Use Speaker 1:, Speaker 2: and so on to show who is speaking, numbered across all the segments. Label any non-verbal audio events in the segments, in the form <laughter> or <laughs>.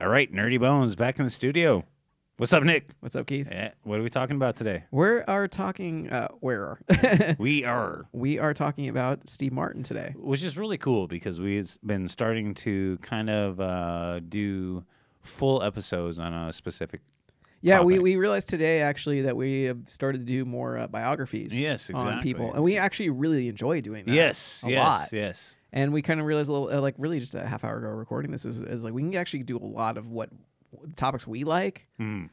Speaker 1: All right, Nerdy Bones back in the studio. What's up, Nick?
Speaker 2: What's up, Keith?
Speaker 1: Eh, What are we talking about
Speaker 2: <laughs>
Speaker 1: today?
Speaker 2: We are talking. Uh, where
Speaker 1: We are,
Speaker 2: <laughs> we are talking about Steve Martin today.
Speaker 1: which is really cool because we've been starting to kind of uh, do full episodes on a specific.
Speaker 2: Yeah, we,
Speaker 1: Topic.
Speaker 2: we realized today actually that we have started to do more uh, biographies.
Speaker 1: Yes,
Speaker 2: on people,
Speaker 1: exactly.
Speaker 2: and we actually really enjoy doing that.
Speaker 1: yes,
Speaker 2: a
Speaker 1: yes,
Speaker 2: lot.
Speaker 1: yes.
Speaker 2: and we kind of realized a little, uh, like really just a half hour ago recording this is, is like we can actually do a lot of what topics we like
Speaker 1: Mm.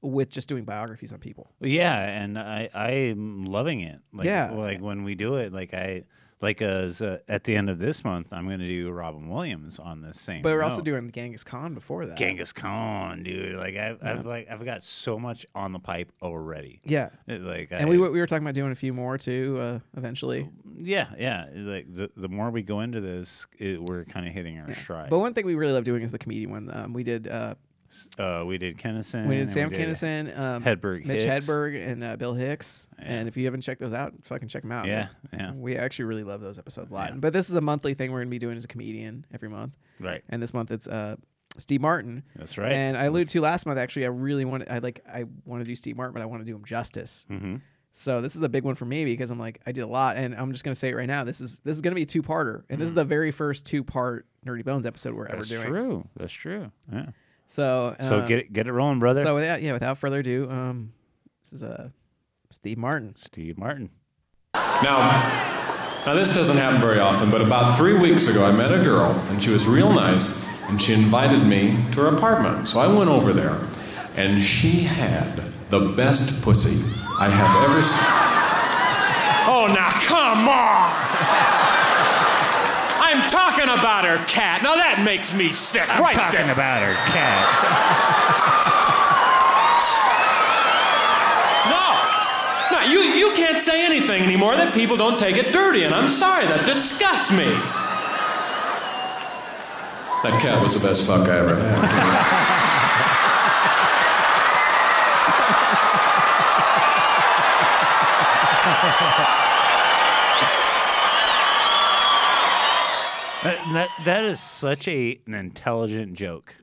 Speaker 2: with just doing biographies on people.
Speaker 1: Yeah, and I I'm loving it. Like,
Speaker 2: Yeah.
Speaker 1: like when we do it, like I like as uh, at the end of this month, I'm going to do Robin Williams on this same.
Speaker 2: But we're also
Speaker 1: note.
Speaker 2: doing Genghis Khan before that.
Speaker 1: Genghis Khan, dude. Like I've, I've like I've got so much on the pipe already.
Speaker 2: Yeah,
Speaker 1: It, Like
Speaker 2: and
Speaker 1: I,
Speaker 2: we were- we were talking about doing a few more too uh, eventually.
Speaker 1: Oh, yeah, yeah. Like the the more we go into this, it, we're kind of hitting our stride.
Speaker 2: But one thing we really love doing is the comedian one. Um, we did uh,
Speaker 1: uh, we did Kennison.
Speaker 2: we
Speaker 1: and
Speaker 2: did Sam
Speaker 1: we
Speaker 2: Kinison, um,
Speaker 1: Hedberg,
Speaker 2: Mitch
Speaker 1: Hicks.
Speaker 2: Hedberg, and uh, Bill Hicks.
Speaker 1: Yeah.
Speaker 2: And if you haven't checked those out, fucking check them out.
Speaker 1: Yeah, yeah.
Speaker 2: We actually really love those episodes a lot.
Speaker 1: Yeah.
Speaker 2: But this is a monthly thing we're going to be doing as a comedian every month.
Speaker 1: Right.
Speaker 2: And this month it's uh, Steve Martin.
Speaker 1: That's right.
Speaker 2: And I alluded to last month actually I really want I like I want to do Steve Martin, but I want to do him justice.
Speaker 1: hmm
Speaker 2: So this is a big one for me because I'm like I did a lot and I'm just going to say it right now. This is this is going to be a two-parter. And this is the very first two-part Nerdy Bones episode we're
Speaker 1: That's
Speaker 2: ever doing.
Speaker 1: Hmm. true. That's true. Yeah.
Speaker 2: So
Speaker 1: so
Speaker 2: uh,
Speaker 1: get it, get it rolling, brother.
Speaker 2: So without, yeah, without further ado, um, this is uh, Steve Martin.
Speaker 1: Steve Martin.
Speaker 3: Now, now this doesn't happen very often, but about three weeks ago, I met a girl, and she was real nice, and she invited me to her apartment. So I went over there, and she had the best pussy I have ever seen. Oh, now come on! I'm talking about her cat. Now that makes me sick
Speaker 1: I'm talking about her cat.
Speaker 3: No. No, you, you can't say anything anymore that people don't take it dirty, and I'm sorry, that disgusts me. That cat was the best fuck I ever had.
Speaker 1: <laughs> That, that- that is such a an intelligent joke.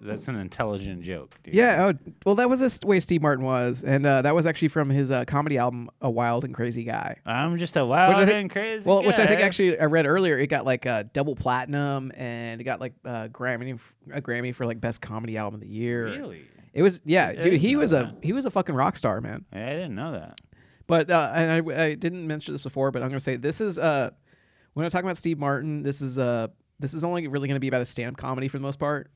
Speaker 1: That's an intelligent joke, dude.
Speaker 2: Yeah, oh, well, that was the st- way Steve Martin was, and uh, that was actually from his uh, comedy album, A Wild and Crazy Guy.
Speaker 1: I'm just a wild
Speaker 2: I think-
Speaker 1: and Oh, crazy.
Speaker 2: Well, which I think
Speaker 1: guy.
Speaker 2: actually I read earlier, it got like uh, double platinum, and it got like uh, Grammy a Grammy for like best comedy album of the year.
Speaker 1: Really?
Speaker 2: It was yeah, dude.
Speaker 1: didn't
Speaker 2: He
Speaker 1: know
Speaker 2: was a he was a fucking rock star, man.
Speaker 1: I didn't know that.
Speaker 2: But uh, and I, I didn't mention this before, but I'm gonna say this is uh when I talk about Steve Martin, this is uh this is only really gonna be about a stand up comedy for the most part.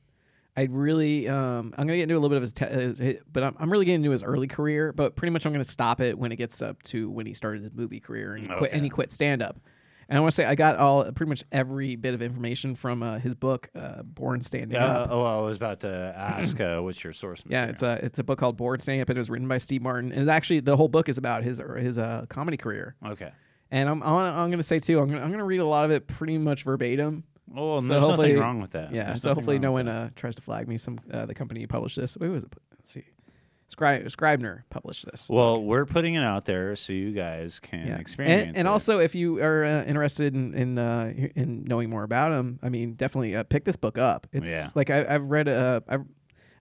Speaker 2: I really um I'm gonna get into a little bit of his, te- his, his but I'm, I'm really getting into his early career, but pretty much I'm gonna stop it when it gets up to when he started his movie career and he quit and he quit stand up. And I want to say I got all pretty much every bit of information from uh, his book, uh, Born Standing Up.
Speaker 1: Uh, oh, I was about to ask, uh, what's your source
Speaker 2: Yeah,
Speaker 1: material?
Speaker 2: it's a it's a book called Board Standing Up. and It was written by Steve Martin, and actually the whole book is about his his uh, comedy career.
Speaker 1: okay.
Speaker 2: And I'm I'm, I'm going to say too, I'm going to I'm going to read a lot of it pretty much verbatim.
Speaker 1: Oh, well,
Speaker 2: So
Speaker 1: there's
Speaker 2: hopefully-
Speaker 1: nothing wrong with that.
Speaker 2: Yeah.
Speaker 1: There's
Speaker 2: so
Speaker 1: nothing
Speaker 2: hopefully
Speaker 1: wrong
Speaker 2: no
Speaker 1: with
Speaker 2: one
Speaker 1: that.
Speaker 2: uh, tries to flag me. Some uh, the company who published this. Who was it? Let's see. Scri- Scribner published this.
Speaker 1: Well, we're putting it out there so you guys can
Speaker 2: yeah.
Speaker 1: experience
Speaker 2: and,
Speaker 1: it.
Speaker 2: and also, if you are uh, interested in in, uh, he- in knowing more about him, I mean, definitely uh, pick this book up. It's
Speaker 1: Yeah.
Speaker 2: like I, I've read. Uh, I've,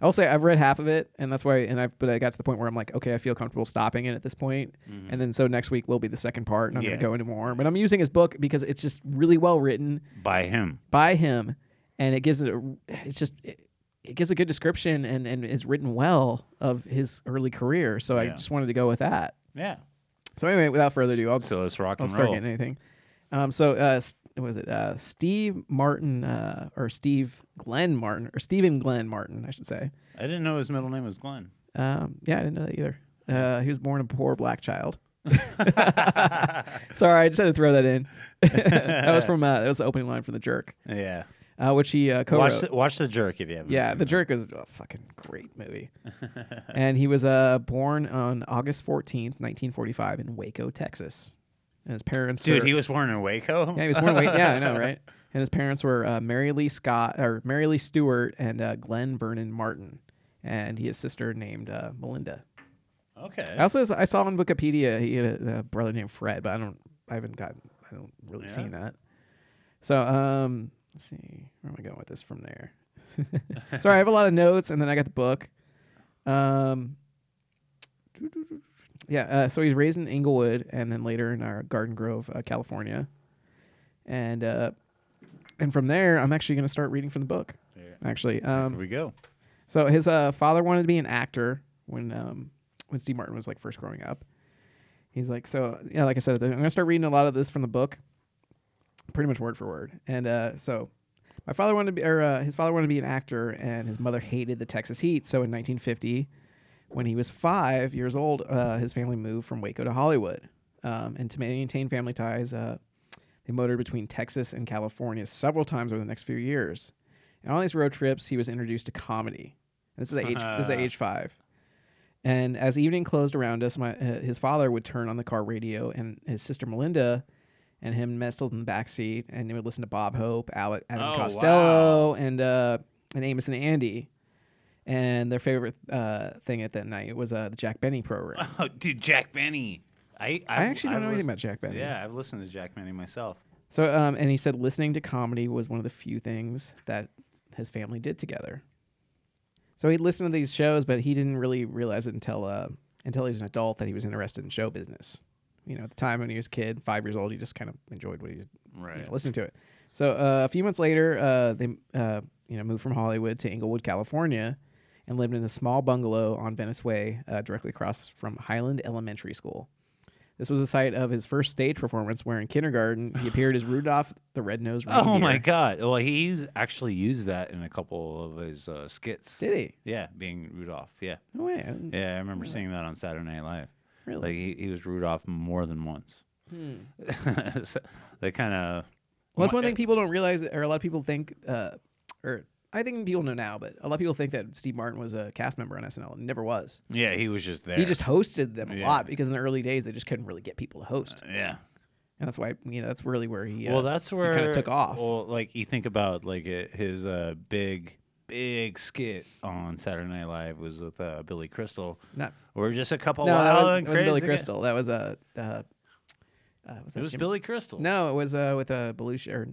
Speaker 2: I will say I've read half of it, and that's why. And I but I got to the point where I'm like, okay, I feel comfortable stopping it at this point. And then so next week will be the second part, and I'm
Speaker 1: Mm-hmm. Yeah.
Speaker 2: going to go into more. But I'm using his book because it's just really well written.
Speaker 1: by him.
Speaker 2: by him, and it gives it. A, it's just it, it gives a good description and and is written well of his early career. So I
Speaker 1: Yeah.
Speaker 2: just wanted to go with that.
Speaker 1: Yeah.
Speaker 2: So anyway, without further ado, I'll,
Speaker 1: So let's rock
Speaker 2: I'll
Speaker 1: and
Speaker 2: start
Speaker 1: roll.
Speaker 2: getting anything. Um, so uh, s- what was it uh, Steve Martin uh, or Steve Glenn Martin or Stephen Glenn Martin? I should say.
Speaker 1: I didn't know his middle name was Glenn.
Speaker 2: Um, yeah, I didn't know that either. Uh, he was born a poor
Speaker 1: <laughs>
Speaker 2: black child. Sorry, I just had to throw that in. <laughs> that was from uh, that was the opening line from The Jerk,
Speaker 1: Yeah.
Speaker 2: uh, which he uh, co-wrote.
Speaker 1: Watch the, watch the jerk if you haven't.
Speaker 2: Yeah,
Speaker 1: seen
Speaker 2: The
Speaker 1: it.
Speaker 2: Jerk was a fucking great movie.
Speaker 1: <laughs>
Speaker 2: and he was uh, born on August 14th, 1945, in Waco, Texas. And his parents
Speaker 1: Dude,
Speaker 2: are-
Speaker 1: he was born in Waco.
Speaker 2: yeah, he was born in Waco. Yeah, I know, right? And his parents were uh, Mary Lee Scott or Mary Lee Stewart and uh, Glenn Vernon Martin. And he has a sister named uh, Melinda.
Speaker 1: okay.
Speaker 2: I also I saw on Wikipedia he had a, a brother named Fred, but I don't I haven't gotten I don't really
Speaker 1: Yeah.
Speaker 2: seen that. So um, let's see where am I going with this from there? <laughs> Sorry, I have a lot of notes, and then I got the book. Um, yeah, uh, so he's raised in Inglewood, and then later in our Garden Grove, uh, California, and uh, and from there, I'm actually going to start reading from the book. Actually, um,
Speaker 1: Here we go.
Speaker 2: so his uh, father wanted to be an actor when um, when Steve Martin was like first growing up. He's like, so yeah, like I said, I'm gonna start reading a lot of this from the book, pretty much word for word. And uh, so, my father wanted to be, or uh, his father wanted to be an actor, and his mother hated the Texas heat. So in 1950, when he was five years old, uh, his family moved from Waco to Hollywood, um, and to maintain family ties, uh, they motored between Texas and California several times over the next few years. And on these road trips, he was introduced to comedy. This is at age this is at age five. And as evening closed around us, my uh, his father would turn on the car radio, and his sister Melinda and him nestled in the back seat, and they would listen to Bob Hope, Alec, Adam
Speaker 1: Oh,
Speaker 2: Costello, and uh, and Amos and Andy. And their favorite uh, thing at that night was uh, the Jack Benny program.
Speaker 1: Oh, dude, Jack Benny. I
Speaker 2: I
Speaker 1: I've-
Speaker 2: actually don't
Speaker 1: I've
Speaker 2: know anything
Speaker 1: listened-
Speaker 2: about Jack Benny.
Speaker 1: Yeah, I've listened to Jack Benny myself.
Speaker 2: So, um, and he said listening to comedy was one of the few things that his family did together. So he'd listen to these shows, but he didn't really realize it until uh, until he was an adult that he was interested in show business. You know, at the time when he was a kid, five years old, he just kind of enjoyed what he was
Speaker 1: Right.
Speaker 2: you know, listening to it. So uh, a few months later, uh, they uh, you know moved from Hollywood to Inglewood, California, and lived in a small bungalow on Venice Way, uh, directly across from Highland Elementary School. This was the site of his first stage performance, where in kindergarten he appeared as Rudolph the Red-Nosed Reindeer.
Speaker 1: Oh my God! Well, he's actually used that in a couple of his uh, skits.
Speaker 2: Did he? Oh,
Speaker 1: Yeah, being Rudolph. Yeah,
Speaker 2: No way. I didn't-
Speaker 1: yeah. I remember seeing that on Saturday Night Live.
Speaker 2: Really? Hmm.
Speaker 1: Like he, he was Rudolph more than once. <laughs> so they kind of.
Speaker 2: Well, that's one thing people don't realize, or a lot of people think, uh, or I think people know now, but a lot of people think that Steve Martin was a cast member on SNL and never was.
Speaker 1: Yeah, he was just there.
Speaker 2: He just hosted them a
Speaker 1: Yeah.
Speaker 2: lot because in the early days they just couldn't really get people to host.
Speaker 1: Yeah.
Speaker 2: and that's why you know that's really where he. Uh,
Speaker 1: Well, that's where
Speaker 2: he kind of took off.
Speaker 1: Well, like you think about like it, his uh, big, big skit on Saturday Night Live was with uh, Billy Crystal.
Speaker 2: Not-
Speaker 1: We're just a couple
Speaker 2: no, that
Speaker 1: wild
Speaker 2: was,
Speaker 1: and
Speaker 2: that was
Speaker 1: crazy.
Speaker 2: Billy
Speaker 1: guys.
Speaker 2: Crystal. That was a. Uh, uh, was that
Speaker 1: It was
Speaker 2: Jim-
Speaker 1: Billy Crystal.
Speaker 2: No, it was uh, with uh, Belushi or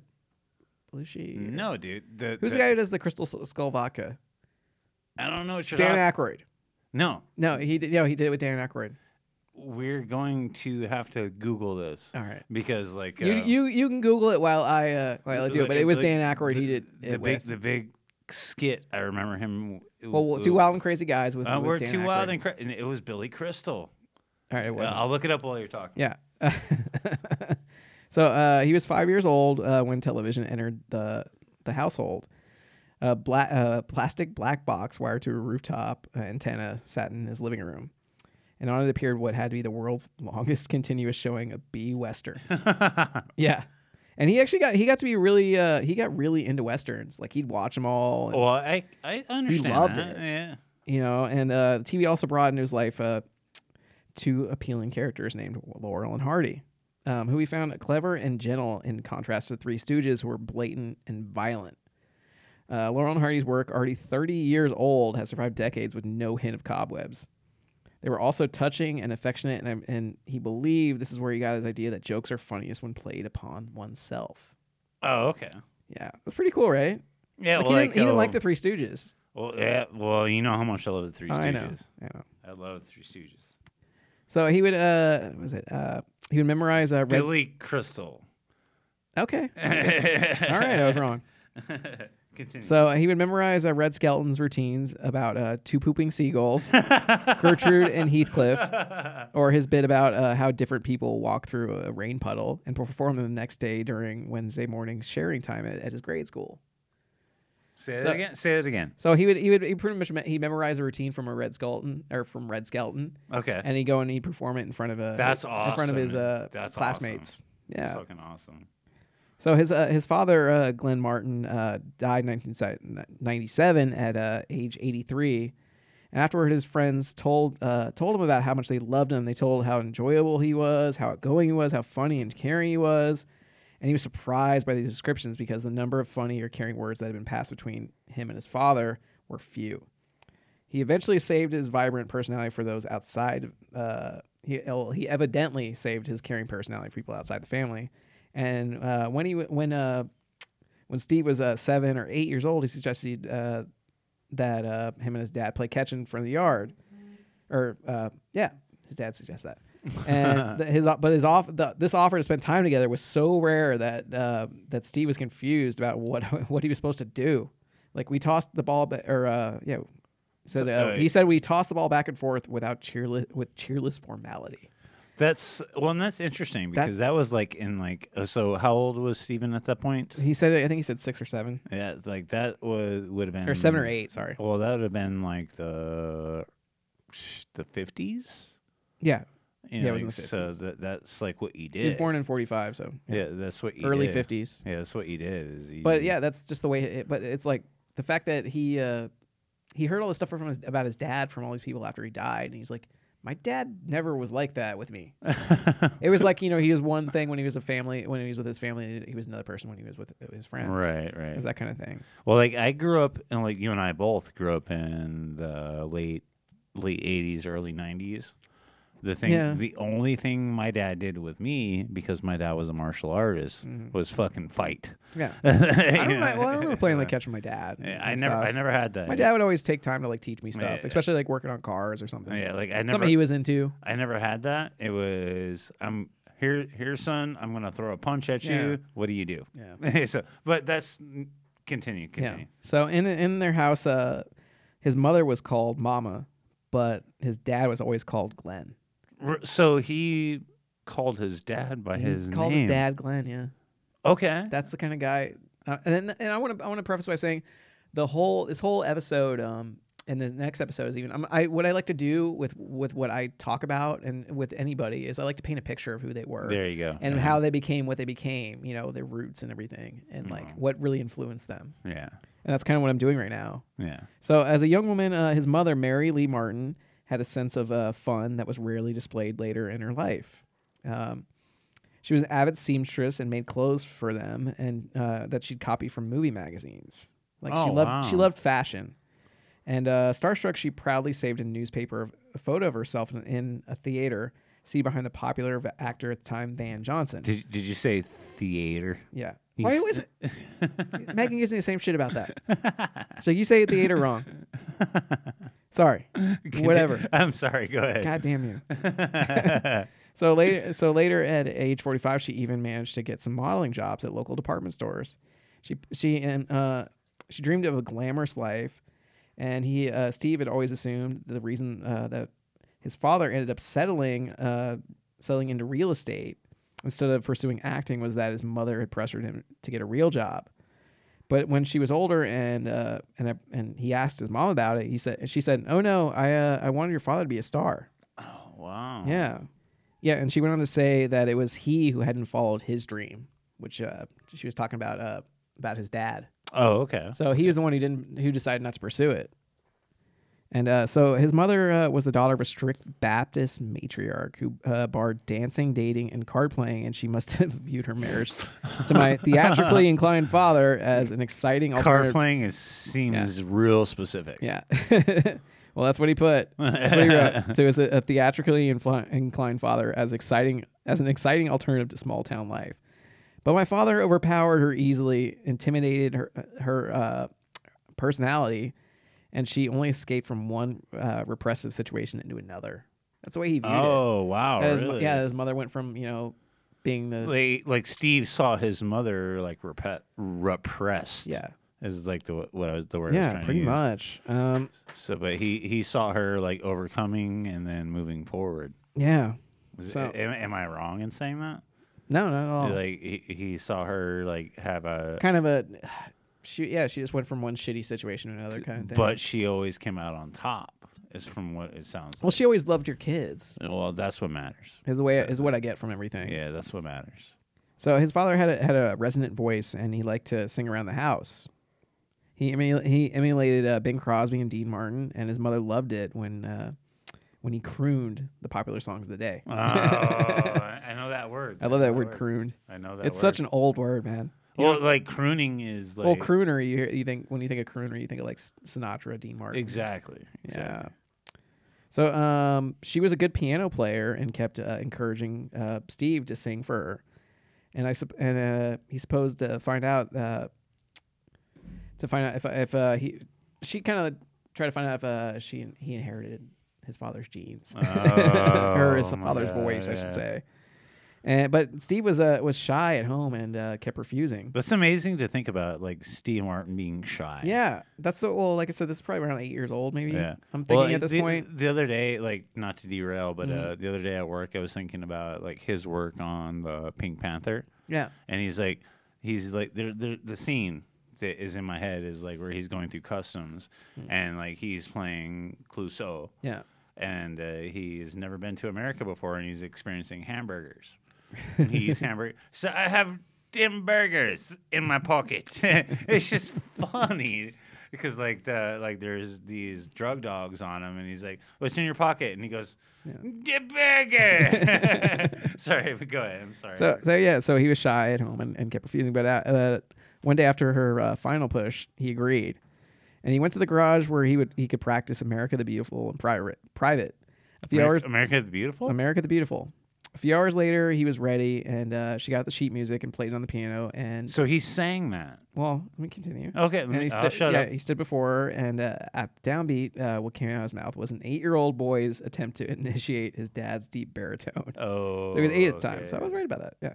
Speaker 2: Belushi.
Speaker 1: no, dude. The,
Speaker 2: Who's the, guy who does the Crystal S- Skull vodka?
Speaker 1: I don't know what you're.
Speaker 2: Dan
Speaker 1: talking-
Speaker 2: Aykroyd.
Speaker 1: no,
Speaker 2: No, he did. No, he did it with Dan Aykroyd.
Speaker 1: we're going to have to Google this.
Speaker 2: All right.
Speaker 1: Because like
Speaker 2: Oh. You,
Speaker 1: uh,
Speaker 2: you you can Google it while I uh, while I do it, but
Speaker 1: like-
Speaker 2: it was
Speaker 1: like
Speaker 2: Dan Aykroyd. he did
Speaker 1: the
Speaker 2: it
Speaker 1: big
Speaker 2: with.
Speaker 1: the big skit. I remember him.
Speaker 2: well, well, two wild and crazy guys with.
Speaker 1: Uh,
Speaker 2: with
Speaker 1: we're
Speaker 2: Dan
Speaker 1: too wild
Speaker 2: Aykroyd.
Speaker 1: and, cra- and it was Billy Crystal.
Speaker 2: All right, it
Speaker 1: Uh,
Speaker 2: was.
Speaker 1: I'll look it up while you're talking.
Speaker 2: Yeah. <laughs> so uh, he was five years old uh, when television entered the the household. A bla- uh, plastic black box wired to a rooftop antenna sat in his living room. And on it appeared what had to be the world's <laughs> longest continuous showing of B westerns. yeah, and he actually got he got to be really uh, he got really into westerns. Like he'd watch them all. and-
Speaker 1: Well, I I understand.
Speaker 2: loved
Speaker 1: that,
Speaker 2: it.
Speaker 1: Yeah.
Speaker 2: you know and uh, tv also brought into his life uh, two appealing characters named laurel and hardy um, who he found clever and gentle in contrast to the three stooges who were blatant and violent uh, laurel and hardy's work already 30 years old has survived decades with no hint of cobwebs they were also touching and affectionate and, and he believed this is where he got his idea that jokes are funniest when played upon oneself
Speaker 1: Oh, okay.
Speaker 2: yeah that's pretty cool right
Speaker 1: Yeah.
Speaker 2: like,
Speaker 1: well,
Speaker 2: he, didn't, he didn't like
Speaker 1: uh,
Speaker 2: the three stooges
Speaker 1: Well, yeah. Well, you know how much I love the Three Stooges.
Speaker 2: i know i know
Speaker 1: I love the Three Stooges.
Speaker 2: So he would uh what was it uh he would memorize uh red
Speaker 1: Billy Crystal. <laughs>
Speaker 2: okay
Speaker 1: All
Speaker 2: all right I was wrong
Speaker 1: Continue.
Speaker 2: so he would memorize uh, Red Skelton's routines about uh two pooping
Speaker 1: <laughs>
Speaker 2: seagulls Gertrude and Heathcliff or his bit about uh, how different people walk through a rain puddle and perform them the next day during Wednesday morning sharing time at, at his grade school
Speaker 1: Say it
Speaker 2: so-
Speaker 1: again. Say it again.
Speaker 2: so he would he would he pretty much me- he memorized a routine from a Red Skelton or from Red Skelton
Speaker 1: Okay.
Speaker 2: and he'd go and he'd perform it in front of a
Speaker 1: That's
Speaker 2: in front of his
Speaker 1: awesome.
Speaker 2: uh
Speaker 1: That's awesome.
Speaker 2: classmates yeah
Speaker 1: That's fucking awesome.
Speaker 2: So his uh, his father, uh, Glenn Martin, uh, died in 1997 at uh, age 83. And afterward, his friends told uh, told him about how much they loved him. They told how enjoyable he was, how outgoing he was, how funny and caring he was. And he was surprised by these descriptions because the number of funny or caring words that had been passed between him and his father were few. He eventually saved his vibrant personality for those outside. Uh, he well, he evidently saved his caring personality for people outside the family. And uh, when he w- when uh, when Steve was uh, seven or eight years old, he suggested uh, that uh, him and his dad play catch in front of the yard, or uh, yeah, his dad suggests that. and th- his but his off the, this offer to spend time together was so rare that uh, that Steve was confused about what <laughs> what he was supposed to do. Like we tossed the ball, ba- or uh, yeah, so uh,
Speaker 1: uh,
Speaker 2: he said we tossed the ball back and forth without cheerless with cheerless formality.
Speaker 1: That's well, and that's interesting because that, was like in like uh, so. How old was Steven at that point?
Speaker 2: He said I think he said six or seven
Speaker 1: Yeah, like that would would have been
Speaker 2: or seven or eight. Sorry,
Speaker 1: Well, that would have been like the the fifties.
Speaker 2: yeah,
Speaker 1: You
Speaker 2: Yeah, it
Speaker 1: know,
Speaker 2: was in
Speaker 1: like,
Speaker 2: the
Speaker 1: so that that's like what you did.
Speaker 2: he was born in forty five, so
Speaker 1: yeah, that's what you
Speaker 2: early
Speaker 1: did.
Speaker 2: fifties.
Speaker 1: Yeah, that's what you did. Is you,
Speaker 2: But yeah, that's just the way. It, but it's like the fact that he uh, he heard all this stuff from his, about his dad from all these people after he died, and he's like, my dad never was like that
Speaker 1: <laughs>
Speaker 2: with me. it was like you know he was one thing when he was a family when he was with his family, and he was another person when he was with his friends.
Speaker 1: right,
Speaker 2: It
Speaker 1: right.
Speaker 2: was that kind of thing.
Speaker 1: Well, like I grew up, and like you and I both grew up in the late late eighties, early nineties. The thing,
Speaker 2: Yeah.
Speaker 1: the only thing my dad did with me, because my dad was a martial artist, was fucking fight. <laughs>
Speaker 2: Yeah.
Speaker 1: I
Speaker 2: Mm-hmm. I remember, well, I remember playing like catch with my dad. and-
Speaker 1: I
Speaker 2: and
Speaker 1: never, I
Speaker 2: stuff.
Speaker 1: never had that.
Speaker 2: My dad would always take time to like teach me
Speaker 1: Yeah,
Speaker 2: stuff,
Speaker 1: yeah.
Speaker 2: especially like working on cars or something.
Speaker 1: Yeah, like I never,
Speaker 2: something he was into.
Speaker 1: I never had that. It was I'm here, here, son. I'm gonna throw a punch at you.
Speaker 2: Yeah.
Speaker 1: What do you do? <laughs>
Speaker 2: Yeah.
Speaker 1: so, but that's continue,
Speaker 2: Yeah.
Speaker 1: continue.
Speaker 2: So in in their house, uh, his mother was called Mama, but his dad was always called Glenn.
Speaker 1: R- So he called his dad by
Speaker 2: He
Speaker 1: his
Speaker 2: called
Speaker 1: name.
Speaker 2: his dad Glenn. Yeah.
Speaker 1: Okay.
Speaker 2: That's the kind of guy. Uh, and then, and I want to I want to preface by saying, the whole this whole episode um and the next episode is even I'm, I what I like to do with with what I talk about and with anybody is I like to paint a picture of who they were.
Speaker 1: There you go. Uh-huh.
Speaker 2: and
Speaker 1: yeah.
Speaker 2: how they became what they became, you know, their roots and everything, and
Speaker 1: Uh-huh.
Speaker 2: like what really influenced them.
Speaker 1: Yeah.
Speaker 2: And that's kind of what I'm doing right now.
Speaker 1: Yeah.
Speaker 2: So, as a young woman, uh, his mother, Mary Lee Martin, had a sense of uh, fun that was rarely displayed later in her life. Um, she was an avid seamstress and made clothes for them, and uh, that she'd copy from movie magazines. Like she
Speaker 1: Oh,
Speaker 2: loved, she
Speaker 1: wow.
Speaker 2: loved fashion. And uh, starstruck, she proudly saved a newspaper of a photo of herself in, in a theater seat behind the popular v- actor at the time, Van Johnson.
Speaker 1: Did Did you say theater? <laughs>
Speaker 2: Yeah.
Speaker 1: You
Speaker 2: Why
Speaker 1: s-
Speaker 2: was
Speaker 1: <laughs>
Speaker 2: it? Megan gives me the same shit about that. So you say theater
Speaker 1: <laughs>
Speaker 2: wrong. Sorry. Whatever.
Speaker 1: I'm sorry. Go ahead.
Speaker 2: God damn you. <laughs> So later, so later at age 45, she even managed to get some modeling jobs at local department stores. She she and uh, she dreamed of a glamorous life, and he uh, Steve had always assumed the reason uh, that his father ended up settling uh, settling into real estate instead of pursuing acting was that his mother had pressured him to get a real job. But when she was older and uh, and and he asked his mom about it, he said she said, "Oh no, I uh, I wanted your father to be a star."
Speaker 1: Oh, wow.
Speaker 2: Yeah. Yeah, and she went on to say that it was he who hadn't followed his dream, which uh, she was talking about uh, about his dad.
Speaker 1: Oh, okay.
Speaker 2: So he was the one who didn't who decided not to pursue it. And uh, so his mother uh, was the daughter of a strict Baptist matriarch who uh, barred dancing, dating, and card playing, and she must <laughs> have viewed her marriage to my theatrically inclined father as an exciting
Speaker 1: Car
Speaker 2: alternative.
Speaker 1: playing is seems real specific.
Speaker 2: Yeah. <laughs> well, that's what he put. That's what he
Speaker 1: <laughs>
Speaker 2: wrote. So it was a, a theatrically infli- inclined father as exciting as an exciting alternative to small town life. But my father overpowered her easily, intimidated her her uh, personality, and she only escaped from one uh, repressive situation into another. That's the way he viewed it.
Speaker 1: Oh, wow.
Speaker 2: That his mo-
Speaker 1: really?
Speaker 2: yeah, his mother went from you know being the
Speaker 1: Like, like Steve saw his mother like repet, repressed.
Speaker 2: yeah
Speaker 1: Is like the what I was the word I was
Speaker 2: yeah
Speaker 1: trying
Speaker 2: pretty
Speaker 1: to use.
Speaker 2: much um,
Speaker 1: So, but he he saw her like overcoming and then moving forward.
Speaker 2: yeah
Speaker 1: Is-
Speaker 2: So- Oh.
Speaker 1: am, am I wrong in saying that?
Speaker 2: no not at all
Speaker 1: Like he, he saw her like have a,
Speaker 2: kind of a <sighs> she yeah she just went from one shitty situation to another kind of thing
Speaker 1: but she always came out on top. Is from what it sounds.
Speaker 2: well she always loved your kids
Speaker 1: like. well, that's what matters.
Speaker 2: is the way is what i get from everything
Speaker 1: Yeah, that's what
Speaker 2: <laughs>
Speaker 1: matters.
Speaker 2: so his father had a had a resonant voice and he liked to sing around the house he emu- he emulated uh, bing crosby and dean martin and his mother loved it when uh, when he crooned the popular songs of the day
Speaker 1: Oh, I I know that word.
Speaker 2: i love that
Speaker 1: know
Speaker 2: word crooned
Speaker 1: I know that.
Speaker 2: it's such an old word man
Speaker 1: well, like crooning is like
Speaker 2: well crooner you hear, you think when you think of crooner you think of like S- sinatra dean martin
Speaker 1: exactly.
Speaker 2: Yeah.
Speaker 1: exactly.
Speaker 2: So um, she was a good piano player and kept uh, encouraging uh, Steve to sing for her. And I sup- and uh, he supposed to find out uh, to find out if if uh, he she kind of tried to find out if uh, she he inherited his father's genes <laughs> or his
Speaker 1: Oh, my
Speaker 2: father's
Speaker 1: God,
Speaker 2: voice, I
Speaker 1: yeah.
Speaker 2: should say. And but Steve was uh, was shy at home and uh, kept refusing.
Speaker 1: That's amazing to think about, like Steve Martin being shy.
Speaker 2: yeah, that's the well. Like I said, this is probably around eight years old, maybe.
Speaker 1: Yeah.
Speaker 2: I'm thinking
Speaker 1: Well,
Speaker 2: at this
Speaker 1: the,
Speaker 2: point. Mm-hmm.
Speaker 1: The other day, like not to derail, but uh, the other day at work, I was thinking about like his work on the Pink Panther,
Speaker 2: Yeah,
Speaker 1: and he's like, he's like, there, there, the scene that is in my head is like where he's going through customs,
Speaker 2: Hmm.
Speaker 1: and like he's playing Clouseau,
Speaker 2: yeah.
Speaker 1: and uh, he's never been to America before, and he's experiencing hamburgers.
Speaker 2: <laughs>
Speaker 1: And he eats hamburger. So I have dim burgers in my pocket. <laughs> it's just funny because like the like there's these drug dogs on him, and he's like, "What's in your pocket?" And he goes, "Dim
Speaker 2: <laughs>
Speaker 1: burger." <laughs> sorry, but go ahead. I'm sorry.
Speaker 2: So so yeah, so he was shy at home and, and kept refusing. But uh, uh, one day after her uh, final push, he agreed, and he went to the garage where he would he could practice "America the Beautiful" in private. Private. A few
Speaker 1: America,
Speaker 2: hours.
Speaker 1: America the Beautiful.
Speaker 2: America the Beautiful. A few hours later, he was ready, and uh, she got the sheet music and played it on the piano. And
Speaker 1: so he sang that.
Speaker 2: well, let me continue.
Speaker 1: Okay, let
Speaker 2: And
Speaker 1: me,
Speaker 2: he
Speaker 1: I'll
Speaker 2: stood-
Speaker 1: shut
Speaker 2: yeah,
Speaker 1: up.
Speaker 2: he stood before her, and uh, at downbeat, uh, what came out of his mouth was an eight-year-old boy's attempt to initiate his dad's deep baritone.
Speaker 1: Oh,
Speaker 2: So he was eight at the time. So I
Speaker 1: okay.
Speaker 2: was right about that. Yeah.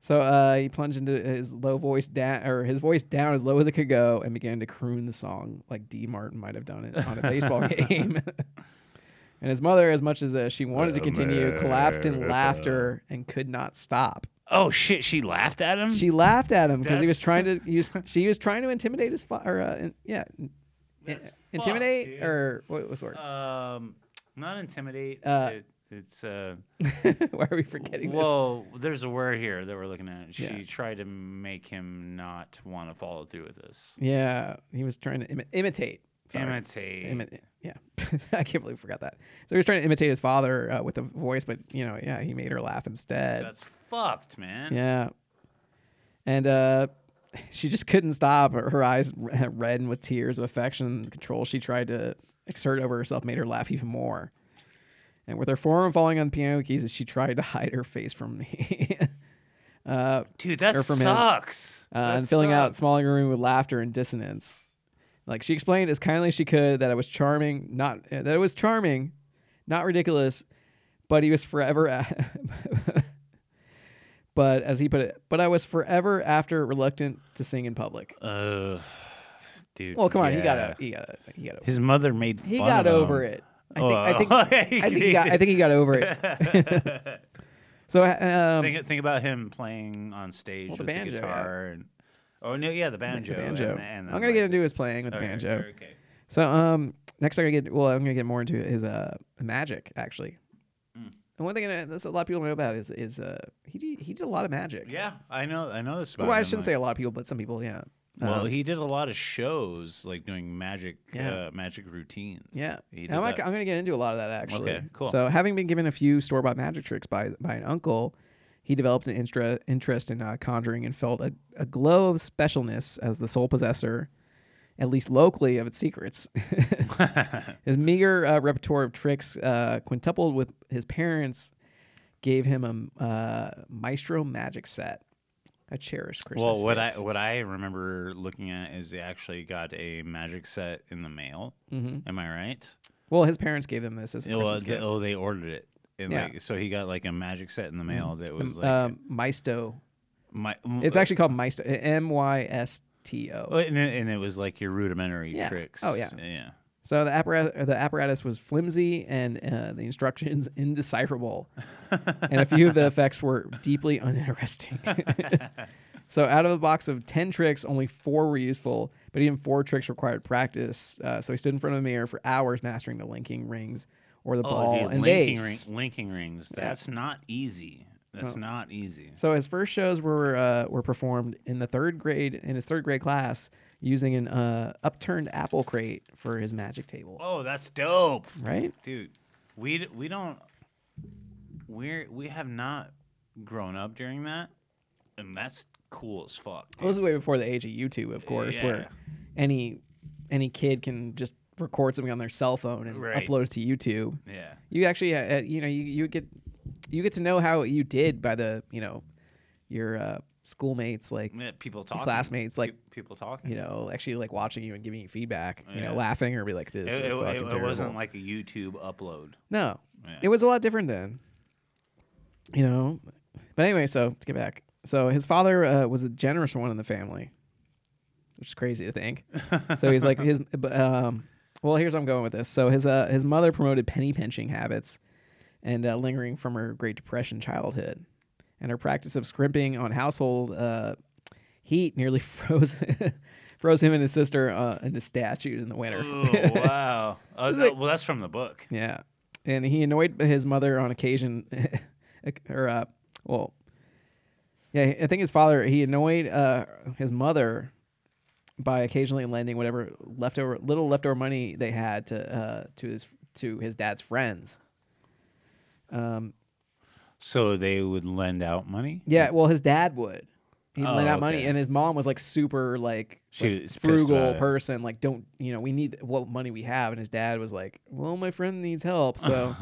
Speaker 2: So uh, he plunged into his low voice down, or his voice down as low as it could go, and began to croon the song like D. Martin might have done it on
Speaker 1: <laughs>
Speaker 2: a baseball game. <laughs> and his mother, as much as uh, she wanted to
Speaker 1: Oh,
Speaker 2: continue, collapsed in laughter and could not stop.
Speaker 1: Oh shit! She laughed at him.
Speaker 2: She laughed at him because he was
Speaker 1: That's-
Speaker 2: trying
Speaker 1: <laughs>
Speaker 2: to. He was, she was trying to intimidate his father. Uh, in- yeah, in-
Speaker 1: That's fucked,
Speaker 2: intimidate
Speaker 1: dude.
Speaker 2: or what was the word?
Speaker 1: Um, not intimidate.
Speaker 2: Uh,
Speaker 1: it, it's uh.
Speaker 2: <laughs> Why are we forgetting this?
Speaker 1: Well, there's a word here that we're looking at. She
Speaker 2: Yeah.
Speaker 1: tried to make him not want to follow through with this.
Speaker 2: Yeah, he was trying to imi- imitate. Sorry.
Speaker 1: Imitate.
Speaker 2: Imi- yeah, <laughs> I can't believe I forgot that. So he was trying to imitate his father uh, with a voice, but you know, yeah, he made her laugh instead.
Speaker 1: That's fucked, man.
Speaker 2: yeah, and uh, she just couldn't stop. Her, her eyes re- reddened with tears of affection and control. She tried to exert over herself, made her laugh even more. And with her forearm falling on the piano keys, she tried to hide her face from <laughs> me. uh,
Speaker 1: Dude, that
Speaker 2: Or from him.
Speaker 1: sucks.
Speaker 2: uh,
Speaker 1: That
Speaker 2: and filling out
Speaker 1: sucks.
Speaker 2: smalling room with laughter and dissonance. Like she explained as kindly as she could that it was charming, not uh, that it was charming, not ridiculous, but he was forever. a- <laughs> but as he put it, but I was forever after reluctant to sing in public.
Speaker 1: Ugh. dude.
Speaker 2: Well, come on, he got
Speaker 1: yeah.
Speaker 2: o- he got o- he got over,
Speaker 1: His mother made
Speaker 2: he
Speaker 1: fun
Speaker 2: got
Speaker 1: of
Speaker 2: over
Speaker 1: him.
Speaker 2: it. I think, I think,
Speaker 1: Oh, <laughs>
Speaker 2: I think he got I think he got over it. <laughs> so um,
Speaker 1: think, think about him playing on stage
Speaker 2: Well, the
Speaker 1: with
Speaker 2: banjo,
Speaker 1: the
Speaker 2: yeah.
Speaker 1: guitar and oh no, yeah, the banjo.
Speaker 2: the banjo.
Speaker 1: And, and
Speaker 2: I'm gonna get into his playing with the banjo.
Speaker 1: okay.
Speaker 2: So um, next I'm gonna get well, I'm gonna get more into his uh magic actually. And one thing that that's a lot of people don't know about is is uh he did, he did a lot of magic.
Speaker 1: Yeah, I know. I know this. About
Speaker 2: Well, I
Speaker 1: him,
Speaker 2: shouldn't
Speaker 1: like-
Speaker 2: say a lot of people, but some people, yeah.
Speaker 1: Well,
Speaker 2: Um,
Speaker 1: he did a lot of shows, like doing magic,
Speaker 2: Yeah.
Speaker 1: uh, magic routines.
Speaker 2: yeah.
Speaker 1: he
Speaker 2: And I'm,
Speaker 1: that.
Speaker 2: like, I'm gonna get into a lot of that actually.
Speaker 1: Okay, cool.
Speaker 2: So having been given a few store bought magic tricks by by an uncle, he developed an intra- interest in uh, conjuring and felt a, a glow of specialness as the sole possessor, at least locally, of
Speaker 1: <laughs>
Speaker 2: its secrets. <laughs> His meager uh, repertoire of tricks, uh, quintupled with his parents, gave him a uh, maestro magic set, a cherished Christmas.
Speaker 1: well, what
Speaker 2: gift.
Speaker 1: I what I remember looking at is they actually got a magic set in the mail.
Speaker 2: Mhm.
Speaker 1: Am I right?
Speaker 2: well, his parents gave him this as a
Speaker 1: Oh, uh,
Speaker 2: Christmas
Speaker 1: they-
Speaker 2: gift.
Speaker 1: oh, they ordered it. And
Speaker 2: Yeah.
Speaker 1: like, so he got like a magic set in the mail that was like
Speaker 2: um, Maisto.
Speaker 1: my. mm,
Speaker 2: It's actually called Maisto. M Y S T O.
Speaker 1: and it, and it was like your rudimentary
Speaker 2: Yeah.
Speaker 1: tricks.
Speaker 2: Oh, yeah.
Speaker 1: yeah.
Speaker 2: So the apparatus, the apparatus was flimsy and uh, the instructions <laughs> indecipherable, and a few of the effects were deeply uninteresting. <laughs> so out of a box of ten tricks, only four were useful, but even four tricks required practice. Uh, so he stood in front of the mirror for hours, mastering the linking rings or the ball
Speaker 1: dude,
Speaker 2: and
Speaker 1: Oh, linking,
Speaker 2: base.
Speaker 1: ring, linking rings. That's not easy. That's not easy.
Speaker 2: So his first shows were uh, were performed in the third grade in his third grade class using an uh, upturned apple crate for his magic table.
Speaker 1: Oh, that's dope.
Speaker 2: Right?
Speaker 1: dude we d- we don't we're we have not grown up during that and that's cool as fuck dude.
Speaker 2: Well, this is way before the age of YouTube, of course,
Speaker 1: Yeah.
Speaker 2: where any any kid can just record something on their cell phone and
Speaker 1: Right.
Speaker 2: upload it to YouTube.
Speaker 1: yeah
Speaker 2: You actually, uh, uh, you know, you, you get you get to know how you did by the you know your uh, schoolmates, like
Speaker 1: Yeah, people talking,
Speaker 2: classmates, like-
Speaker 1: Pe- people talking.
Speaker 2: you know, actually like watching you and giving you feedback, you
Speaker 1: Yeah.
Speaker 2: know, laughing or be like this.
Speaker 1: it,
Speaker 2: is
Speaker 1: it- it-
Speaker 2: fucking
Speaker 1: it
Speaker 2: terrible.
Speaker 1: wasn't like a YouTube upload.
Speaker 2: No,
Speaker 1: Yeah.
Speaker 2: it was a lot different then. You know, but anyway, so to get back, so his father uh, was a generous one in the family, which is crazy to think. so he's like his. b- Um, well, here's where I'm going with this. So his uh, his mother promoted penny pinching habits, and uh, lingering from her Great Depression childhood, and her practice of scrimping on household uh, heat nearly <laughs> froze froze him and his sister uh, into statues in the winter.
Speaker 1: <laughs> Oh
Speaker 2: <laughs>
Speaker 1: wow! Oh, no, well, that's from the book.
Speaker 2: Yeah, and he annoyed his mother on occasion, <laughs> or uh, well, yeah, I think his father he annoyed uh, his mother by occasionally lending whatever leftover little leftover money they had to uh, to his to his dad's friends.
Speaker 1: So they would lend out money.
Speaker 2: Yeah, well, his dad would. He'd
Speaker 1: Hmm. Oh,
Speaker 2: lend out money,
Speaker 1: okay.
Speaker 2: and his mom was like super like,
Speaker 1: She
Speaker 2: like,
Speaker 1: was pissed about
Speaker 2: frugal
Speaker 1: it.
Speaker 2: person. Like, don't you know? We need what money we have, and his dad was like, "Well, my friend needs
Speaker 1: <laughs>
Speaker 2: help, so."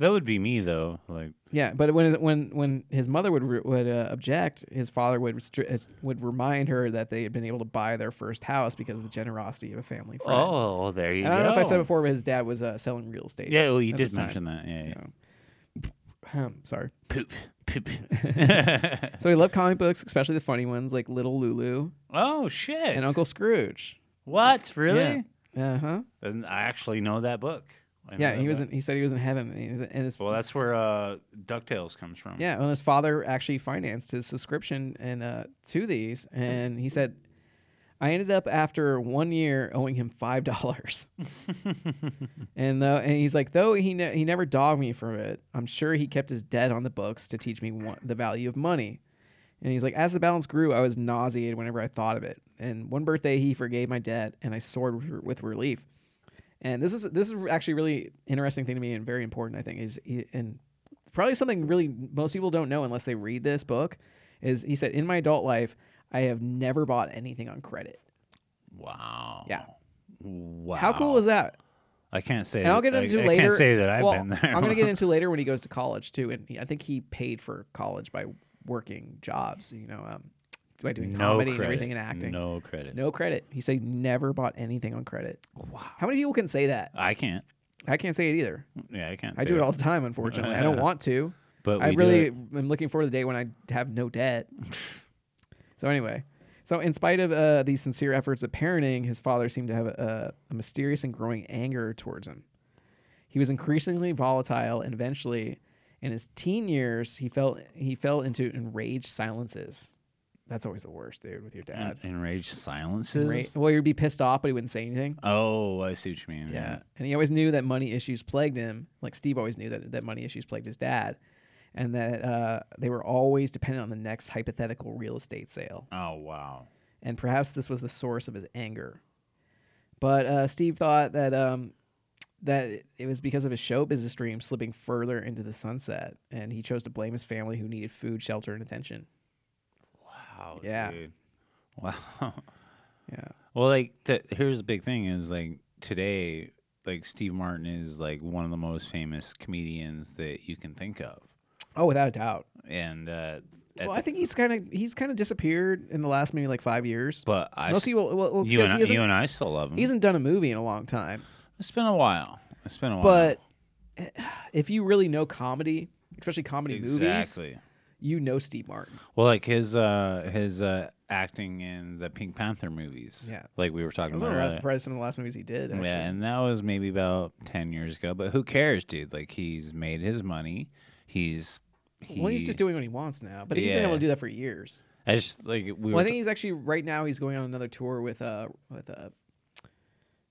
Speaker 1: that would be me though. Like
Speaker 2: Yeah, but when when when his mother would re- would uh, object, his father would restri- uh, would remind her that they had been able to buy their first house because of the generosity of a family friend.
Speaker 1: oh, there you
Speaker 2: And I
Speaker 1: go.
Speaker 2: don't know if I said before, but his dad was uh, selling real estate.
Speaker 1: Yeah,
Speaker 2: <clears throat>
Speaker 1: well, you
Speaker 2: at
Speaker 1: did
Speaker 2: this time.
Speaker 1: mention that. Yeah, yeah.
Speaker 2: Um, sorry.
Speaker 1: Poop, poop.
Speaker 2: <laughs> So he loved comic books, especially the funny ones like Little Lulu
Speaker 1: <laughs> oh shit!
Speaker 2: and Uncle Scrooge.
Speaker 1: What really?
Speaker 2: Uh huh.
Speaker 1: And I actually know that book. I know
Speaker 2: Yeah,
Speaker 1: that
Speaker 2: he was
Speaker 1: book.
Speaker 2: in, he said he was in heaven, and his, and his
Speaker 1: Well, that's where uh, Ducktales comes from.
Speaker 2: Yeah, well, his father actually financed his subscription and uh, to these, and he said, "I ended up after one year owing him five dollars." and though, and he's like, though he ne- he never dogged me for it. I'm sure he kept his debt on the books to teach me one- the value of money. And he's like, as the balance grew, I was nauseated whenever I thought of it. And one birthday, he forgave my debt, and I soared with- with relief. And this is this is actually really interesting thing to me and very important. I think is he- and probably something really most people don't know unless they read this book. Is he said in my adult life I have never bought anything on credit.
Speaker 1: Wow.
Speaker 2: Yeah.
Speaker 1: Oh, Wow.
Speaker 2: How cool is that?
Speaker 1: I can't say.
Speaker 2: And I'll get
Speaker 1: that- I-
Speaker 2: into
Speaker 1: I,
Speaker 2: later.
Speaker 1: can't say that I've
Speaker 2: well,
Speaker 1: been there.
Speaker 2: I'm gonna get into later when he goes to college too, and he- I think he paid for college by working jobs. You know, um, by
Speaker 1: <laughs>
Speaker 2: doing
Speaker 1: no
Speaker 2: comedy
Speaker 1: credit.
Speaker 2: and everything and acting.
Speaker 1: No credit.
Speaker 2: No credit. He said he never bought anything on credit.
Speaker 1: Wow.
Speaker 2: How many people can say that?
Speaker 1: I can't.
Speaker 2: I can't say it either.
Speaker 1: Yeah, I can't.
Speaker 2: I
Speaker 1: say
Speaker 2: do it
Speaker 1: that.
Speaker 2: all the time, unfortunately. I don't want to.
Speaker 1: But
Speaker 2: I
Speaker 1: we do
Speaker 2: really
Speaker 1: it.
Speaker 2: am looking forward to the day when I have no debt. <laughs> so anyway, so in spite of uh, these sincere efforts at parenting, his father seemed to have a, a mysterious and growing anger towards him. He was increasingly volatile, and eventually, in his teen years, he fell he fell into enraged silences. That's always the worst, dude, with your dad.
Speaker 1: En- enraged silences.
Speaker 2: Enra- well, you'd be pissed off, but he wouldn't say anything.
Speaker 1: Oh, I see what you mean.
Speaker 2: Yeah. And he always knew that money issues plagued him. Like Steve always knew that, that money issues plagued his dad. And that uh, they were always dependent on the next hypothetical real estate sale.
Speaker 1: Oh wow.
Speaker 2: And perhaps this was the source of his anger. But uh, Steve thought that um, that it was because of his show business dream slipping further into the sunset. And he chose to blame his family who needed food, shelter, and attention.
Speaker 1: Wow.
Speaker 2: Yeah.
Speaker 1: Dude. Wow. <laughs>
Speaker 2: Yeah.
Speaker 1: Well, like the, here's the big thing is like today, like Steve Martin is like one of the most famous comedians that you can think of,
Speaker 2: Oh, without a doubt.
Speaker 1: and uh, at
Speaker 2: Well,
Speaker 1: the-
Speaker 2: I think he's kind of he's kind of disappeared in the last maybe like five years.
Speaker 1: but I
Speaker 2: Most
Speaker 1: s-
Speaker 2: people, well, well,
Speaker 1: you
Speaker 2: because
Speaker 1: and I,
Speaker 2: he hasn't-
Speaker 1: you and I still love him.
Speaker 2: He hasn't done a movie in a long time.
Speaker 1: it's been a while. It's been a while.
Speaker 2: But <sighs> if you really know comedy, especially comedy movies,
Speaker 1: exactly.
Speaker 2: you know Steve Martin.
Speaker 1: Well, like his uh his uh acting in the Pink Panther movies.
Speaker 2: Yeah.
Speaker 1: Like we were
Speaker 2: That
Speaker 1: talking
Speaker 2: was
Speaker 1: about.
Speaker 2: one of the last,
Speaker 1: earlier.
Speaker 2: probably some of the last movies he did. Actually.
Speaker 1: Yeah, and that was maybe about ten years ago. But who cares, dude? Like he's made his money. He's he,
Speaker 2: well, he's just doing what he wants now, but he's been able
Speaker 1: Yeah.
Speaker 2: to do that for years.
Speaker 1: I just like we were
Speaker 2: Well, I think he's actually right now he's going on another tour with uh with uh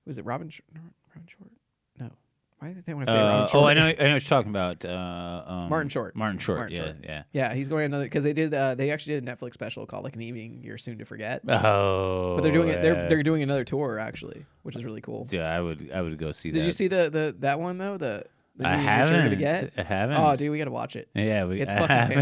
Speaker 2: was it Robin Sh- no, Robin Short? No, why did they want to say
Speaker 1: Uh,
Speaker 2: Robin Short?
Speaker 1: oh, I know, I know what you're talking about. Uh, um,
Speaker 2: Martin Short.
Speaker 1: Martin Short.
Speaker 2: Martin
Speaker 1: yeah,
Speaker 2: Short.
Speaker 1: yeah.
Speaker 2: <laughs> Yeah, he's going on another because they did uh, they actually did a Netflix special called like an evening you're soon to forget.
Speaker 1: Oh,
Speaker 2: But they're doing it. They're
Speaker 1: yeah.
Speaker 2: they're doing another tour actually, which is really cool.
Speaker 1: Dude, I would, I would go see that.
Speaker 2: Did you see the, the that one though? The, the
Speaker 1: I
Speaker 2: new Mission to
Speaker 1: haven't.
Speaker 2: Forget?
Speaker 1: I haven't.
Speaker 2: Oh, dude, we gotta watch it.
Speaker 1: Yeah, we.
Speaker 2: It's
Speaker 1: I
Speaker 2: fucking
Speaker 1: haven't.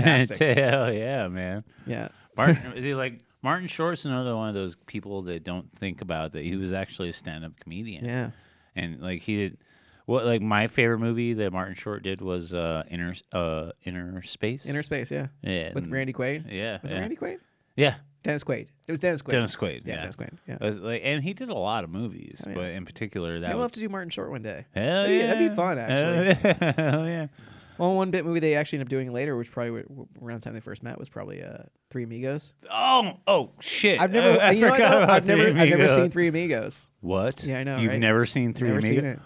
Speaker 1: <laughs>
Speaker 2: fantastic.
Speaker 1: Hell yeah, man.
Speaker 2: Yeah.
Speaker 1: <laughs> Martin, they like Martin Short's another one of those people that don't think about that he was actually a stand-up comedian.
Speaker 2: Yeah.
Speaker 1: and like he did. What like my favorite movie that Martin Short did was uh, Inner uh, Inner Space.
Speaker 2: Inner Space, yeah.
Speaker 1: yeah,
Speaker 2: With
Speaker 1: and-
Speaker 2: Randy Quaid.
Speaker 1: Yeah,
Speaker 2: Was
Speaker 1: yeah.
Speaker 2: it Randy Quaid?
Speaker 1: Yeah,
Speaker 2: Dennis Quaid. It was Dennis Quaid.
Speaker 1: Dennis Quaid. Yeah,
Speaker 2: Yeah, Dennis Quaid, yeah.
Speaker 1: It was like- and he did a lot of movies,
Speaker 2: yeah.
Speaker 1: but in particular that
Speaker 2: Maybe we'll have
Speaker 1: was.
Speaker 2: to do Martin Short one day.
Speaker 1: <laughs> Hell
Speaker 2: that'd, be,
Speaker 1: yeah.
Speaker 2: that'd be fun, actually.
Speaker 1: Hell yeah. Hell <laughs> yeah.
Speaker 2: Well, one bit movie they actually ended up doing later, which probably w- around the time they first met, was probably uh, Three Amigos.
Speaker 1: Oh, oh shit!
Speaker 2: I've never,
Speaker 1: Oh, <laughs> I
Speaker 2: you know,
Speaker 1: forgot
Speaker 2: what, though?
Speaker 1: about
Speaker 2: I've never,
Speaker 1: Three
Speaker 2: I've never
Speaker 1: Amigos.
Speaker 2: seen Three Amigos.
Speaker 1: What?
Speaker 2: Yeah, I know,
Speaker 1: You've
Speaker 2: right?
Speaker 1: never seen Three
Speaker 2: Never
Speaker 1: Amigos?
Speaker 2: seen it.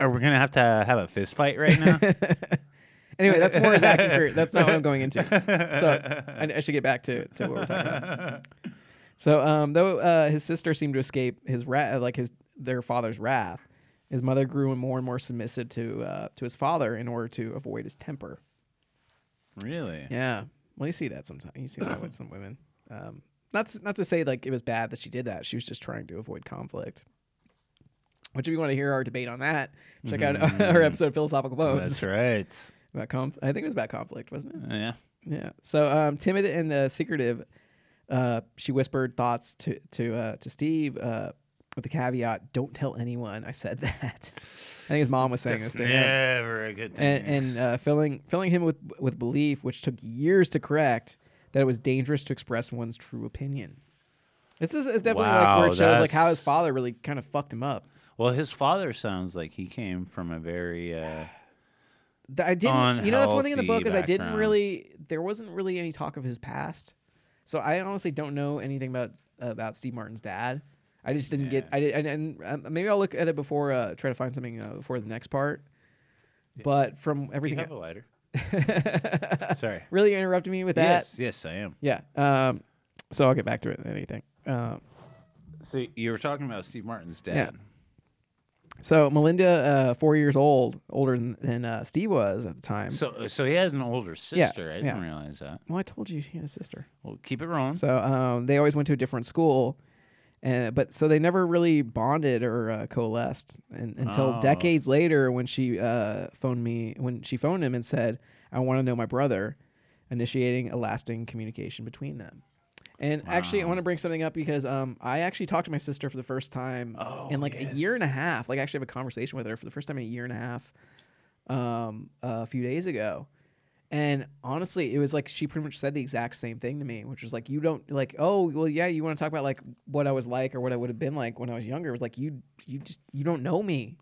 Speaker 1: Are we gonna have to have a fist fight right now?
Speaker 2: <laughs> Anyway, that's more his acting career. That's not what I'm going into. So
Speaker 1: <laughs>
Speaker 2: I, I should get back to, to what we're talking about. So um, though uh, his sister seemed to escape his wrath, uh, like his their father's wrath, his mother grew more and more submissive to uh, to his father in order to avoid his temper.
Speaker 1: <laughs> really?
Speaker 2: Yeah. Well, you see that sometimes. You see that with some women. Um, not to, not to say like it was bad that she did that. She was just trying to avoid conflict. Which, if you want to hear our debate on that, check out our episode of "Philosophical
Speaker 1: Mm-hmm.
Speaker 2: Bones"
Speaker 1: That's right.
Speaker 2: about conf- I think it was about conflict, wasn't it?
Speaker 1: Yeah.
Speaker 2: Yeah. So um, timid and uh, secretive, uh, she whispered thoughts to to uh, to Steve uh, with the caveat: "Don't tell anyone I said <laughs> that." I think his mom was saying this to him
Speaker 1: Never a good thing.
Speaker 2: and, and uh, filling filling him with with belief, which took years to correct, that it was dangerous to express one's true opinion. This is, is definitely like where
Speaker 1: Wow,
Speaker 2: it shows like how
Speaker 1: that's-
Speaker 2: his father really kind of fucked him up.
Speaker 1: well, his father sounds like he came from a very.
Speaker 2: <sighs>
Speaker 1: Uh,
Speaker 2: Th- I didn't, you know, that's one thing in the book
Speaker 1: Unhealthy
Speaker 2: is I didn't
Speaker 1: background.
Speaker 2: really. There wasn't really any talk of his past, so I honestly don't know anything about about Steve Martin's dad. I just didn't get. I did, and, and um, maybe I'll look at it before uh, try to find something uh, before the next part. But from
Speaker 1: do
Speaker 2: everything,
Speaker 1: you have a
Speaker 2: <laughs>
Speaker 1: lighter? Sorry.
Speaker 2: really you're interrupting me with that.
Speaker 1: yes. Yes, I am.
Speaker 2: Yeah. Um, so I'll get back to it. Anything. Um,
Speaker 1: So you were talking about Steve Martin's dad.
Speaker 2: so Melinda, uh, four years old, older than, than uh, Steve was at the time.
Speaker 1: So, so he has an older sister. I didn't
Speaker 2: yeah.
Speaker 1: realize that.
Speaker 2: well, I told you she had a sister.
Speaker 1: Well, keep it rolling.
Speaker 2: So um, they always went to a different school, and but so they never really bonded or uh, coalesced and, until
Speaker 1: Oh.
Speaker 2: decades later when she uh, phoned me when she phoned him and said, "I want to know my brother," initiating a lasting communication between them. And actually, I want to bring something up because um, I actually talked to my sister for the first time in like a year and a half. Like, I actually have a conversation with her for the first time in a year and a half um, a few days ago. And honestly, it was like she pretty much said the exact same thing to me, which was like, you don't like, oh, well, yeah, you want to talk about like what I was like or what I would have been like when I was younger. It was like, you, you just, you don't know me.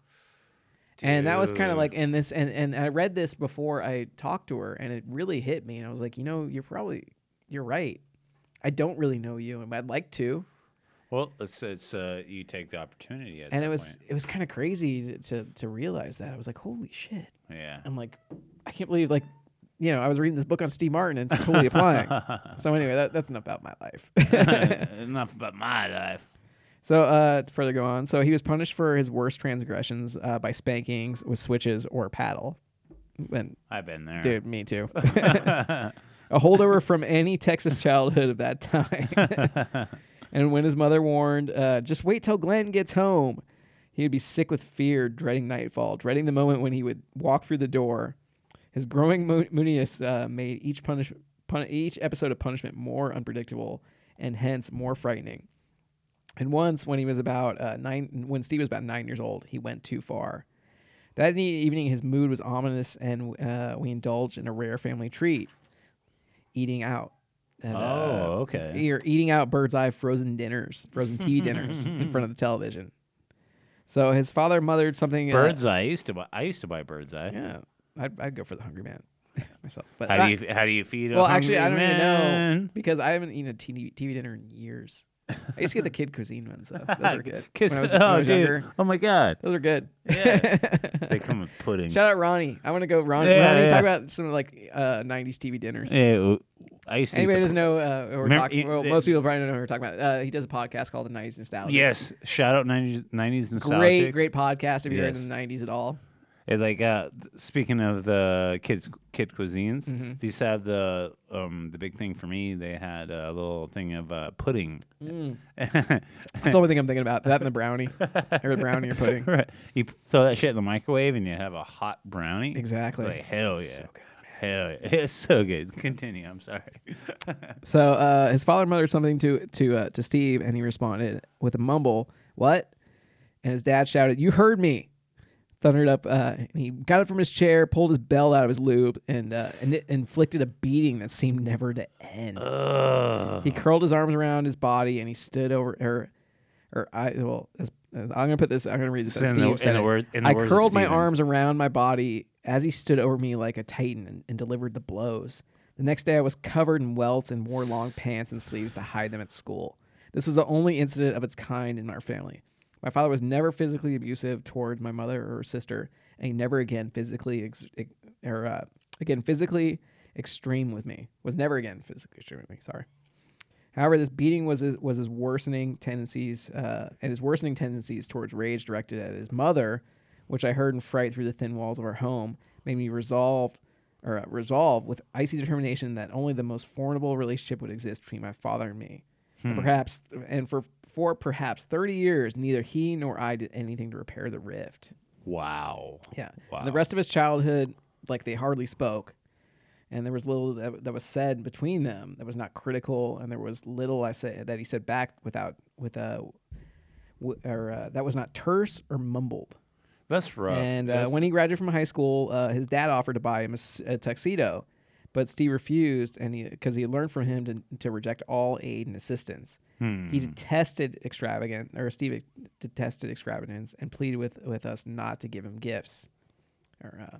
Speaker 2: And that was kind of
Speaker 1: Dude.
Speaker 2: like, and this, and, and I read this before I talked to her and it really hit me. And I was like, you know, you're probably, you're right. I don't really know you and I'd like to.
Speaker 1: well, it's it's uh, you take the opportunity. At
Speaker 2: And
Speaker 1: that
Speaker 2: it was,
Speaker 1: point.
Speaker 2: it was kind of crazy to, to, to realize that. I was like, holy shit.
Speaker 1: yeah.
Speaker 2: I'm like, I can't believe like, you know, I was reading this book on Steve Martin and it's totally applying. so anyway, that, that's enough about my life. <laughs>
Speaker 1: <laughs> Enough about my life.
Speaker 2: so uh, to further go on, so he was punished for his worst transgressions uh, by spankings with switches or paddle. And
Speaker 1: I've been there.
Speaker 2: dude, me too. <laughs> A holdover from any Texas childhood of that time. <laughs> and when his mother warned, uh, just wait till Glenn gets home, he would be sick with fear, dreading nightfall, dreading the moment when he would walk through the door. His growing mo- moodiness uh, made each punish- pun- each episode of punishment more unpredictable and hence more frightening. And once, when he was about uh, nine, when Steve was about nine years old, he went too far. That e- evening, his mood was ominous, and uh, we indulged in a rare family treat: eating out. And, uh,
Speaker 1: Oh, okay.
Speaker 2: You're eating out bird's eye frozen dinners, frozen
Speaker 1: <laughs>
Speaker 2: tea dinners in front of the television. So his father mothered something. uh,
Speaker 1: Bird's eye. I used to buy. I used to buy bird's eye.
Speaker 2: yeah, I'd, I'd go for the hungry man <laughs> myself. But
Speaker 1: How
Speaker 2: I-
Speaker 1: do you how do you feed?
Speaker 2: well,
Speaker 1: a hungry
Speaker 2: actually, I don't
Speaker 1: man?
Speaker 2: even know because I haven't eaten a TV, TV dinner in years. I used to get the kid cuisine ones though;
Speaker 1: <laughs>
Speaker 2: those were good.
Speaker 1: Kiss-
Speaker 2: When I was, when I
Speaker 1: oh,
Speaker 2: was
Speaker 1: dude.
Speaker 2: younger,
Speaker 1: oh my god,
Speaker 2: those were good.
Speaker 1: they come with pudding.
Speaker 2: <laughs> Shout out Ronnie. I want to go Ronnie.
Speaker 1: Yeah,
Speaker 2: Ronnie,
Speaker 1: yeah.
Speaker 2: talk about some like uh, '90s TV dinners.
Speaker 1: Yeah, w- I used to. eat the
Speaker 2: Anybody doesn't know uh, what we're
Speaker 1: Remember-
Speaker 2: talking.
Speaker 1: you-
Speaker 2: Well,
Speaker 1: the-
Speaker 2: most people probably don't know what we're talking about. Uh, he does a podcast called The '90s Nostalgia.
Speaker 1: Yes, shout out 90s, 90s nostalgics.
Speaker 2: great, great podcast if you're
Speaker 1: Yes.
Speaker 2: in the '90s
Speaker 1: <laughs>
Speaker 2: at all.
Speaker 1: It, like uh, th- speaking of the kids, kid cuisines,
Speaker 2: Mm-hmm.
Speaker 1: these have the um the big thing for me. They had a little thing of uh, pudding.
Speaker 2: Mm.
Speaker 1: <laughs>
Speaker 2: That's the only thing I'm thinking about. That and the brownie, or the brownie or pudding.
Speaker 1: <laughs> Right. You p- throw that shit in the microwave and you have a hot brownie.
Speaker 2: Exactly.
Speaker 1: Like, hell yeah. Hell yeah. <laughs> It's so good. Continue. I'm sorry.
Speaker 2: So uh, his father muttered something to to uh, to Steve, and he responded with a mumble, "What?" And his dad shouted, "You heard me!" thundered up. Uh, and he got up from his chair, pulled his belt out of his lube, and uh, and it inflicted a beating that seemed never to end. He
Speaker 1: Uh-huh.
Speaker 2: curled his arms around his body and he stood over her. Or I well, as, I'm gonna put this. I'm gonna read this.
Speaker 1: It's
Speaker 2: as
Speaker 1: in
Speaker 2: Steve
Speaker 1: the- in
Speaker 2: said
Speaker 1: the
Speaker 2: it.
Speaker 1: words- in the
Speaker 2: I
Speaker 1: words of
Speaker 2: curled my
Speaker 1: Steven.
Speaker 2: arms around my body as he stood over me like a titan and, and delivered the blows. The next day, I was covered in welts and wore long pants and sleeves to hide them at school. This was the only incident of its kind in our family. My father was never physically abusive toward my mother or her sister, and he never again physically ex- ex- or uh, again physically extreme with me. Was never again physically extreme with me. Sorry. However, this beating was his, was his worsening tendencies uh, and his worsening tendencies towards rage directed at his mother, which I heard in fright through the thin walls of our home, made me resolve or uh, resolve with icy determination that only the most formidable relationship would exist between my father and me. And Perhaps and for for perhaps thirty years, neither he nor I did anything to repair the rift.
Speaker 1: Wow.
Speaker 2: Yeah. And the rest of his childhood, like they hardly spoke, and there was little that, that was said between them that was not critical, and there was little I said that he said back without with a w- or uh, that was not terse or mumbled.
Speaker 1: That's rough.
Speaker 2: And uh,
Speaker 1: That's-
Speaker 2: when he graduated from high school, uh, his dad offered to buy him a, s- a tuxedo, but Steve refused, and because he, learned from him to, to reject all aid and assistance. He detested extravagant, or Steve detested extravagance, and pleaded with with us not to give him gifts. Or, uh,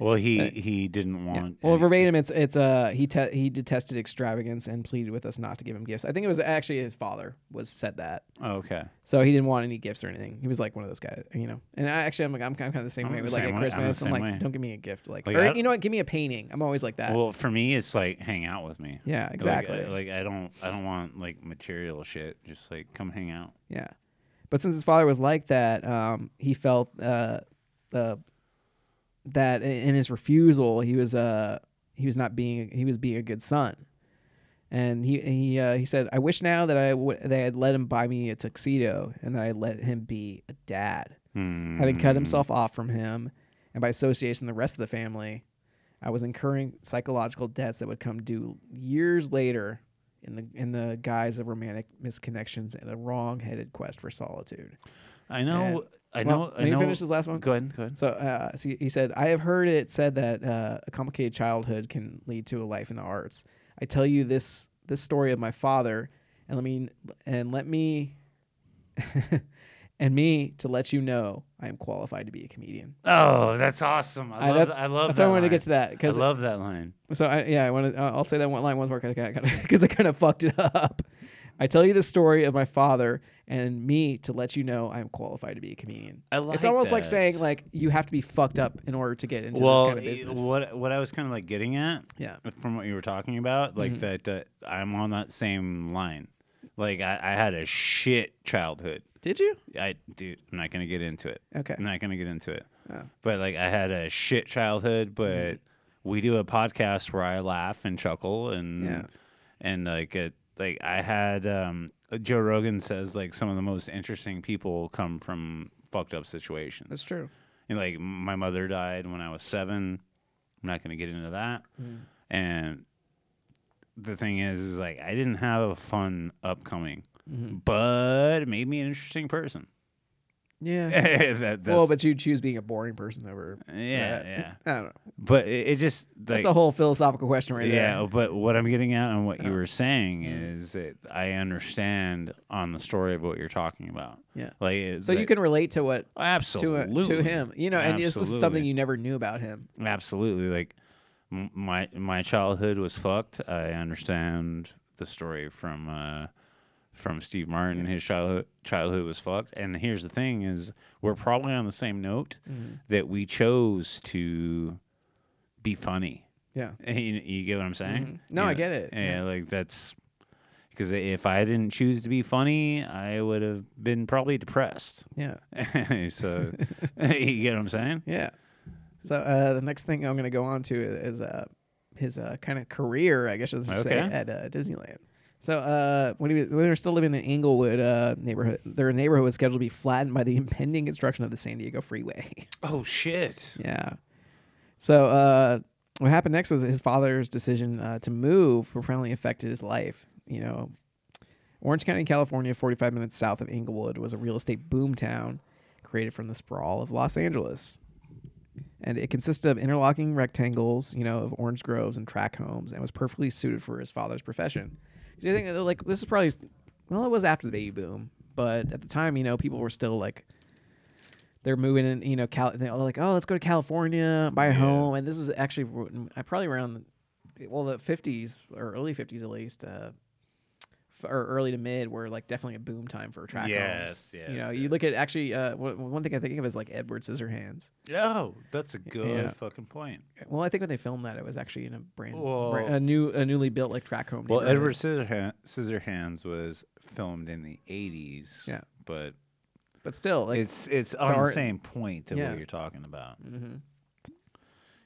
Speaker 1: well, he he didn't
Speaker 2: yeah.
Speaker 1: want.
Speaker 2: Well,
Speaker 1: any-
Speaker 2: verbatim, it's it's uh he te- he detested extravagance and pleaded with us not to give him gifts. I think it was actually his father was said that.
Speaker 1: oh, okay.
Speaker 2: So he didn't want any gifts or anything. He was like one of those guys, you know. And I actually, I'm like, I'm kind of, kind of the same
Speaker 1: I'm
Speaker 2: way.
Speaker 1: the
Speaker 2: With
Speaker 1: same
Speaker 2: like at
Speaker 1: way. I'm the
Speaker 2: Christmas, I'm,
Speaker 1: same
Speaker 2: like,
Speaker 1: way.
Speaker 2: don't give me a gift, like,
Speaker 1: Like,
Speaker 2: or,
Speaker 1: I-
Speaker 2: you know what, give me a painting. I'm always like that.
Speaker 1: Well, for me, it's like hang out with me.
Speaker 2: Uh, yeah,
Speaker 1: Like,
Speaker 2: exactly.
Speaker 1: I- like I don't I don't want like material shit. Just like come hang out.
Speaker 2: yeah, but since his father was like that, um, he felt uh, uh, that i- in his refusal, he was uh, he was not being he was being a good son. And he he uh, he said, "I wish now that I w- that I had let him buy me a tuxedo, and that I had let him be a dad."
Speaker 1: Hmm.
Speaker 2: having cut himself off from him and by association the rest of the family i was incurring psychological debts that would come due years later in the in the guise of romantic misconnections and a wrong-headed quest for solitude
Speaker 1: I know. I know.
Speaker 2: Well,
Speaker 1: I
Speaker 2: let me
Speaker 1: know.
Speaker 2: finish this last one
Speaker 1: Go ahead. Go ahead.
Speaker 2: so, uh, so he- he said, I have heard it said that uh, a complicated childhood can lead to a life in the arts. I tell you this this story of my father, and let me and let me <laughs> and me to let you know I am qualified to be a comedian.
Speaker 1: Oh, that's awesome. I,
Speaker 2: I-
Speaker 1: love.
Speaker 2: that-
Speaker 1: th- I love.
Speaker 2: that's
Speaker 1: that
Speaker 2: why I wanted to
Speaker 1: line.
Speaker 2: get to that
Speaker 1: I
Speaker 2: because
Speaker 1: love that line.
Speaker 2: so I, yeah, I want to. I'll say that one line once more <laughs> because I kind of fucked it up. I tell you the story of my father and me to let you know I'm qualified to be a comedian.
Speaker 1: I
Speaker 2: it's
Speaker 1: like
Speaker 2: almost like
Speaker 1: that.
Speaker 2: saying like you have to be fucked up in order to get into
Speaker 1: well,
Speaker 2: this kind of
Speaker 1: i-
Speaker 2: business.
Speaker 1: what what I was kind of like getting at,
Speaker 2: Yeah.
Speaker 1: from what you were talking about, like
Speaker 2: Mm-hmm.
Speaker 1: that, that I'm on that same line. Like I, I had a shit childhood.
Speaker 2: Did you?
Speaker 1: I dude, I'm not gonna get into it.
Speaker 2: Okay.
Speaker 1: I'm not gonna get into it.
Speaker 2: Oh.
Speaker 1: But like I had a shit childhood, but we do a podcast where I laugh and chuckle and
Speaker 2: Mm-hmm. Yeah.
Speaker 1: and like it like I had um Joe Rogan says like some of the most interesting people come from fucked up situations.
Speaker 2: That's true.
Speaker 1: And like my mother died when I was seven. I'm not gonna get into that.
Speaker 2: Mm.
Speaker 1: And the thing is, is like I didn't have a fun upcoming,
Speaker 2: Mm-hmm.
Speaker 1: but it made me an interesting person. <laughs>
Speaker 2: Yeah.
Speaker 1: that, <laughs> that's,
Speaker 2: Eh, well, but you choose being a boring person over.
Speaker 1: yeah,
Speaker 2: that.
Speaker 1: yeah.
Speaker 2: I don't know.
Speaker 1: But it, it just like
Speaker 2: That's a whole philosophical question right
Speaker 1: yeah.
Speaker 2: there.
Speaker 1: But what I'm getting at and what you were saying
Speaker 2: Mm.
Speaker 1: is that I understand on the story of what you're talking about.
Speaker 2: Yeah.
Speaker 1: Like it-
Speaker 2: So you
Speaker 1: like- oh,
Speaker 2: can relate to what to uh,
Speaker 1: absolutely
Speaker 2: to him, you know, and this is something
Speaker 1: Absolutely.
Speaker 2: you never knew about him.
Speaker 1: Absolutely. Like m- my my childhood was fucked. I understand the story from uh, from Steve Martin. His childhood childhood was fucked. And here's the thing: is we're probably on the same note
Speaker 2: Mm-hmm.
Speaker 1: that we chose to be funny. <laughs>
Speaker 2: Yeah.
Speaker 1: You, you get what I'm saying?
Speaker 2: Mm-hmm. No,
Speaker 1: You
Speaker 2: I
Speaker 1: know-
Speaker 2: get it.
Speaker 1: Yeah, like that's because if I didn't choose to be funny, I would have been probably depressed. <laughs>
Speaker 2: Yeah.
Speaker 1: so <laughs> you get what I'm saying?
Speaker 2: Yeah. So uh, the next thing I'm going to go on to is uh, his uh, kind of career, I guess I should say,
Speaker 1: Okay.
Speaker 2: at uh, Disneyland. So uh, when, he was, when they were still living in the Inglewood uh, neighborhood, their neighborhood was scheduled to be flattened by the <laughs> impending construction of the San Diego Freeway. <laughs>
Speaker 1: Oh shit!
Speaker 2: yeah. So uh, what happened next was his father's decision uh, to move profoundly affected his life. You know, Orange County, California, 45 minutes south of Inglewood, was a real estate boom town, created from the sprawl of Los Angeles. And it consisted of interlocking rectangles, you know, of orange groves and tract homes, and was perfectly suited for his father's profession. Do you think uh, like this is probably s- well, it was after the baby boom, but at the time, you know, people were still like they're moving in, you know, Cal- they're like, oh, let's go to California, buy a home, and this is actually w- I probably around well the 50s or early 50s at least. Uh, f- or early to mid were like definitely a boom time for track homes.
Speaker 1: Yes,
Speaker 2: You know,
Speaker 1: yes,
Speaker 2: you
Speaker 1: yes.
Speaker 2: look at actually uh, one one thing I think of is like Edward Scissorhands.
Speaker 1: Oh, that's a good
Speaker 2: Yeah.
Speaker 1: fucking point.
Speaker 2: Well, I think when they filmed that, it was actually in a brand,
Speaker 1: Whoa.
Speaker 2: bra- a new, a newly built like track home.
Speaker 1: Well,
Speaker 2: neighborhood.
Speaker 1: Edward Scissorhands, Scissorhands was filmed in the 80s.
Speaker 2: Yeah.
Speaker 1: But
Speaker 2: but still, like
Speaker 1: it's it's on the
Speaker 2: art-
Speaker 1: same point of
Speaker 2: Yeah. Mm-hmm.
Speaker 1: what you're talking about.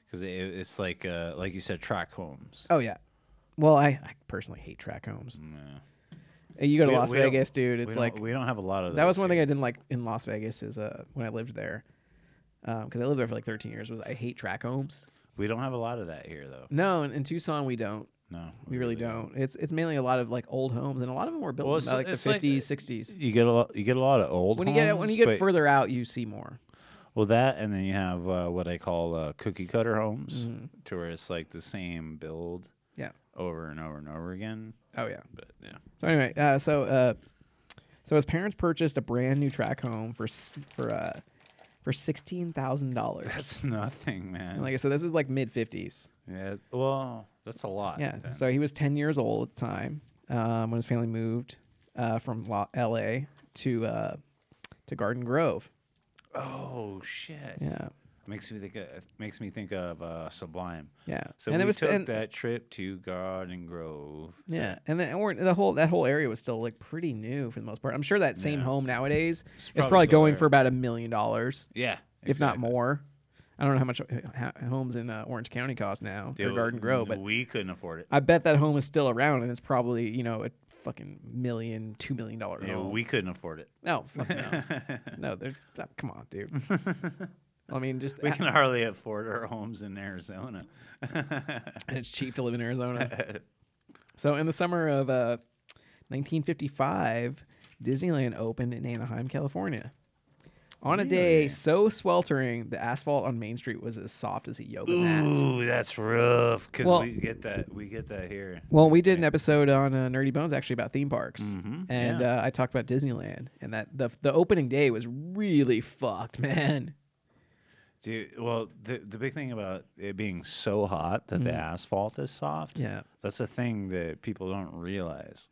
Speaker 1: Because it's like, uh, like you said, track homes.
Speaker 2: Oh yeah. Well, I, I personally hate track homes.
Speaker 1: Yeah.
Speaker 2: And You go to
Speaker 1: Mm. We-
Speaker 2: Las
Speaker 1: we don't-
Speaker 2: Vegas, dude.
Speaker 1: we
Speaker 2: It's
Speaker 1: don't-
Speaker 2: like
Speaker 1: we don't have a lot of
Speaker 2: that was one
Speaker 1: thing
Speaker 2: thing I didn't like in Las Vegas is uh when I lived there, because I lived there for like 13 years. Was I hate track homes?
Speaker 1: we don't have a lot of that here though.
Speaker 2: No, in, in Tucson we don't.
Speaker 1: No,
Speaker 2: We really don't. It's it's mainly a lot of like old homes, and a lot of them were built
Speaker 1: Oh, Well,
Speaker 2: in
Speaker 1: it's-
Speaker 2: like the
Speaker 1: it's like-
Speaker 2: 50s, 60s.
Speaker 1: You get a lot. You get a lot of old.
Speaker 2: When you get when
Speaker 1: homes,
Speaker 2: you get
Speaker 1: but-
Speaker 2: further out, you see more.
Speaker 1: well that, and then you have uh, what I call uh, cookie cutter homes,
Speaker 2: Mm-hmm.
Speaker 1: to where it's like the same build
Speaker 2: Yeah.
Speaker 1: over and over and over again.
Speaker 2: Oh yeah.
Speaker 1: But yeah,
Speaker 2: So anyway, uh, so uh, so his parents purchased a brand new track home for s- for uh, for sixteen thousand dollars.
Speaker 1: that's <laughs> nothing, man.
Speaker 2: And like I said, this is like mid 50s.
Speaker 1: yeah, well, that's a lot.
Speaker 2: Yeah.
Speaker 1: then.
Speaker 2: So he was 10 years old at the time um, when his family moved uh, from Lo- LA to uh, to Garden Grove.
Speaker 1: oh shit.
Speaker 2: Yeah.
Speaker 1: Makes me think. Of, makes me think of uh, Sublime.
Speaker 2: Yeah.
Speaker 1: So
Speaker 2: and
Speaker 1: we
Speaker 2: it was
Speaker 1: took
Speaker 2: and-
Speaker 1: that trip to Garden Grove. So
Speaker 2: Yeah, and the, or the whole that whole area was still like pretty new for the most part. I'm sure that same
Speaker 1: Yeah.
Speaker 2: home nowadays it's
Speaker 1: probably
Speaker 2: probably,
Speaker 1: still
Speaker 2: going
Speaker 1: there.
Speaker 2: for about a million dollars,
Speaker 1: yeah.
Speaker 2: if not
Speaker 1: exactly.
Speaker 2: more. I don't know how much uh, ho- homes in uh, Orange County cost now for
Speaker 1: Dude,
Speaker 2: Garden Grove, but
Speaker 1: we couldn't afford it.
Speaker 2: I bet that home is still around and it's probably you know a fucking million, two million dollar
Speaker 1: Yeah,
Speaker 2: home.
Speaker 1: we couldn't afford it.
Speaker 2: No, fuck
Speaker 1: <laughs>
Speaker 2: no. no, they're uh, come on, dude. I mean, just <laughs>
Speaker 1: We can hardly afford our homes in Arizona.
Speaker 2: and it's cheap to live
Speaker 1: <laughs>
Speaker 2: in Arizona. so, in the summer of uh, 1955, Disneyland opened in Anaheim, California. On a day so sweltering, the asphalt on Main Street was as soft as a yoga mat.
Speaker 1: Ooh, that's rough. Cause
Speaker 2: Well-
Speaker 1: we get that, we get that here.
Speaker 2: Well, we did an episode on uh, Nerdy Bones actually about theme parks,
Speaker 1: Mhm,
Speaker 2: and
Speaker 1: yeah.
Speaker 2: uh, I talked about Disneyland, and that the the opening day was really fucked, <laughs> man.
Speaker 1: Dude, well, the the big thing about it being so hot that the asphalt is soft.
Speaker 2: Mm. Yeah.
Speaker 1: that's a thing that people don't realize.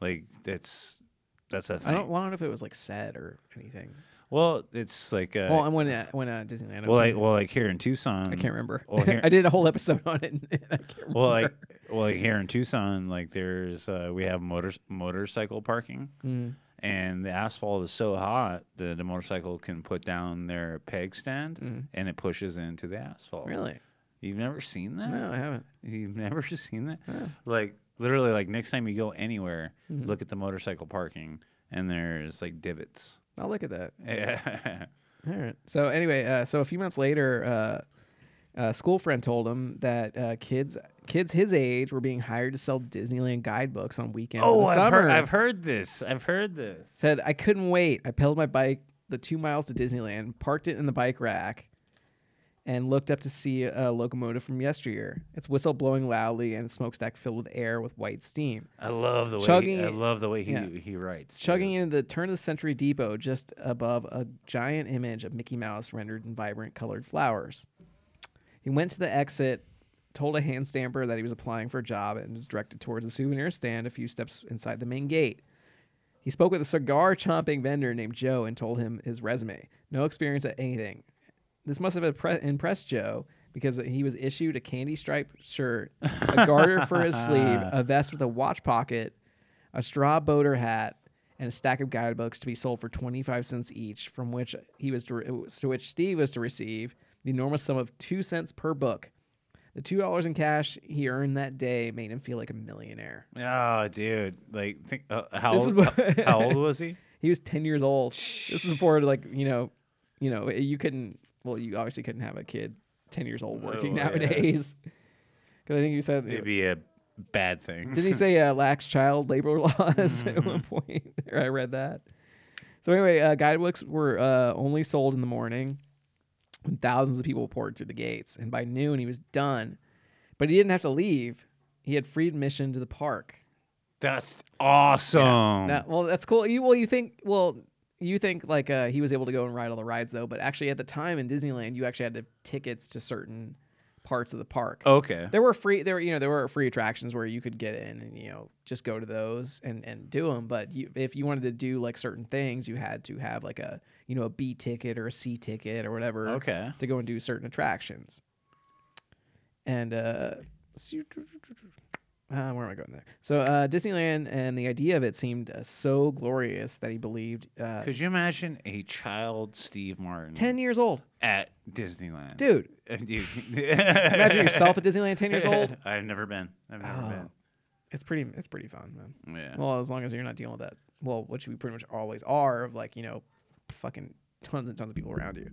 Speaker 1: Like that's that's a thing.
Speaker 2: I don't, well, I don't know if it was like said or anything.
Speaker 1: well, it's like uh,
Speaker 2: Well,
Speaker 1: well,
Speaker 2: and when uh, when uh, Disneyland,
Speaker 1: like
Speaker 2: opened,
Speaker 1: well, like here in Tucson,
Speaker 2: I can't remember.
Speaker 1: Well, here,
Speaker 2: <laughs> I did a whole episode on it. And <laughs> I can't remember.
Speaker 1: well,
Speaker 2: <laughs>
Speaker 1: like well, like here in Tucson, like there's uh, we have motor motorcycle parking,
Speaker 2: Mm.
Speaker 1: and the asphalt is so hot that the motorcycle can put down their peg stand and it pushes into the asphalt.
Speaker 2: Mm. really?
Speaker 1: You've never seen that?
Speaker 2: No, I haven't.
Speaker 1: You've <laughs> never seen that? Like literally, like next time you go anywhere,
Speaker 2: Mm-hmm.
Speaker 1: look at the motorcycle parking, and there's like divots. <laughs>
Speaker 2: I'll look at that.
Speaker 1: Yeah.
Speaker 2: All right. So anyway, uh, so a few months later, uh, a school friend told him that uh, kids kids his age were being hired to sell Disneyland guidebooks on weekends. in
Speaker 1: oh,
Speaker 2: the
Speaker 1: I've
Speaker 2: summer.
Speaker 1: heard, I've heard this. I've heard this.
Speaker 2: Said I couldn't wait. I pedaled my bike the two miles to Disneyland, parked it in the bike rack, and looked up to see a locomotive from yesteryear. Its whistle blowing loudly and a smokestack filled with air with white steam.
Speaker 1: I love the way.
Speaker 2: Chugging
Speaker 1: he, I
Speaker 2: it-
Speaker 1: love the way he
Speaker 2: yeah.
Speaker 1: he writes.
Speaker 2: chugging into the turn of the century depot just above a giant image of Mickey Mouse rendered in vibrant colored flowers. He went to the exit, told a hand stamper that he was applying for a job, and was directed towards a souvenir stand a few steps inside the main gate. He spoke with a cigar chomping vendor named Joe and told him his resume. No experience at anything. This must have impre- impressed Joe because he was issued a candy striped shirt, a garter for his sleeve, a vest with a watch pocket, a straw boater hat, and a stack of guidebooks to be sold for 25 cents each, from which he was to, to which Steve was to receive the enormous sum of 2 cents per book. The $2 in cash he earned that day made him feel like a millionaire.
Speaker 1: Oh, dude! Like, think, uh, how
Speaker 2: This is
Speaker 1: old,
Speaker 2: what-
Speaker 1: how old was
Speaker 2: <laughs>
Speaker 1: he?
Speaker 2: He was 10 years old. This is for like, you know, you know, you couldn't well, you obviously couldn't have a kid 10 years old working
Speaker 1: yeah.
Speaker 2: nowadays. Cuz I think you said
Speaker 1: It'd be a bad thing.
Speaker 2: <laughs> Didn't he say uh, lacks child labor laws at one point? I read that. So anyway, uh, guidebooks were uh, only sold in the morning when thousands of people poured through the gates, and by noon he was done. But he didn't have to leave; he had free admission to the park.
Speaker 1: That's awesome.
Speaker 2: That- well, that's cool. You well, you think well, you think like uh, he was able to go and ride all the rides though, but actually at the time in Disneyland, you actually had to tickets to certain parts of the park.
Speaker 1: okay.
Speaker 2: There were free there were, you know there were free attractions where you could get in and you know just go to those and and do them but you, if you wanted to do like certain things you had to have like a you know a B ticket or a C ticket or whatever
Speaker 1: Okay.
Speaker 2: to go and do certain attractions. And uh, so you- uh, where am I going there? So uh, Disneyland and the idea of it seemed uh, so glorious that he believed uh,
Speaker 1: Could you imagine a child Steve Martin
Speaker 2: ten years old,
Speaker 1: at Disneyland? <laughs>
Speaker 2: dude.
Speaker 1: Uh, dude.
Speaker 2: <laughs> Imagine yourself at Disneyland
Speaker 1: <laughs>
Speaker 2: ten years old.
Speaker 1: I've never been. I've never
Speaker 2: Oh, it's pretty. It's pretty fun, man.
Speaker 1: been. Yeah.
Speaker 2: Well, as long as you're not dealing with that. Well, which we pretty much always are of like, you know, fucking tons and tons of people around you.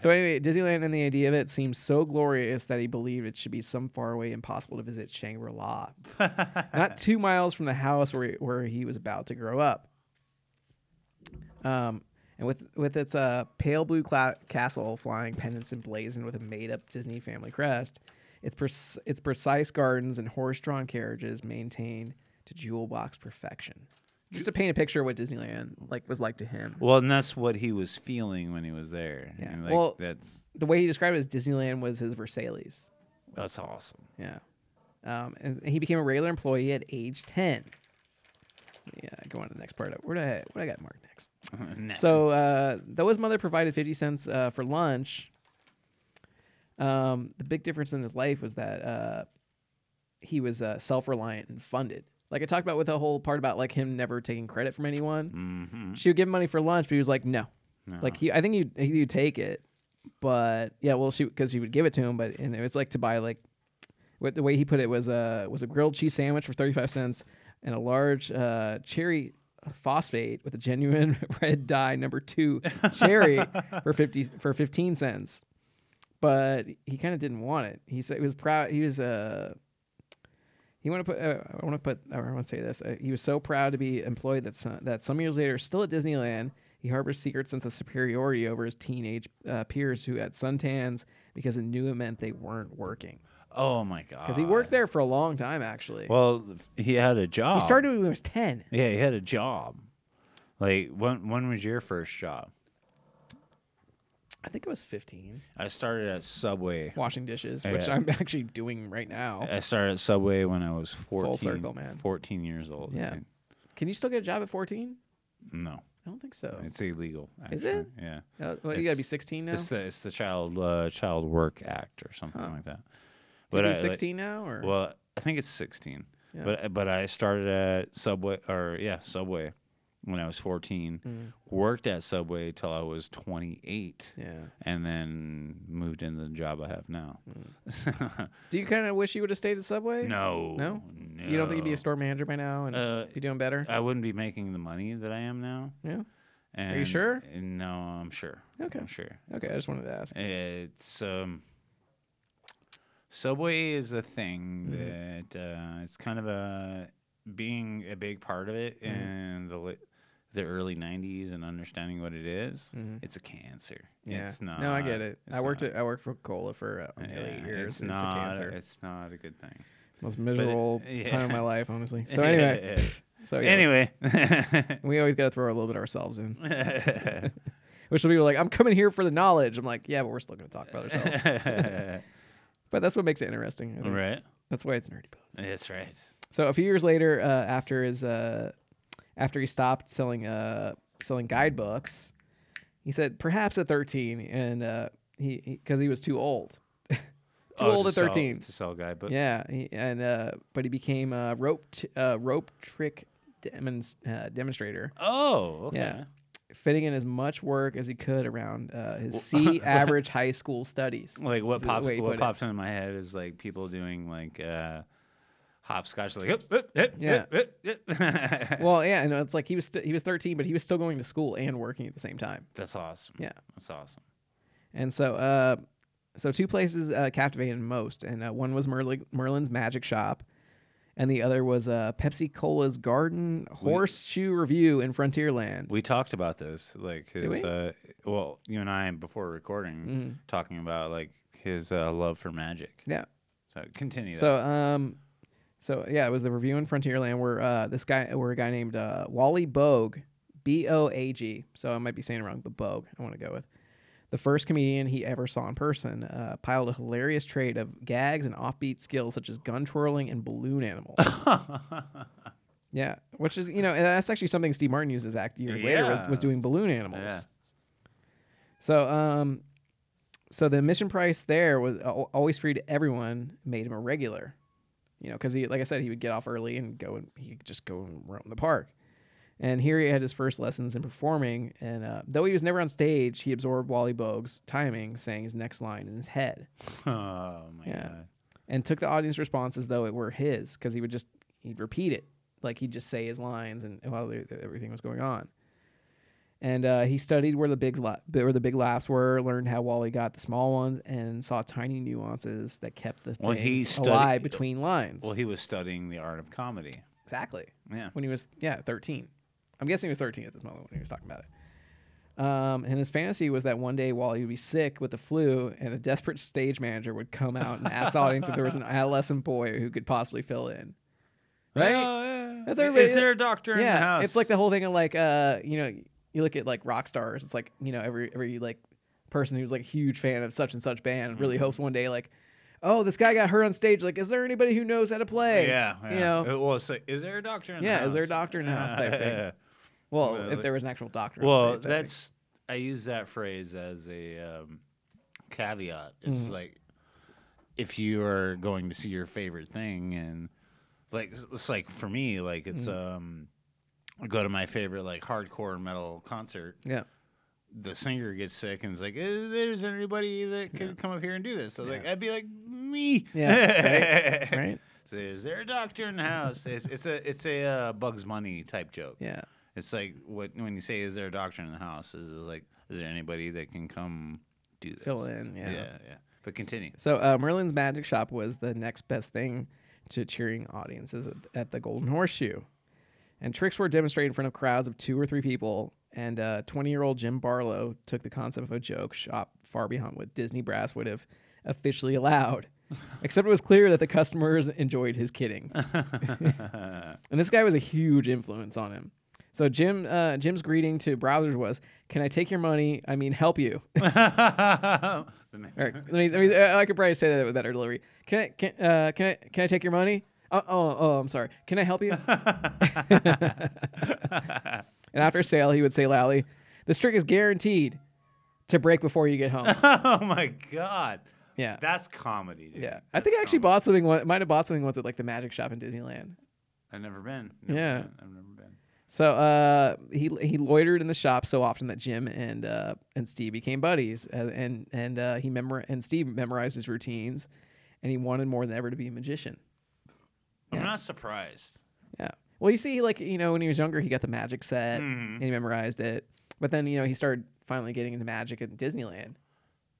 Speaker 2: so anyway, Disneyland and the idea of it seemed so glorious that he believed it should be some faraway impossible to visit Shangri-La. not two miles from the house where, where he was about to grow up. Um, and with with its uh, pale blue cla- castle flying pennants emblazoned with a made up Disney family crest, its pers- its precise gardens and horse drawn carriages maintained to jewel box perfection. Just to paint a picture of what Disneyland like was like to him.
Speaker 1: well, and that's what he was feeling when he was there.
Speaker 2: Yeah.
Speaker 1: And, like,
Speaker 2: Well-
Speaker 1: that's
Speaker 2: The way he described it is Disneyland was his Versailles.
Speaker 1: that's awesome.
Speaker 2: Yeah. Um, and he became a regular employee at age ten. Yeah, go on to the next part. Where do I what do I got marked next?
Speaker 1: <laughs> Next.
Speaker 2: So uh, though his mother provided fifty cents uh, for lunch, um, the big difference in his life was that uh, he was uh, self-reliant and funded. Like I talked about with the whole part about like him never taking credit from anyone.
Speaker 1: Mhm.
Speaker 2: She would give him money for lunch, but he was like, no. Like he, I think you you take it, but yeah, well, she because she would give it to him, but and it was like to buy like, what the way he put it was a was a grilled cheese sandwich for thirty five cents and a large uh, cherry phosphate with a genuine <laughs> red dye number two cherry for fifty for fifteen cents, but he kind of didn't want it. He said he was proud. He was Uh, he want to put. Uh, I want to put. I want to say this. Uh, he was so proud to be employed that some, that some years later, still at Disneyland, he harbored secret sense of superiority over his teenage uh, peers who had suntans because it knew it meant they weren't working.
Speaker 1: oh my god.
Speaker 2: Because he worked there for a long time, actually.
Speaker 1: Well, he had a job.
Speaker 2: he started when he was ten.
Speaker 1: Yeah, he had a job. Like when when was your first job?
Speaker 2: I think it was fifteen.
Speaker 1: I started at Subway.
Speaker 2: Washing dishes,
Speaker 1: Yeah.
Speaker 2: which I'm <laughs> actually doing right now.
Speaker 1: I started at Subway when I was 14.
Speaker 2: circle, man.
Speaker 1: 14 years old. I
Speaker 2: Yeah.
Speaker 1: think.
Speaker 2: Can you still get a job at fourteen?
Speaker 1: No,
Speaker 2: I don't think so.
Speaker 1: it's illegal.
Speaker 2: Is
Speaker 1: actually.
Speaker 2: it?
Speaker 1: Yeah.
Speaker 2: Uh, well, you gotta be
Speaker 1: it's-
Speaker 2: sixteen now.
Speaker 1: It's the it's the child uh, child work act or something like that.
Speaker 2: Do you
Speaker 1: I,
Speaker 2: be
Speaker 1: like-
Speaker 2: sixteen now, or
Speaker 1: well, I think it's 16.
Speaker 2: Yeah.
Speaker 1: But but I started at Subway or yeah, Subway when I was 14. Worked at Subway till I was 28.
Speaker 2: Mm. yeah.
Speaker 1: and then moved into the job I have now.
Speaker 2: Do you kind of wish you would have stayed at Subway?
Speaker 1: <laughs> no,
Speaker 2: Mm. No? You don't think you'd be a store manager by now and
Speaker 1: Uh,
Speaker 2: be doing better?
Speaker 1: I wouldn't be making the money that I am now.
Speaker 2: yeah.
Speaker 1: And
Speaker 2: sure?
Speaker 1: and No, I'm sure.
Speaker 2: Okay.
Speaker 1: I'm sure.
Speaker 2: Okay, I just wanted to ask.
Speaker 1: It's um, Subway is a thing that
Speaker 2: Mm-hmm.
Speaker 1: uh, it's kind of a being a big part of it
Speaker 2: Mm-hmm.
Speaker 1: in the li- the early '90s and understanding what it is, It's a cancer.
Speaker 2: Mm-hmm. Yeah.
Speaker 1: It's not.
Speaker 2: No, I get it.
Speaker 1: it's
Speaker 2: I worked
Speaker 1: not-
Speaker 2: at I worked for Cola for uh,
Speaker 1: yeah,
Speaker 2: nearly eight years.
Speaker 1: It's
Speaker 2: and
Speaker 1: not.
Speaker 2: it's a cancer.
Speaker 1: It's not a good thing.
Speaker 2: Most miserable
Speaker 1: <laughs> yeah.
Speaker 2: time of my
Speaker 1: <laughs>
Speaker 2: life, honestly. So anyway, so yeah, <laughs>
Speaker 1: anyway.
Speaker 2: we always got to throw a little bit of
Speaker 1: <laughs>
Speaker 2: ourselves in. <laughs> Which some people are like, I'm coming here for the knowledge. I'm like, yeah, but we're still going to talk about
Speaker 1: <laughs>
Speaker 2: ourselves. but that's what makes it interesting. I think.
Speaker 1: right.
Speaker 2: That's why it's nerdy. Bones.
Speaker 1: That's right.
Speaker 2: So a few years later, uh, after his uh, after he stopped selling uh, selling guidebooks, he said perhaps at thirteen, and uh, he because he, was too old, <laughs> too
Speaker 1: Oh,
Speaker 2: old
Speaker 1: to
Speaker 2: at
Speaker 1: sell-
Speaker 2: thirteen.
Speaker 1: to sell guy books.
Speaker 2: Yeah, he, and uh, but he became a rope t- uh, rope trick demons uh, demonstrator,
Speaker 1: Oh. Okay.
Speaker 2: Yeah. fitting in as much work as he could around uh,
Speaker 1: <laughs>
Speaker 2: his C average high school studies.
Speaker 1: Like what
Speaker 2: Is the
Speaker 1: pops
Speaker 2: way he put
Speaker 1: what
Speaker 2: it.
Speaker 1: pops into my head is like people doing like uh, hopscotch like hip, hip, hip,
Speaker 2: Yeah.
Speaker 1: hip, hip, hip.
Speaker 2: Well, yeah, and it's like he was st- he was thirteen, but he was still going to school and working at the same time.
Speaker 1: <laughs> That's awesome.
Speaker 2: Yeah.
Speaker 1: That's awesome.
Speaker 2: And so, uh, so two places uh, captivated him most, and uh, one was Merlin, Merlin's Magic Shop, and the other was uh, Pepsi Cola's Garden Horseshoe Review in Frontierland.
Speaker 1: We talked about this, like his.
Speaker 2: we? Mm-hmm.
Speaker 1: Uh, well, you and I before recording, talking about like his uh, love for magic.
Speaker 2: Yeah.
Speaker 1: So continue.
Speaker 2: So um, so yeah, it was the review in Frontierland where uh this guy where a guy named uh Wally Bogue, B O A G. So I might be saying it wrong, but Bogue I want to go with. The first comedian he ever saw in person uh, piled a hilarious trade of gags and offbeat skills such as gun twirling and
Speaker 1: <laughs>
Speaker 2: balloon animals. yeah, which is you know and that's actually something Steve Martin used as act years later was, was
Speaker 1: Yeah.
Speaker 2: doing balloon animals.
Speaker 1: Yeah. <laughs>
Speaker 2: So um, so the admission price there was al- always free to everyone. Made him a regular, you know, because he, like I said, he would get off early and go and he could just go and roam the park. And here he had his first lessons in performing, and uh, though he was never on stage, he absorbed Wally Bogue's timing, saying his next line in his head,
Speaker 1: oh my
Speaker 2: Yeah.
Speaker 1: god.
Speaker 2: and took the audience response as though it were his, because he would just he'd repeat it, like he'd just say his lines, and while the- everything was going on. And uh, he studied where the big la- where the big laughs were, learned how Wally got the small ones, and saw tiny nuances that kept the
Speaker 1: Well,
Speaker 2: thing
Speaker 1: he studied-
Speaker 2: alive between lines.
Speaker 1: Well, he was studying the art of comedy.
Speaker 2: exactly
Speaker 1: Yeah.
Speaker 2: when he was yeah 13 i'm guessing he was 13 at this moment when he was talking about it um, and his fantasy was that one day while he would be sick with the flu and a desperate stage manager would come out and ask the audience if there was an adolescent boy who could possibly fill in right
Speaker 1: Oh, yeah.
Speaker 2: That's
Speaker 1: I-
Speaker 2: everybody-
Speaker 1: Is there a doctor in
Speaker 2: yeah
Speaker 1: the house?
Speaker 2: it's like the whole thing of like uh, you know you look at like rock stars it's like you know every every like person who's like a huge fan of such and such band
Speaker 1: Mm-hmm.
Speaker 2: really hopes one day like oh this guy got hurt on stage like is there anybody who knows how to play
Speaker 1: Yeah, yeah.
Speaker 2: you know
Speaker 1: Uh, well, it's like, is there a doctor in the house?
Speaker 2: Yeah, is there a doctor in the house
Speaker 1: <laughs>
Speaker 2: type thing.
Speaker 1: Yeah.
Speaker 2: well
Speaker 1: Well,
Speaker 2: if there was an actual doctor on
Speaker 1: Well,
Speaker 2: stage, I think.
Speaker 1: that's I use that phrase as a um, caveat. It's
Speaker 2: Mm-hmm.
Speaker 1: like if you are going to see your favorite thing, and like it's- it's like for me, like it's
Speaker 2: Mm-hmm.
Speaker 1: um, I go to my favorite like hardcore metal concert.
Speaker 2: yeah
Speaker 1: The singer gets sick and it's like, "Eh, "There's anybody that could come up here and do this." So like, I'd be like, "Me." <laughs>
Speaker 2: Yeah, right
Speaker 1: So is there a doctor in the house? It's, it's a it's a uh, Bugs Bunny type joke.
Speaker 2: <laughs> Yeah.
Speaker 1: It's like what when you say, "Is there a doctor in the house?" Is is like, is there anybody that can come do this?
Speaker 2: Fill in, yeah.
Speaker 1: yeah, yeah. But continue.
Speaker 2: So uh, Merlin's Magic Shop was the next best thing to cheering audiences at, at the Golden Horseshoe. And tricks were demonstrated in front of crowds of two or three people. And 20 year old Jim Barlow took the concept of a joke shop far beyond what Disney brass would have officially allowed. Except it was clear that the customers enjoyed his kidding. and this guy was a huge influence on him. So Jim, uh, Jim's greeting to browsers was, "Can I take your money? I mean, help you."
Speaker 1: <laughs> The man-
Speaker 2: Or, let me, let me, uh, I could probably say that with better delivery. Can I, can, uh, can I, can I take your money? Oh, oh, oh, I'm sorry. Can I help you? and after sale, he would say loudly, "This trick is guaranteed to break before you get home."
Speaker 1: <laughs> oh my god.
Speaker 2: Yeah.
Speaker 1: That's comedy, dude.
Speaker 2: yeah, I think I actually bought something. One, might have bought something once at like the Magic Shop in Disneyland.
Speaker 1: I've never been. Never
Speaker 2: Yeah.
Speaker 1: been. I've never been.
Speaker 2: So uh, he he loitered in the shop so often that Jim and uh, and Steve became buddies, uh, and and uh, he memor- and Steve memorized his routines, and he wanted more than ever to be a magician.
Speaker 1: I'm
Speaker 2: Yeah.
Speaker 1: not surprised.
Speaker 2: Yeah. Well, you see, like you know, when he was younger, he got the magic set
Speaker 1: Mm-hmm.
Speaker 2: and he memorized it. But then you know, he started finally getting into magic at Disneyland.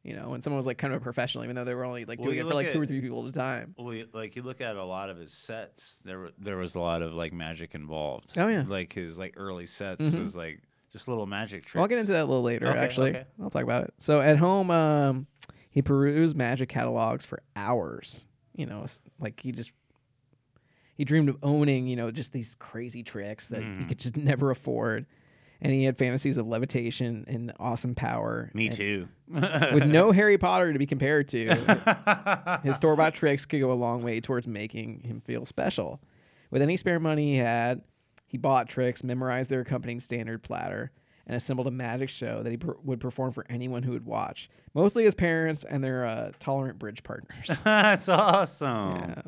Speaker 2: You know, and someone was like kind of a professional, even though they were only like
Speaker 1: Well,
Speaker 2: doing
Speaker 1: you
Speaker 2: it for
Speaker 1: look
Speaker 2: like two or
Speaker 1: at-
Speaker 2: three people at a time.
Speaker 1: Well, you- like you look at a lot of his sets, there were- there was a lot of like magic involved.
Speaker 2: Oh, yeah. Mm-hmm.
Speaker 1: like his like early sets was like just little magic tricks.
Speaker 2: Well, I'll get into that a little later.
Speaker 1: Okay,
Speaker 2: actually,
Speaker 1: okay.
Speaker 2: I'll talk about it. So at home, um, he perused magic catalogs for hours. You know, it's like he just he dreamed of owning. You know, just these crazy tricks that
Speaker 1: Mm-hmm.
Speaker 2: he could just <laughs> never afford. And he had fantasies of levitation and awesome power.
Speaker 1: Me
Speaker 2: and-
Speaker 1: too. <laughs>
Speaker 2: with no Harry Potter to be compared to,
Speaker 1: <laughs>
Speaker 2: his store bought tricks could go a long way towards making him feel special. With any spare money he had, he bought tricks, memorized their accompanying standard platter, and assembled a magic show that he per- would perform for anyone who would watch, mostly his parents and their uh, tolerant
Speaker 1: <laughs>
Speaker 2: bridge partners.
Speaker 1: That's awesome.
Speaker 2: Yeah.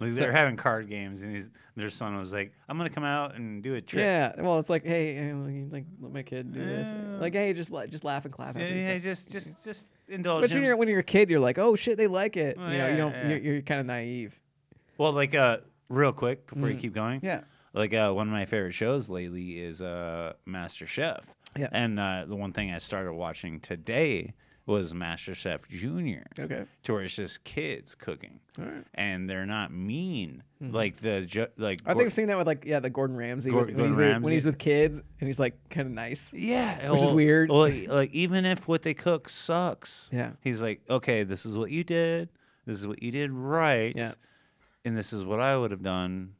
Speaker 1: Like they're having card games, and his their son was like, "I'm gonna come out and do a trick."
Speaker 2: yeah, well, it's like, hey, eh, like let my kid do this.
Speaker 1: Yeah.
Speaker 2: Like, hey, just la- just laugh and clap.
Speaker 1: yeah,
Speaker 2: after this
Speaker 1: yeah,
Speaker 2: stuff.
Speaker 1: just, just, just indulge.
Speaker 2: But when
Speaker 1: him.
Speaker 2: you're when you're a kid, you're like, oh shit, they like it.
Speaker 1: Well,
Speaker 2: you know,
Speaker 1: yeah,
Speaker 2: you don't.
Speaker 1: yeah.
Speaker 2: You're, you're kind of naive.
Speaker 1: Well, like, uh, real quick before you keep going,
Speaker 2: Mm. Yeah.
Speaker 1: Like, uh, one of my favorite shows lately is uh, Master Chef.
Speaker 2: Yeah.
Speaker 1: And uh, the one thing I started watching today was MasterChef Junior.
Speaker 2: Okay.
Speaker 1: To where it's just kids cooking,
Speaker 2: All right. Mm-hmm.
Speaker 1: and they're not mean like the ju- like.
Speaker 2: I think
Speaker 1: Gor-
Speaker 2: I've seen that with like yeah, the Gordon Ramsay
Speaker 1: Gor-
Speaker 2: when,
Speaker 1: Gordon
Speaker 2: he's with, when
Speaker 1: Ramsay.
Speaker 2: he's with kids and he's like kind of nice.
Speaker 1: Yeah,
Speaker 2: Which is weird.
Speaker 1: Well, like, like, even if what they cook sucks,
Speaker 2: Yeah.
Speaker 1: he's like, okay, this is what you did, this is what you did right,
Speaker 2: Yeah.
Speaker 1: and this is what I would have done.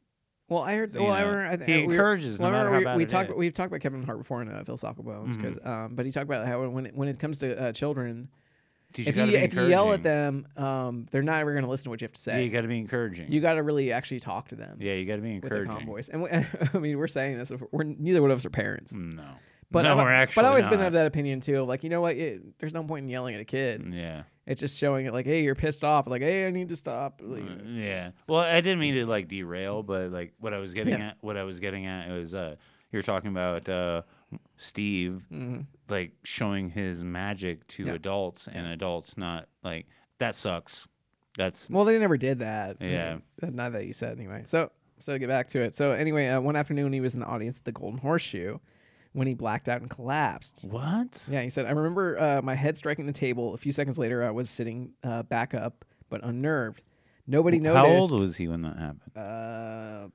Speaker 2: Well, I heard. Well,
Speaker 1: You
Speaker 2: I
Speaker 1: know,
Speaker 2: remember. I th-
Speaker 1: he
Speaker 2: we were-
Speaker 1: encourages no
Speaker 2: well, I
Speaker 1: matter
Speaker 2: remember
Speaker 1: how
Speaker 2: we, we
Speaker 1: bad it
Speaker 2: talked.
Speaker 1: is. Mm-hmm.
Speaker 2: We've talked about Kevin Hart before in uh, Philosophical Bones, 'cause, um, but he talked about how when it, when it comes to uh, children,
Speaker 1: Dude,
Speaker 2: if you
Speaker 1: gotta be
Speaker 2: if you yell at
Speaker 1: encouraging.
Speaker 2: them, um, they're not ever going to listen to what you have to
Speaker 1: yeah,
Speaker 2: say.
Speaker 1: you got to be encouraging.
Speaker 2: you got to really actually talk to them
Speaker 1: yeah, you got to be
Speaker 2: with a
Speaker 1: encouraging.
Speaker 2: calm voice. And we, <laughs> I mean, we're saying this. if We're, we're neither one of us are parents,
Speaker 1: No,
Speaker 2: but
Speaker 1: Mm. no,
Speaker 2: I've,
Speaker 1: we're actually.
Speaker 2: but I've always been
Speaker 1: not.
Speaker 2: of that opinion too. Of like, you know what? It, there's no point in yelling at a kid.
Speaker 1: Yeah.
Speaker 2: It's just showing it like, hey, you're pissed off. Like, hey, I need to stop. Like,
Speaker 1: Yeah. Well, I didn't mean to like derail, but like what I was getting
Speaker 2: Yeah.
Speaker 1: at, what I was getting at was uh, you were talking about uh, Steve like showing his magic to
Speaker 2: Mm-hmm. Yeah.
Speaker 1: adults and adults not like that sucks. That's
Speaker 2: Well, they never did that.
Speaker 1: Yeah.
Speaker 2: Uh, Not that you said anyway. So, so to get back to it. So anyway, uh, one afternoon he was in the audience at the Golden Horseshoe when he blacked out and collapsed.
Speaker 1: what?
Speaker 2: Yeah, he said, I remember uh, my head striking the table. A few seconds later, I was sitting uh, back up, but unnerved. Nobody noticed.
Speaker 1: How old was he when that happened?
Speaker 2: Uh,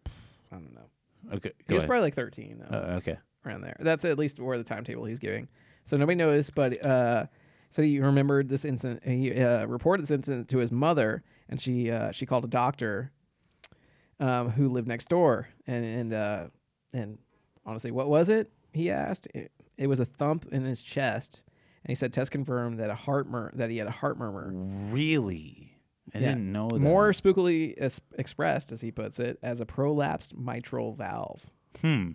Speaker 2: I don't know.
Speaker 1: Okay,
Speaker 2: He
Speaker 1: go
Speaker 2: was
Speaker 1: ahead.
Speaker 2: probably like 13. though
Speaker 1: Uh, okay.
Speaker 2: around there. That's at least where the timetable he's giving. So nobody noticed, but uh, said he remembered this incident. He uh, reported this incident to his mother, and she uh, she called a doctor um, who lived next door. And and uh, and honestly, what was it? He asked. It, it was a thump in his chest, and he said tests confirmed that a heart mur- that he had a heart murmur.
Speaker 1: Really? I
Speaker 2: Yeah.
Speaker 1: didn't know that.
Speaker 2: More spookily es- expressed, as he puts it, as a prolapsed mitral valve
Speaker 1: Hmm.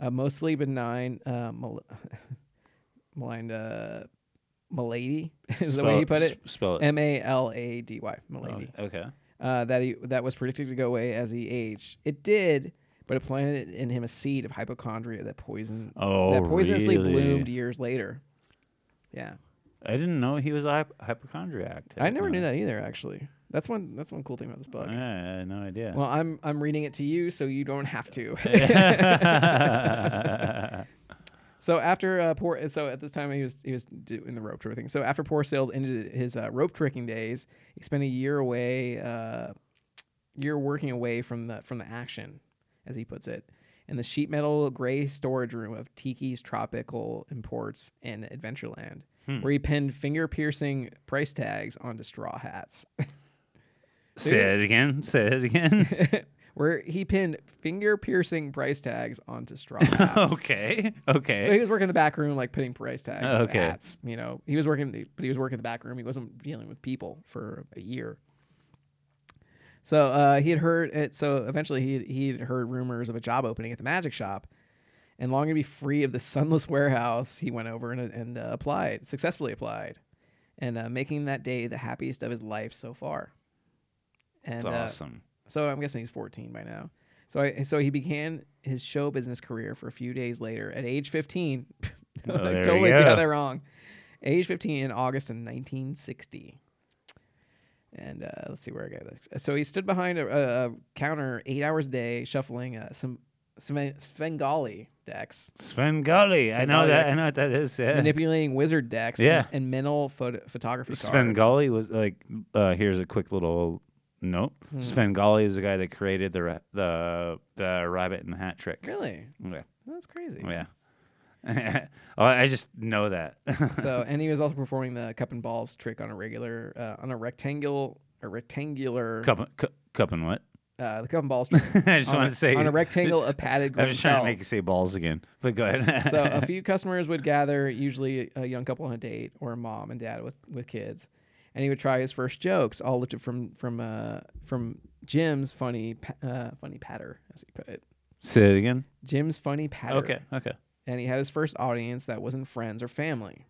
Speaker 2: a mostly benign uh, mal- <laughs> malign uh, malady <laughs> is the way he
Speaker 1: Spell-
Speaker 2: put it.
Speaker 1: s- Spell it.
Speaker 2: M A L A D Y, malady.
Speaker 1: Okay. okay.
Speaker 2: Uh, that he that was predicted to go away as he aged. It did, but it planted in him a seed of hypochondria that poison
Speaker 1: Oh,
Speaker 2: that poisonously
Speaker 1: really?
Speaker 2: bloomed years later. Yeah,
Speaker 1: I didn't know he was a hy- hypochondriac.
Speaker 2: I never knew
Speaker 1: No.
Speaker 2: that either. Actually, that's one that's one cool thing about this book.
Speaker 1: Yeah, I had no idea.
Speaker 2: Well, I'm I'm reading it to you, so you don't have to. <laughs> So after uh, poor, so at this time he was he was doing the rope tricking. So after poor sales ended his uh, rope tricking days, he spent a year away, uh, year working away from the from the action, as he puts it, in the sheet metal gray storage room of Tiki's Tropical Imports in Adventureland, where he pinned finger piercing price tags onto straw hats.
Speaker 1: Say it again. Say it again.
Speaker 2: where he pinned finger piercing price tags
Speaker 1: <laughs>
Speaker 2: onto straw hats.
Speaker 1: okay. Okay.
Speaker 2: So he was working in the back room, like putting price tags
Speaker 1: Oh,
Speaker 2: on
Speaker 1: okay.
Speaker 2: hats. You know, he was working, but he was working in the back room. He wasn't dealing with people for a year. So uh, he had heard it. So eventually, he he had heard rumors of a job opening at the magic shop, and longing to be free of the sunless warehouse, he went over and and uh, applied, successfully applied, and uh, making that day the happiest of his life so far. And
Speaker 1: That's
Speaker 2: uh,
Speaker 1: awesome.
Speaker 2: so I'm guessing he's 14 by now. So I, so he began his show business career for a few days later at age <laughs> 15.
Speaker 1: Oh, there
Speaker 2: I
Speaker 1: you
Speaker 2: totally got
Speaker 1: go.
Speaker 2: that wrong. Age 15 in August in 1960. And uh, let's see where I got this. So he stood behind a, a, a counter eight hours a day, shuffling uh, some Sven- Svengali
Speaker 1: <laughs>
Speaker 2: decks,
Speaker 1: Svengali. I know that.
Speaker 2: Svengali, that's-
Speaker 1: I know what that is. Yeah.
Speaker 2: manipulating wizard decks,
Speaker 1: Yeah.
Speaker 2: and, and mental photo- photography. cards.
Speaker 1: Svengali was like. Uh, here's a quick little note.
Speaker 2: Hmm.
Speaker 1: Svengali is the guy that created the ra- the the rabbit in the hat trick.
Speaker 2: Really?
Speaker 1: Yeah.
Speaker 2: That's crazy.
Speaker 1: Yeah. <laughs> oh, I just know that.
Speaker 2: so and he was also performing the cup and balls trick on a regular uh, on a rectangular a rectangular
Speaker 1: <laughs> cup, and- cu- cup and what? <laughs>
Speaker 2: uh, the cup and balls trick
Speaker 1: I just
Speaker 2: on,
Speaker 1: wanted
Speaker 2: a,
Speaker 1: to say.
Speaker 2: on a rectangle a
Speaker 1: <laughs>
Speaker 2: padded
Speaker 1: I
Speaker 2: green
Speaker 1: was trying
Speaker 2: felt.
Speaker 1: to make you say balls again, but go ahead. <laughs>
Speaker 2: so a few customers would gather usually a young couple on a date or a mom and dad with with kids and he would try his first jokes all lifted from from uh from Jim's funny pa- uh, funny patter as he put it
Speaker 1: say it again.
Speaker 2: Jim's funny patter
Speaker 1: Okay. Okay.
Speaker 2: and he had his first audience that wasn't friends or family.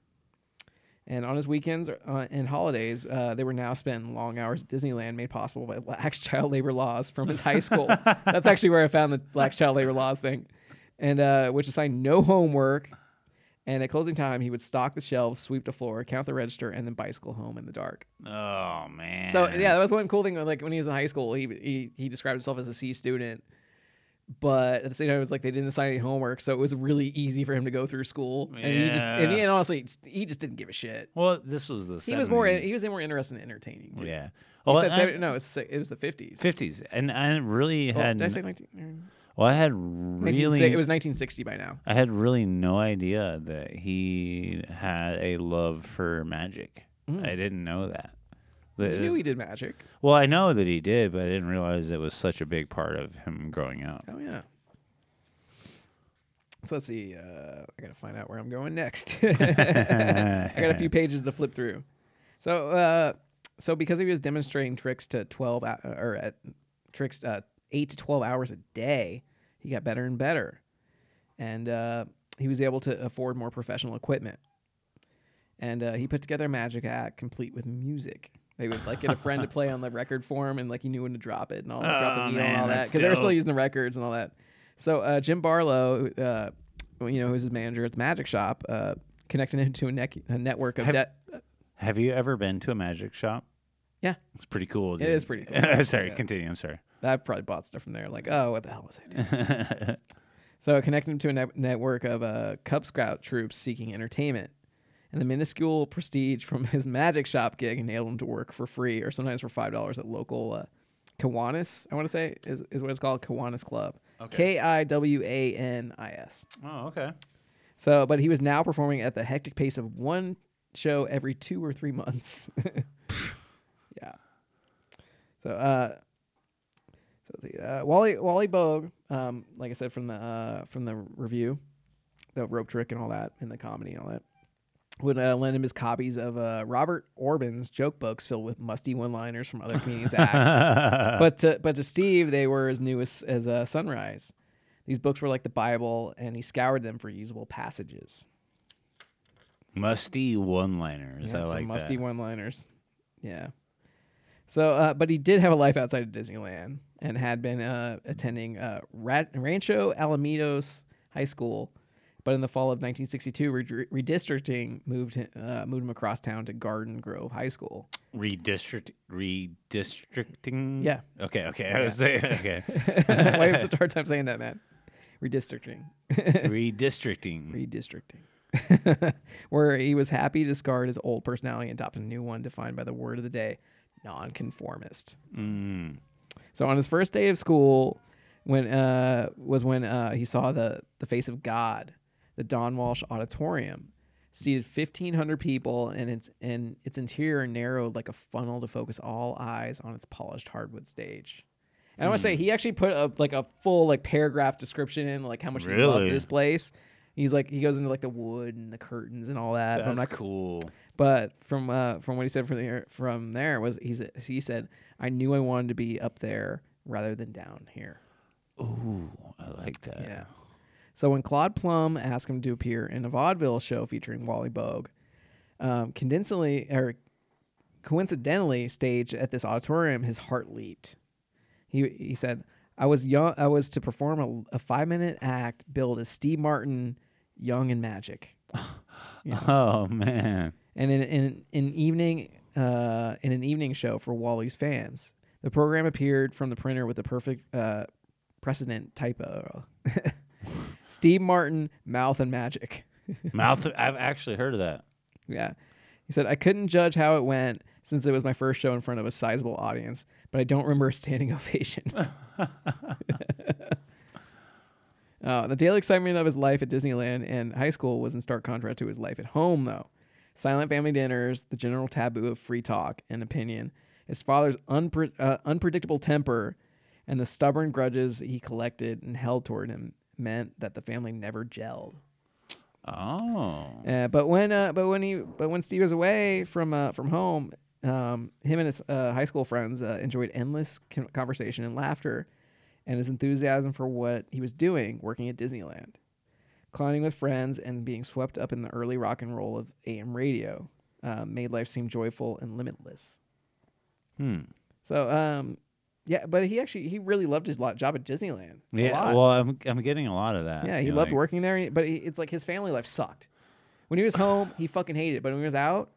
Speaker 2: And on his weekends uh, and holidays, uh, they were now spent long hours at Disneyland, made possible by <laughs> lax child labor laws from his high school. That's actually where I found the lax child labor laws thing, and uh, which assigned no homework. And at closing time, he would stock the shelves, sweep the floor, count the register, and then bicycle home in the dark.
Speaker 1: Oh man.
Speaker 2: So yeah, that was one cool thing. Like when he was in high school, he he he described himself as a C student, But at the same time, it was like they didn't assign any homework, so it was really easy for him to go through school. And he just and,
Speaker 1: Yeah.
Speaker 2: he, and honestly, he just didn't give a shit.
Speaker 1: Well, this was the 70s.
Speaker 2: He was more he was more interested in entertaining. Too.
Speaker 1: yeah.
Speaker 2: He
Speaker 1: Well,
Speaker 2: said
Speaker 1: I-
Speaker 2: seven- no, it's, it was the fifties.
Speaker 1: 50s, and I really
Speaker 2: Oh,
Speaker 1: had.
Speaker 2: did I
Speaker 1: n-
Speaker 2: say 19, or
Speaker 1: well, I had
Speaker 2: 19
Speaker 1: really.
Speaker 2: It was nineteen sixty by now.
Speaker 1: I had really no idea that he had a love for magic. I didn't know that. That
Speaker 2: Mm. You knew
Speaker 1: is-
Speaker 2: he did magic.
Speaker 1: Well, I know that he did, but I didn't realize it was such a big part of him growing up.
Speaker 2: Oh yeah. So let's see. Uh, I gotta find out where I'm going next. <laughs> I got a
Speaker 1: <laughs>
Speaker 2: few pages to flip through. So, uh, so because he was demonstrating tricks to twelve hou- or at tricks uh, eight to twelve hours a day, he got better and better, and uh, he was able to afford more professional equipment. And uh, he put together a magic act complete with music. They would like get a friend to play
Speaker 1: <laughs>
Speaker 2: on the record for him, and like he knew when to drop it and all, drop
Speaker 1: Oh,
Speaker 2: the needle and
Speaker 1: man,
Speaker 2: all that
Speaker 1: that's
Speaker 2: because they were still
Speaker 1: dope.
Speaker 2: using the records and all that. So uh, Jim Barlow, uh, well, you know, who's his manager at the magic shop, uh, connected him to a, nec- a network of
Speaker 1: Have-
Speaker 2: debt.
Speaker 1: Have you ever been to a magic shop?
Speaker 2: Yeah,
Speaker 1: It's pretty cool. Dude.
Speaker 2: is
Speaker 1: <laughs>
Speaker 2: pretty cool.
Speaker 1: sorry,
Speaker 2: Yeah.
Speaker 1: continue. I'm sorry.
Speaker 2: I probably bought stuff from there. Like, oh, what the hell was I doing? so it connected him to a net- network of uh, Cub Scout troops seeking entertainment. And the minuscule prestige from his magic shop gig enabled him to work for free or sometimes for $5 at local uh, Kiwanis, I want to say, is, is what it's called Kiwanis Club. K I W A N I S.
Speaker 1: oh, okay.
Speaker 2: So, but he was now performing at the hectic pace of one show every two or three months. <laughs> yeah. So, uh, so the uh, Wally Wally Bogue, um, like I said from the uh, from the review, the rope trick and all that, and the comedy and all that, would uh, lend him his copies of uh, Robert Orban's joke books filled with musty one-liners from other comedians' acts but to, but to Steve, they were as new as as uh, Sunrise. These books were like the Bible, and he scoured them for usable passages.
Speaker 1: Musty one-liners.
Speaker 2: Yeah,
Speaker 1: I
Speaker 2: for
Speaker 1: like
Speaker 2: musty
Speaker 1: that.
Speaker 2: one-liners. Yeah. So, uh, but he did have a life outside of Disneyland, and had been uh, attending uh, Rat- Rancho Alamitos High School. But in the fall of 1962, re- redistricting moved him, uh, moved him across town to Garden Grove High School. <laughs>
Speaker 1: Redistrict, redistricting.
Speaker 2: Yeah.
Speaker 1: Okay. Okay. I was saying.
Speaker 2: <laughs>
Speaker 1: Okay.
Speaker 2: Why have such a hard time saying that, man? Redistricting.
Speaker 1: redistricting.
Speaker 2: redistricting, <laughs> where he was happy to discard his old personality and adopt a new one defined by the word of the day, nonconformist.
Speaker 1: mm.
Speaker 2: So on his first day of school, when uh, was when uh, he saw the the face of God, the Don Walsh Auditorium, seated fifteen hundred people, and its and its interior narrowed like a funnel to focus all eyes on its polished hardwood stage. And I want to
Speaker 1: Hmm.
Speaker 2: say he actually put a like a full like paragraph description in like how much he loved
Speaker 1: Really?
Speaker 2: this place. He's like he goes into like the wood and the curtains and all that. but I'm
Speaker 1: That's
Speaker 2: not
Speaker 1: cool.
Speaker 2: but from uh, from what he said from there from there was he said, he said I knew I wanted to be up there rather than down here.
Speaker 1: Ooh, I like that.
Speaker 2: Yeah. So when Claude Plum asked him to appear in a vaudeville show featuring Wally Bogue, um, condensingly or coincidentally staged at this auditorium, his heart leaped. He he said, "I was young. I was to perform a, a five minute act billed as Steve Martin, Young and Magic."
Speaker 1: <laughs> Oh man.
Speaker 2: and in, in, an evening uh, in an evening show for Wally's fans. The program appeared from the printer with a perfect uh, precedent typo. <laughs> Steve Martin, Mouth and Magic.
Speaker 1: Mouth. I've actually heard of that.
Speaker 2: yeah. He said, I couldn't judge how it went since it was my first show in front of a sizable audience, but I don't remember a standing <laughs> ovation. Uh, the daily excitement of his life at Disneyland and high school was in stark contrast to his life at home, though. Silent family dinners, the general taboo of free talk and opinion, his father's unpre- uh, unpredictable temper, and the stubborn grudges he collected and held toward him meant that the family never gelled.
Speaker 1: Oh.
Speaker 2: Uh, but when uh, but when he but when Steve was away from uh, from home, um, him and his uh, high school friends uh, enjoyed endless con- conversation and laughter, and his enthusiasm for what he was doing, working at Disneyland, climbing with friends, and being swept up in the early rock and roll of AM radio, uh, made life seem joyful and limitless.
Speaker 1: Hmm.
Speaker 2: So um, yeah, but he actually he really loved his lot, job at Disneyland. a
Speaker 1: Yeah.
Speaker 2: lot.
Speaker 1: Well, I'm I'm getting a lot of <laughs> that.
Speaker 2: Yeah, he
Speaker 1: You know,
Speaker 2: loved
Speaker 1: like-
Speaker 2: working there, but he, it's like his family life sucked. When he was home, he fucking hated it. But when he was out,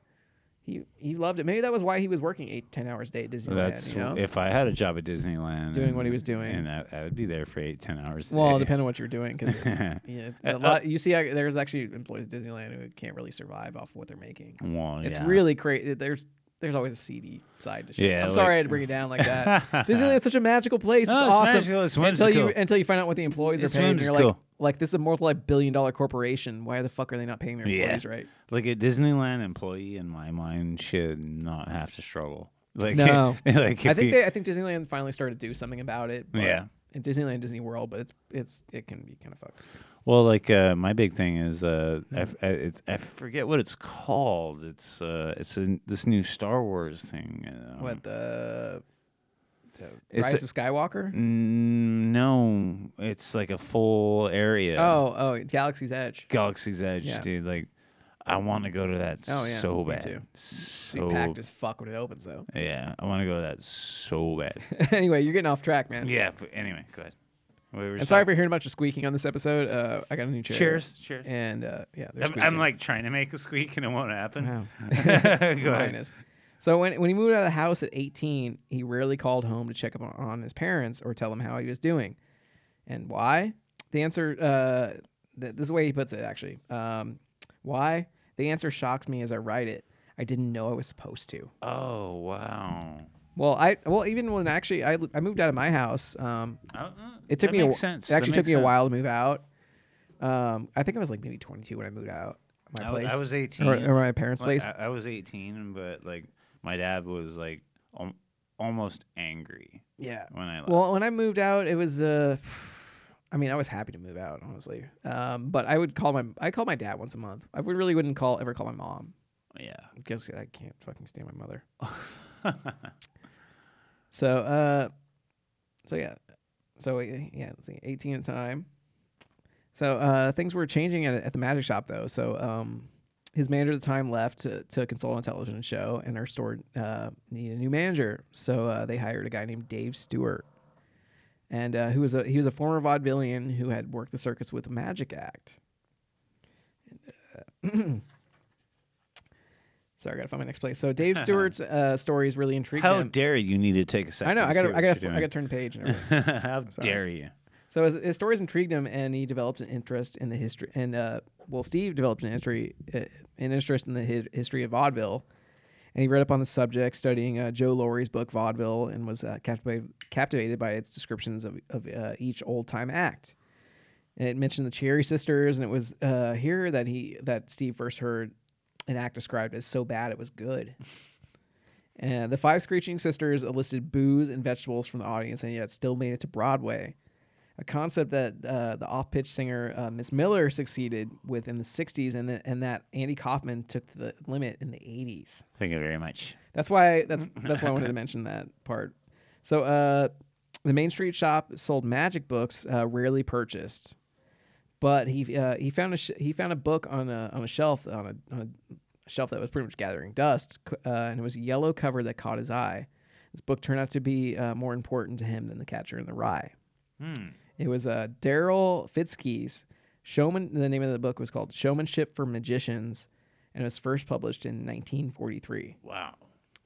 Speaker 2: He he loved it. Maybe that was why he was working eight ten hours a day at Disneyland.
Speaker 1: That's
Speaker 2: you know?
Speaker 1: if I had a job at Disneyland,
Speaker 2: Doing what he
Speaker 1: and-
Speaker 2: was doing.
Speaker 1: and I, I would be there for eight, ten hours. a
Speaker 2: Well,
Speaker 1: day.
Speaker 2: depending on what you're doing, because
Speaker 1: <laughs>
Speaker 2: yeah, a
Speaker 1: Uh,
Speaker 2: lot, you see, I, there's actually employees at Disneyland who can't really survive off what they're making.
Speaker 1: <laughs> Well,
Speaker 2: It's
Speaker 1: yeah.
Speaker 2: really crazy. There's there's always a seedy side to shit.
Speaker 1: Yeah,
Speaker 2: I'm
Speaker 1: like-
Speaker 2: sorry I had to bring it down like
Speaker 1: <laughs>
Speaker 2: that. Disneyland's such a magical place.
Speaker 1: No,
Speaker 2: it's
Speaker 1: it's
Speaker 2: awesome
Speaker 1: magical, it's
Speaker 2: until you
Speaker 1: whimsical.
Speaker 2: until you find out what the employees
Speaker 1: It's
Speaker 2: are paid. And you're like,
Speaker 1: whimsical.
Speaker 2: like this is a multi-billion dollar corporation. Why the fuck are they not paying their
Speaker 1: Yeah.
Speaker 2: employees right?
Speaker 1: Like a Disneyland employee, in my mind, should not have to struggle. Like,
Speaker 2: No.
Speaker 1: <laughs> like
Speaker 2: I
Speaker 1: if
Speaker 2: think
Speaker 1: you-
Speaker 2: they, I think Disneyland finally started to do something about it. but-
Speaker 1: Yeah.
Speaker 2: In Disneyland, Disney World, but it's it's it can be kind of fucked.
Speaker 1: Well, like uh, my big thing is uh, I, f- I- it's, I forget what it's called. It's uh, it's in this new Star Wars thing. um,
Speaker 2: What the, the
Speaker 1: It's
Speaker 2: Rise
Speaker 1: a-
Speaker 2: of Skywalker?
Speaker 1: Mm, no, it's like a full area.
Speaker 2: Oh, oh, Galaxy's Edge.
Speaker 1: Galaxy's Edge,
Speaker 2: Yeah.
Speaker 1: dude. Like, I want to go to that
Speaker 2: Oh, yeah,
Speaker 1: so
Speaker 2: me
Speaker 1: bad.
Speaker 2: too. It's
Speaker 1: So
Speaker 2: gonna be packed as fuck when it opens, though.
Speaker 1: yeah, I want to go to that so bad.
Speaker 2: <laughs> anyway, you're getting off track, man.
Speaker 1: yeah. But anyway, go ahead. We were
Speaker 2: I'm sorry for hearing a bunch of squeaking on this episode. Uh, I got a new chair.
Speaker 1: Cheers. Cheers.
Speaker 2: And uh, yeah,
Speaker 1: I'm,
Speaker 2: they're
Speaker 1: I'm
Speaker 2: squeaking. Oh.
Speaker 1: like trying to make a squeak and it won't happen.
Speaker 2: Wow.
Speaker 1: <laughs> go ahead.
Speaker 2: <laughs> Mine is. So when, when he moved out of the house at 18, he rarely called home to check up on, on his parents or tell them how he was doing. And why? The answer, uh, th- this is the way he puts it, actually. Um, why? The answer shocks me as I write it. I didn't know I was supposed to.
Speaker 1: Oh wow.
Speaker 2: Well, I well even when actually I, I moved out of my house. Um,
Speaker 1: Uh, uh,
Speaker 2: it took
Speaker 1: that
Speaker 2: me a,
Speaker 1: makes
Speaker 2: wh-
Speaker 1: sense.
Speaker 2: It
Speaker 1: That
Speaker 2: actually took
Speaker 1: makes
Speaker 2: me a
Speaker 1: sense.
Speaker 2: while to move out. Um, I think I was like maybe 22 when I moved out of my
Speaker 1: I, w-
Speaker 2: place.
Speaker 1: I was 18.
Speaker 2: or, or my parents'
Speaker 1: Like,
Speaker 2: place.
Speaker 1: I, I was 18, but like my dad was like al- almost angry
Speaker 2: yeah.
Speaker 1: when I left.
Speaker 2: Well, when I moved out, it was uh <sighs> I mean, I was happy to move out, honestly. Um, but I would call my I call my dad once a month. I would really wouldn't call ever call my mom
Speaker 1: yeah.
Speaker 2: because I can't fucking stand my mother. So uh so yeah. So uh, yeah, let's see, 18 at the time. So uh things were changing at, at the magic shop though. So um his manager at the time left to, to consult on a television show and our store uh, needed a new manager. So uh, they hired a guy named Dave Stewart. And uh, who was a he was a former vaudevillian who had worked the circus with the Magic Act. uh, <clears throat> Sorry, I gotta find my next place. So Dave Stewart's uh, stories really intrigued
Speaker 1: How
Speaker 2: him.
Speaker 1: dare you need to take a second?
Speaker 2: I know.
Speaker 1: to
Speaker 2: I
Speaker 1: see
Speaker 2: gotta, I
Speaker 1: what
Speaker 2: gotta,
Speaker 1: you're
Speaker 2: I gotta
Speaker 1: doing.
Speaker 2: turn the
Speaker 1: <laughs>
Speaker 2: page. And everything.
Speaker 1: How dare you?
Speaker 2: so his, his stories intrigued him, and he developed an interest in the history. And uh, well, Steve developed an history, uh, an interest in the hi- history of vaudeville, and he read up on the subject, studying uh, Joe Laurie's book Vaudeville, and was uh, captivated, captivated by its descriptions of, of uh, each old time act. And it mentioned the Cherry Sisters, and it was uh, here that he that Steve first heard an act described as so bad it was good. <laughs> And the five Screeching Sisters elicited booze and vegetables from the audience, and yet still made it to Broadway. A concept that uh, the off-pitch singer uh, Miss Miller succeeded with in the '60s, and, the, and that Andy Kaufman took to the limit in the '80s.
Speaker 1: Thank you very much.
Speaker 2: That's why that's that's why I wanted to mention that part. So uh, the Main Street shop sold magic books uh, rarely purchased, but he uh, he found a sh- he found a book on a on a shelf on a, on a shelf that was pretty much gathering dust, c- uh, and it was a yellow cover that caught his eye. This book turned out to be uh, more important to him than The Catcher in the Rye. It was uh, Daryl Fitzkeys. Showman. The name of the book was called Showmanship for Magicians, and it was first published in 1943
Speaker 1: Wow.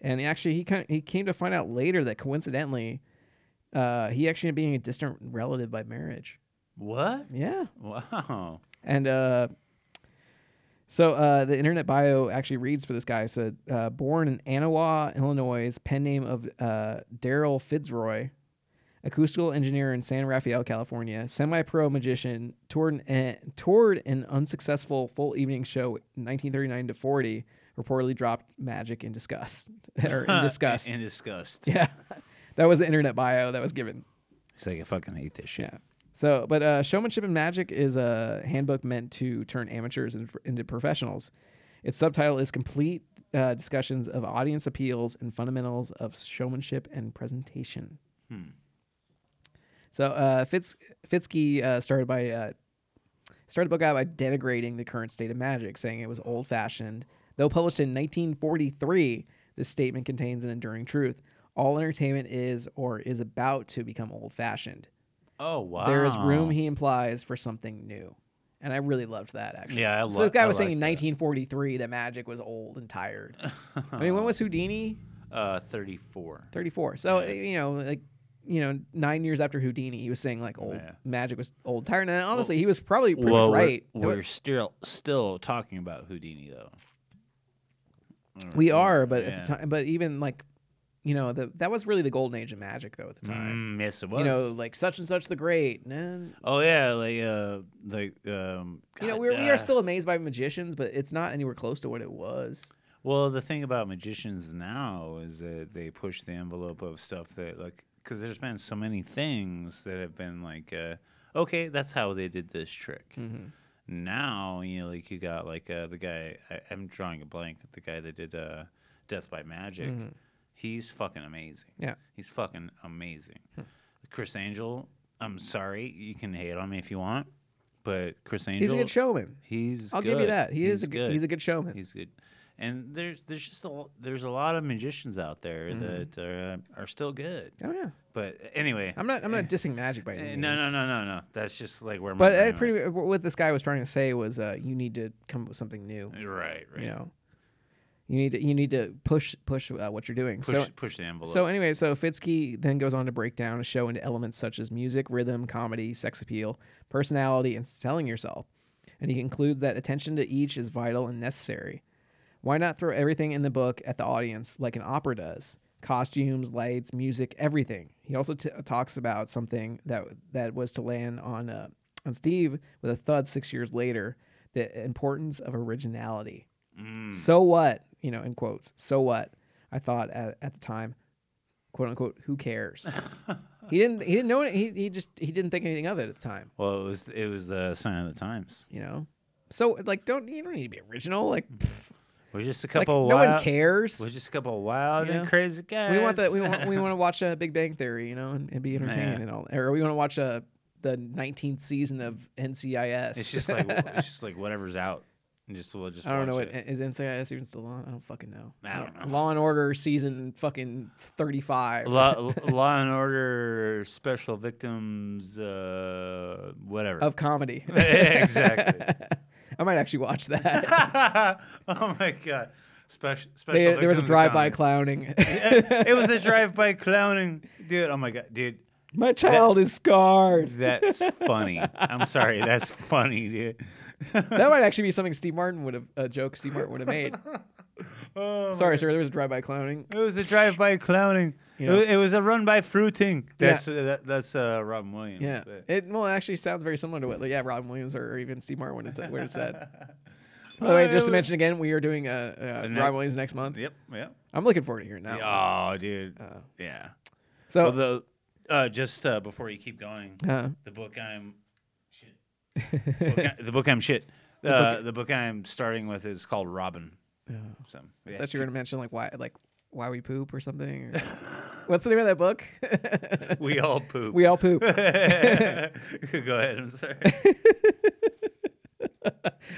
Speaker 2: and actually he kind he came to find out later that coincidentally uh, he actually ended up being a distant relative by marriage
Speaker 1: What?
Speaker 2: yeah
Speaker 1: Wow.
Speaker 2: and uh, so uh, the internet bio actually reads for this guy so uh, born in Anawa, Illinois, pen name of uh, Daryl Fitzroy, acoustical engineer in San Rafael, California, semi-pro magician, toured an, eh, toured an unsuccessful full evening show in 1939 to 40. Reportedly dropped magic in disgust <laughs> or <laughs> in disgust.
Speaker 1: In disgust.
Speaker 2: yeah, <laughs> that was the internet bio that was given.
Speaker 1: It's like I fucking hate this shit.
Speaker 2: Yeah. So, but uh, showmanship and magic is a handbook meant to turn amateurs in- into professionals. Its subtitle is complete uh, discussions of audience appeals and fundamentals of showmanship and presentation. So uh, Fitz Fitzky uh, started by uh, started the book out by denigrating the current state of magic, saying it was old fashioned. Though published in 1943, this statement contains an enduring truth: all entertainment is or is about to become old fashioned.
Speaker 1: Oh wow.
Speaker 2: There is room, he implies, for something new. And I really loved that actually.
Speaker 1: Yeah, I
Speaker 2: so
Speaker 1: lo-
Speaker 2: the guy
Speaker 1: I
Speaker 2: was saying in
Speaker 1: liked that.
Speaker 2: 1943 that magic was old and tired. I mean,
Speaker 1: <laughs>
Speaker 2: when was Houdini?
Speaker 1: Uh, 34.
Speaker 2: 34. So you know, like you know, nine years after Houdini, he was saying like old
Speaker 1: Yeah.
Speaker 2: magic was old and tired. And honestly, he was probably pretty
Speaker 1: Well,
Speaker 2: much right.
Speaker 1: We're, we're still still talking about Houdini though.
Speaker 2: We are, but at the
Speaker 1: Yeah.
Speaker 2: time, but even like, you know, the, that was really the golden age of magic though at the time.
Speaker 1: Mm, yes, it was.
Speaker 2: You know, like such and such the great. And then-
Speaker 1: oh yeah, like uh, like um.
Speaker 2: you know,
Speaker 1: God,
Speaker 2: we're, we are
Speaker 1: uh,
Speaker 2: still amazed by magicians, but it's not anywhere close to what it was.
Speaker 1: Well, the thing about magicians now is that they push the envelope of stuff that, like, because there's been so many things that have been like, uh, okay, that's how they did this trick.
Speaker 2: Mm-hmm.
Speaker 1: Now, you know, like you got like uh, the guy. I, I'm drawing a blank. The guy that did uh, Death by Magic. He's fucking amazing.
Speaker 2: Mm-hmm. Yeah. Hmm.
Speaker 1: He's fucking amazing. Chris Angel. I'm sorry. You can hate on me if you want, but Chris Angel.
Speaker 2: He's a good showman.
Speaker 1: He's.
Speaker 2: I'll give you
Speaker 1: good.
Speaker 2: that. He is
Speaker 1: He's
Speaker 2: a good, he's a good showman.
Speaker 1: He's good. And there's there's just a l- there's a lot of magicians out there
Speaker 2: Mm-hmm.
Speaker 1: that are, uh, are still good.
Speaker 2: oh yeah,
Speaker 1: But anyway,
Speaker 2: I'm not I'm not dissing magic by
Speaker 1: eh,
Speaker 2: any means.
Speaker 1: no, no, no, no, no. That's just like where my
Speaker 2: But
Speaker 1: brain
Speaker 2: uh, pretty what this guy was trying to say was uh, you need to come up with something new.
Speaker 1: went. right, right.
Speaker 2: You know, you need to you need to push push uh, what you're doing.
Speaker 1: push
Speaker 2: so
Speaker 1: push the envelope.
Speaker 2: So anyway, so Fitzky then goes on to break down a show into elements such as music, rhythm, comedy, sex appeal, personality, and selling yourself. And he concludes that attention to each is vital and necessary. Why not throw everything in the book at the audience like an opera does? Costumes, lights, music, everything. He also t- talks about something that that was to land on uh, on Steve with a thud six years later: the importance of originality. So what? You know, in quotes. So what? I thought at, at the time, quote unquote,
Speaker 1: <laughs>
Speaker 2: who cares? he didn't. He didn't know it. He, he just he didn't think anything of it at the time.
Speaker 1: well, it was it was the sign of the times.
Speaker 2: You know. So like, don't you don't need to be original. Like,
Speaker 1: Mm.
Speaker 2: pff,
Speaker 1: We're just a
Speaker 2: like
Speaker 1: couple.
Speaker 2: no
Speaker 1: wild,
Speaker 2: one cares.
Speaker 1: We're just a couple wild
Speaker 2: You
Speaker 1: and
Speaker 2: know?
Speaker 1: crazy guys.
Speaker 2: We want that.
Speaker 1: <laughs>
Speaker 2: We want. We want to watch uh, Big Bang Theory, you know, and, and be entertained
Speaker 1: Yeah.
Speaker 2: and all. Or we want to watch uh, the 19th season of NCIS.
Speaker 1: it's
Speaker 2: <laughs>
Speaker 1: just like it's just like whatever's out. And just we'll just.
Speaker 2: I don't know
Speaker 1: watch
Speaker 2: what
Speaker 1: it.
Speaker 2: is NCIS even still on. I don't fucking know.
Speaker 1: I don't know.
Speaker 2: Law and Order season fucking 35.
Speaker 1: Law, Law and Order, Special Victims, uh, whatever.
Speaker 2: of comedy.
Speaker 1: <laughs>
Speaker 2: <laughs>
Speaker 1: exactly.
Speaker 2: I might actually watch that.
Speaker 1: <laughs> oh my god. Special, special
Speaker 2: They- there was a
Speaker 1: victims of
Speaker 2: drive-by
Speaker 1: comedy.
Speaker 2: clowning.
Speaker 1: <laughs> it was
Speaker 2: <laughs>
Speaker 1: a drive-by clowning, dude. Oh my god, dude.
Speaker 2: My child is
Speaker 1: <laughs>
Speaker 2: scarred.
Speaker 1: That's funny. I'm sorry. That's funny, dude.
Speaker 2: That might actually be something Steve Martin would have a joke Steve Martin would
Speaker 1: <laughs>
Speaker 2: have made.
Speaker 1: Oh,
Speaker 2: Sorry, sir. There was a drive-by clowning.
Speaker 1: It was a drive-by clowning.
Speaker 2: You
Speaker 1: It wa-
Speaker 2: know.
Speaker 1: It was a run-by fruiting. That's uh, that, that's uh, Robin Williams.
Speaker 2: Yeah,
Speaker 1: but-
Speaker 2: it well it actually sounds very similar to what yeah Robin Williams or, or even Steve Martin when it's when
Speaker 1: <laughs>
Speaker 2: it's said. By the way,
Speaker 1: Uh,
Speaker 2: just to
Speaker 1: it
Speaker 2: mention again, we are doing uh, uh
Speaker 1: ne-
Speaker 2: Robin Williams next month.
Speaker 1: Yep. Yep.
Speaker 2: I'm looking forward to hearing that. one. Uh.
Speaker 1: Oh, dude. yeah.
Speaker 2: So
Speaker 1: Well, the uh, just uh, before you keep going,
Speaker 2: uh,
Speaker 1: the book I'm
Speaker 2: <laughs>
Speaker 1: shit. Book I- the book I'm shit. Uh, the book I'm starting with is called Robin. So yeah. <laughs>
Speaker 2: that you were gonna mention like why like why we poop or something. or- what's the name of that book?
Speaker 1: we all poop.
Speaker 2: we
Speaker 1: <laughs>
Speaker 2: all poop.
Speaker 1: Go <laughs> ahead. I'm
Speaker 2: <laughs>
Speaker 1: sorry.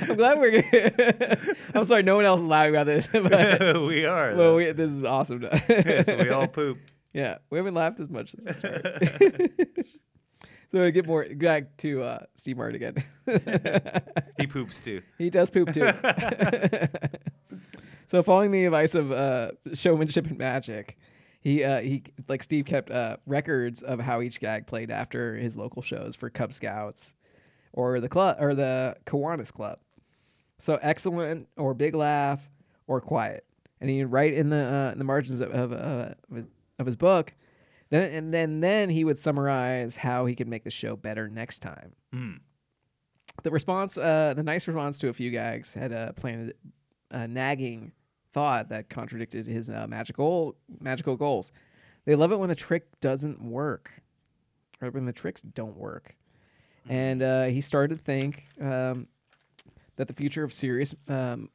Speaker 2: I'm glad we're. <laughs> I'm sorry, no one else is laughing about this. <laughs>
Speaker 1: <laughs>
Speaker 2: But,
Speaker 1: we are.
Speaker 2: well,
Speaker 1: though.
Speaker 2: we, this
Speaker 1: <laughs>
Speaker 2: is awesome.
Speaker 1: Yes,
Speaker 2: <laughs>
Speaker 1: we all poop.
Speaker 2: Yeah, we haven't laughed as much since the start. <laughs> so to get more back to uh, Steve Martin again. <laughs>
Speaker 1: He poops too.
Speaker 2: he does poop too. <laughs> so following the advice of uh, showmanship and magic, he uh, he like Steve kept uh, records of how each gag played after his local shows for Cub Scouts or the club or the Kiwanis Club. So excellent or big laugh or quiet, and he would write in the uh, in the margins of of, uh, of his- of his book. Then and then then he would summarize how he could make the show better next time. The response, uh, the nice response to a few gags had uh, planted a nagging thought that contradicted his uh, magical magical goals. They love it when the trick doesn't work, or when the tricks don't work. And uh, he started to think um, that the future of serious, um,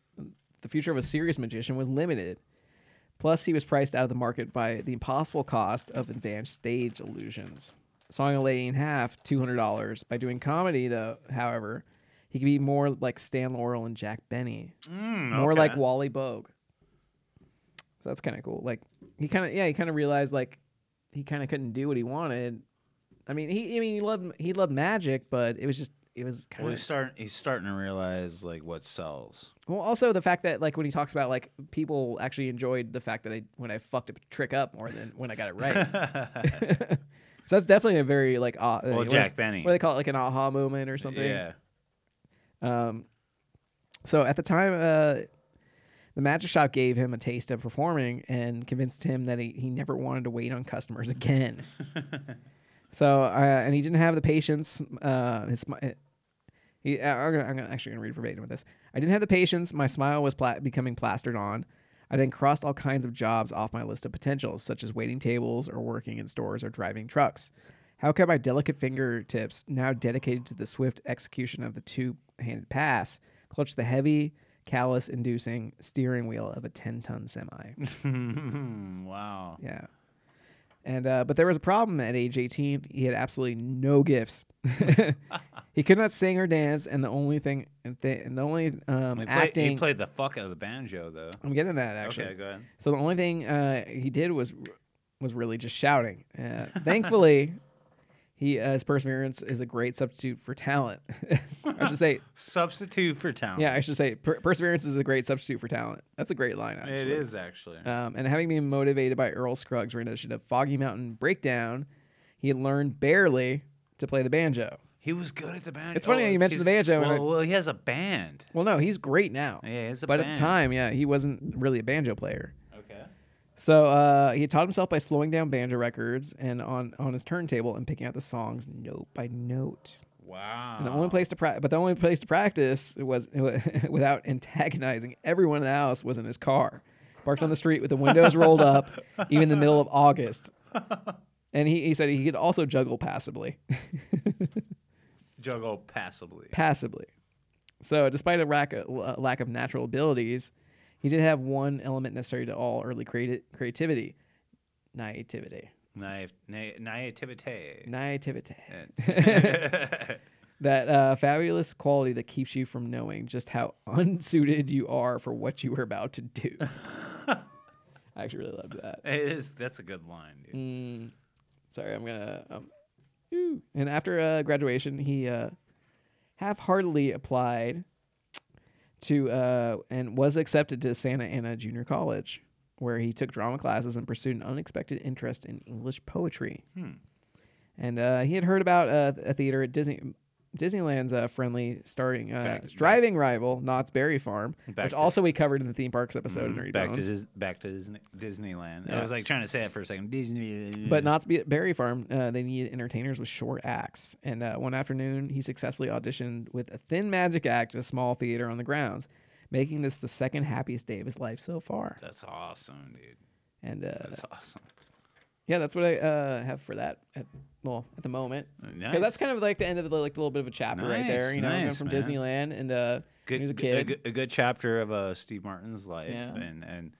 Speaker 2: the future of a serious magician was limited. Plus, he was priced out of the market by the impossible cost of advanced stage illusions. Sawing a lady in half, two hundred dollars. By doing comedy, though, however, he could be more like Stan Laurel and Jack Benny, more like Wally Bogue. So that's kind of cool. Like he kind of yeah, he kind of realized like he kind of couldn't do what he wanted. I mean, he I mean he loved he loved magic, but it was just it was kind
Speaker 1: Well,
Speaker 2: of
Speaker 1: he's starting. He's starting to realize like what sells.
Speaker 2: Well, also the fact that like when he talks about like people actually enjoyed the fact that I when I fucked a trick up more than when I got it right.
Speaker 1: <laughs>
Speaker 2: <laughs> so that's definitely a very like ah uh, what is-
Speaker 1: Jack Benny.
Speaker 2: What do they call it? Like an aha moment or something.
Speaker 1: Yeah.
Speaker 2: Um, so at the time, uh, the magic shop gave him a taste of performing and convinced him that he, he never wanted to wait on
Speaker 1: <laughs>
Speaker 2: customers again. so uh, and he didn't have the patience. Uh, his smi- he, uh, I'm, gonna, I'm gonna actually gonna read verbatim with this. I didn't have the patience. My smile was pla- becoming plastered on. I then crossed all kinds of jobs off my list of potentials, such as waiting tables or working in stores or driving trucks. How could my delicate fingertips, now dedicated to the swift execution of the two-handed pass, clutch the heavy, callus-inducing steering wheel of a ten-ton semi?
Speaker 1: Hmm, wow.
Speaker 2: Yeah. And uh, but there was a problem at age 18. He had absolutely no gifts. <laughs> he could not sing or dance, and the only thing, and, th- and the only um,
Speaker 1: He, played,
Speaker 2: acting.
Speaker 1: he played the fuck out of the banjo though.
Speaker 2: I'm getting that actually.
Speaker 1: Okay, go ahead.
Speaker 2: So the only thing uh, he did was was really just shouting. Uh,
Speaker 1: <laughs>
Speaker 2: thankfully, he uh, his perseverance is a great substitute for talent. <laughs> I
Speaker 1: <laughs>
Speaker 2: should say,
Speaker 1: Substitute for talent.
Speaker 2: yeah, I should say, per- perseverance is a great substitute for talent. That's a great line. Actually.
Speaker 1: it is actually.
Speaker 2: Um, and having been motivated by Earl Scruggs' rendition of Foggy Mountain Breakdown, he learned barely to play the banjo.
Speaker 1: He was good at the banjo.
Speaker 2: It's funny how you mentioned the
Speaker 1: he's-
Speaker 2: banjo and
Speaker 1: Well,
Speaker 2: I-
Speaker 1: well, he has a band.
Speaker 2: Well, no, he's great now.
Speaker 1: Yeah, it's a
Speaker 2: but at
Speaker 1: band.
Speaker 2: the time, yeah, he wasn't really a banjo player.
Speaker 1: Okay.
Speaker 2: So uh, he taught himself by slowing down banjo records and on, on his turntable and picking out the songs note by note.
Speaker 1: Wow.
Speaker 2: And the only place to pra- but the only place to practice was <laughs> without antagonizing everyone in the house was in his car, parked on the street with the windows rolled up, even in the middle of August. And he, he said he could also juggle passably, <laughs>
Speaker 1: juggle passably.
Speaker 2: passably. So despite a rack of, uh, lack of natural abilities, he did have one element necessary to all early creati- creativity, naivety,
Speaker 1: Naive, na- naivete.
Speaker 2: Mm. naivety.
Speaker 1: Yeah.
Speaker 2: that uh, fabulous quality that keeps you from knowing just how unsuited you are for what you were about to do. I actually really loved that.
Speaker 1: it is. That's a good line, dude.
Speaker 2: Mm, sorry, I'm gonna. Um, ooh. and after uh, graduation, he uh, half-heartedly applied to uh, and was accepted to Santa Ana Junior College, where he took drama classes and pursued an unexpected interest in English poetry.
Speaker 1: Hmm.
Speaker 2: And uh, he had heard about uh, a theater at Disney. Disneyland's uh, friendly starting uh,
Speaker 1: Back-
Speaker 2: driving rival Knott's Berry Farm,
Speaker 1: Back
Speaker 2: which
Speaker 1: to- Mm-hmm.
Speaker 2: also we covered in the theme parks episode in Nerdy
Speaker 1: Back to
Speaker 2: Bones.
Speaker 1: Dis- back to Disney- Disneyland.
Speaker 2: Yeah.
Speaker 1: I was like trying to say it for a second. Disney.
Speaker 2: But not to be at Berry Farm, uh, they needed entertainers with short acts. And uh, one afternoon, he successfully auditioned with a thin magic act at a small theater on the grounds, making this the second happiest day of his life so far.
Speaker 1: That's awesome, dude.
Speaker 2: And uh,
Speaker 1: That's awesome.
Speaker 2: yeah, that's what I uh, have for that. At, well, at the moment, 'Cause that's
Speaker 1: Uh, Nice.
Speaker 2: kind of like the end of the, like little bit of a chapter right there.
Speaker 1: Nice,
Speaker 2: You know, he went
Speaker 1: nice,
Speaker 2: from
Speaker 1: man.
Speaker 2: Disneyland and uh, when
Speaker 1: Good,
Speaker 2: he was a
Speaker 1: good-
Speaker 2: kid.
Speaker 1: good- a good chapter of uh, Steve Martin's life,
Speaker 2: Yeah.
Speaker 1: and and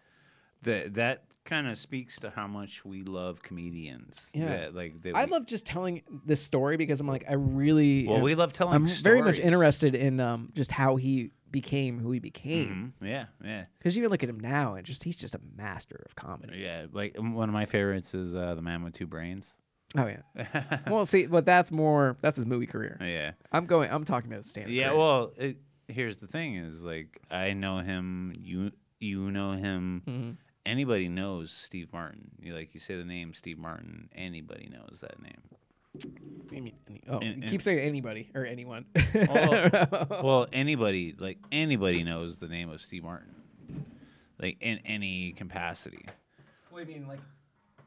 Speaker 1: that that kind of speaks to how much we love comedians.
Speaker 2: Yeah.
Speaker 1: that, like that
Speaker 2: I
Speaker 1: we-
Speaker 2: love just telling this story because I'm like, I really.
Speaker 1: Well,
Speaker 2: am-
Speaker 1: we love telling.
Speaker 2: I'm very much
Speaker 1: stories.
Speaker 2: interested in um, just how he became who he became.
Speaker 1: Mhm. Yeah, yeah,
Speaker 2: Because you even look at him now, and just he's just a master of comedy.
Speaker 1: yeah. Like um, one of my favorites is uh, the Man with Two Brains.
Speaker 2: Oh yeah.
Speaker 1: <laughs>
Speaker 2: well, see, but that's more that's his movie career.
Speaker 1: Yeah,
Speaker 2: I'm going. I'm talking about his stand.
Speaker 1: yeah. Well, it, here's the thing: is like I know him. You you know him.
Speaker 2: Mm-hmm.
Speaker 1: Anybody knows Steve Martin. You like you say the name Steve Martin. Anybody knows that
Speaker 2: <laughs>
Speaker 1: name.
Speaker 2: oh,
Speaker 1: and-
Speaker 2: you keep
Speaker 1: and-
Speaker 2: saying anybody or anyone. <laughs> Oh.
Speaker 1: well, well, anybody like anybody knows the name of Steve Martin, like in any capacity.
Speaker 2: what do you mean, like,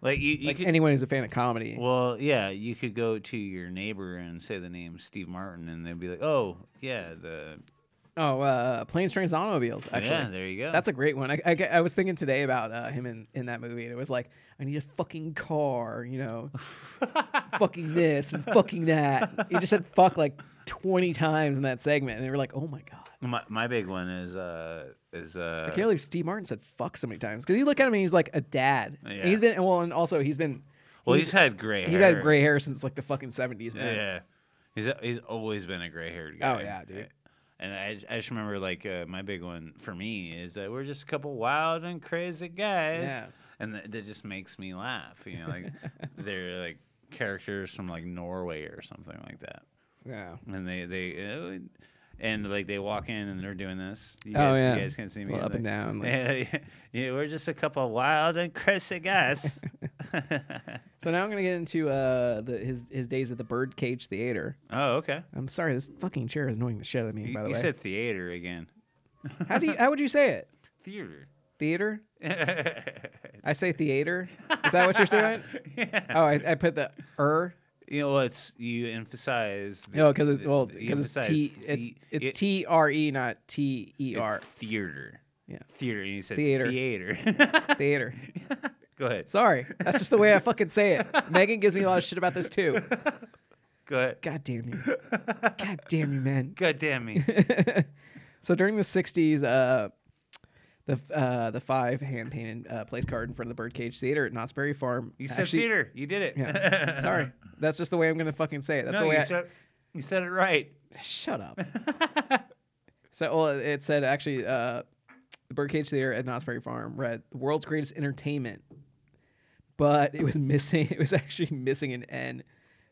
Speaker 1: Like you, you
Speaker 2: like
Speaker 1: could,
Speaker 2: anyone who's a fan of comedy?
Speaker 1: well, yeah, you could go to your neighbor and say the name Steve Martin, and they'd be like, "Oh, yeah, the
Speaker 2: oh, uh, planes, trains, and automobiles. Actually,
Speaker 1: yeah, there you go."
Speaker 2: that's a great one. I, I, ge- I was thinking today about uh, him in, in that movie, and it was like, I need a fucking car, you
Speaker 1: <laughs>
Speaker 2: know, fucking this and fucking that. He just said fuck like twenty times in that segment, and they were like, oh my god.
Speaker 1: my, my big one is uh is uh
Speaker 2: I can't believe Steve Martin said fuck so many times because you look at him and he's like a dad. And
Speaker 1: Yeah.
Speaker 2: he's been well, and also he's been
Speaker 1: well he's, had gray hair.
Speaker 2: he's had gray hair since like the fucking seventies, man.
Speaker 1: Yeah, he's he's always been a gray haired guy.
Speaker 2: Oh, yeah, dude.
Speaker 1: And I just, I just remember like uh, my big one for me is that we're just a couple wild and crazy guys,
Speaker 2: Yeah.
Speaker 1: and that, that just makes me
Speaker 2: <laughs>
Speaker 1: laugh. You know, like they're like characters from like Norway or something like that.
Speaker 2: Yeah.
Speaker 1: and they they uh, and like they walk in and they're doing this. You
Speaker 2: Oh,
Speaker 1: guys,
Speaker 2: yeah.
Speaker 1: you guys can see me
Speaker 2: Well, up
Speaker 1: like,
Speaker 2: and down, like-
Speaker 1: <laughs> Yeah, yeah, yeah, we're just a couple wild and crazy
Speaker 2: <laughs>
Speaker 1: guys.
Speaker 2: So now I'm gonna get into uh the, his his days at the Birdcage Theater.
Speaker 1: oh, okay.
Speaker 2: I'm sorry, this fucking chair is annoying the shit out of me.
Speaker 1: You,
Speaker 2: By the
Speaker 1: you
Speaker 2: way,
Speaker 1: said theater again.
Speaker 2: how do you how would you say it?
Speaker 1: Theater. <laughs>
Speaker 2: Theater? I say theater. Is that what
Speaker 1: <laughs>
Speaker 2: you're saying? Oh, I, I put the er.
Speaker 1: You know, well, it's you emphasize. The,
Speaker 2: No, because well,
Speaker 1: the- you
Speaker 2: because it's
Speaker 1: emphasize
Speaker 2: t
Speaker 1: the-
Speaker 2: it's
Speaker 1: it-
Speaker 2: it's t r e not t e
Speaker 1: it's
Speaker 2: r
Speaker 1: theater.
Speaker 2: Yeah.
Speaker 1: Theater, and you said
Speaker 2: Theater.
Speaker 1: theater. <laughs>
Speaker 2: theater.
Speaker 1: Go ahead.
Speaker 2: Sorry, that's just the way I fucking say it. Megan gives me a lot of shit about this too.
Speaker 1: Go ahead.
Speaker 2: God damn you. God damn you, man.
Speaker 1: God damn me.
Speaker 2: <laughs> So during the '60s, uh, the f- uh, the five hand painted uh, place card in front of the Birdcage Theater at Knott's Berry Farm.
Speaker 1: You said
Speaker 2: actually-
Speaker 1: theater. You did it. <laughs>
Speaker 2: Yeah. Sorry, that's just the way I'm gonna fucking say it. That's
Speaker 1: no,
Speaker 2: the way.
Speaker 1: you,
Speaker 2: I,
Speaker 1: said, you said it right.
Speaker 2: Shut up. so well, it said actually uh, the Birdcage Theater at Knott's Berry Farm read the world's greatest entertainment, but it was missing. <laughs> It was actually missing an N,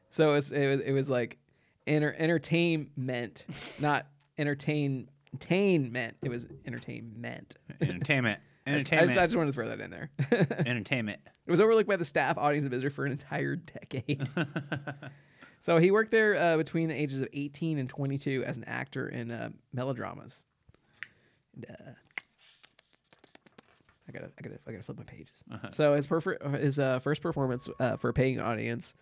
Speaker 2: so it was it was, it was like enter, entertainment, not entertain entertainment. It was entertainment.
Speaker 1: Entertainment.
Speaker 2: <laughs> I
Speaker 1: Entertainment.
Speaker 2: just, I just wanted to throw that in there. <laughs> it
Speaker 1: Entertainment.
Speaker 2: was overlooked by the staff, audience, and visitor for an entire decade. so he worked there uh, between the ages of 18 and 22 as an actor in uh, melodramas. And, uh, I gotta, I gotta, I gotta flip my pages. So his perfor- uh, his uh, first performance uh, for a paying audience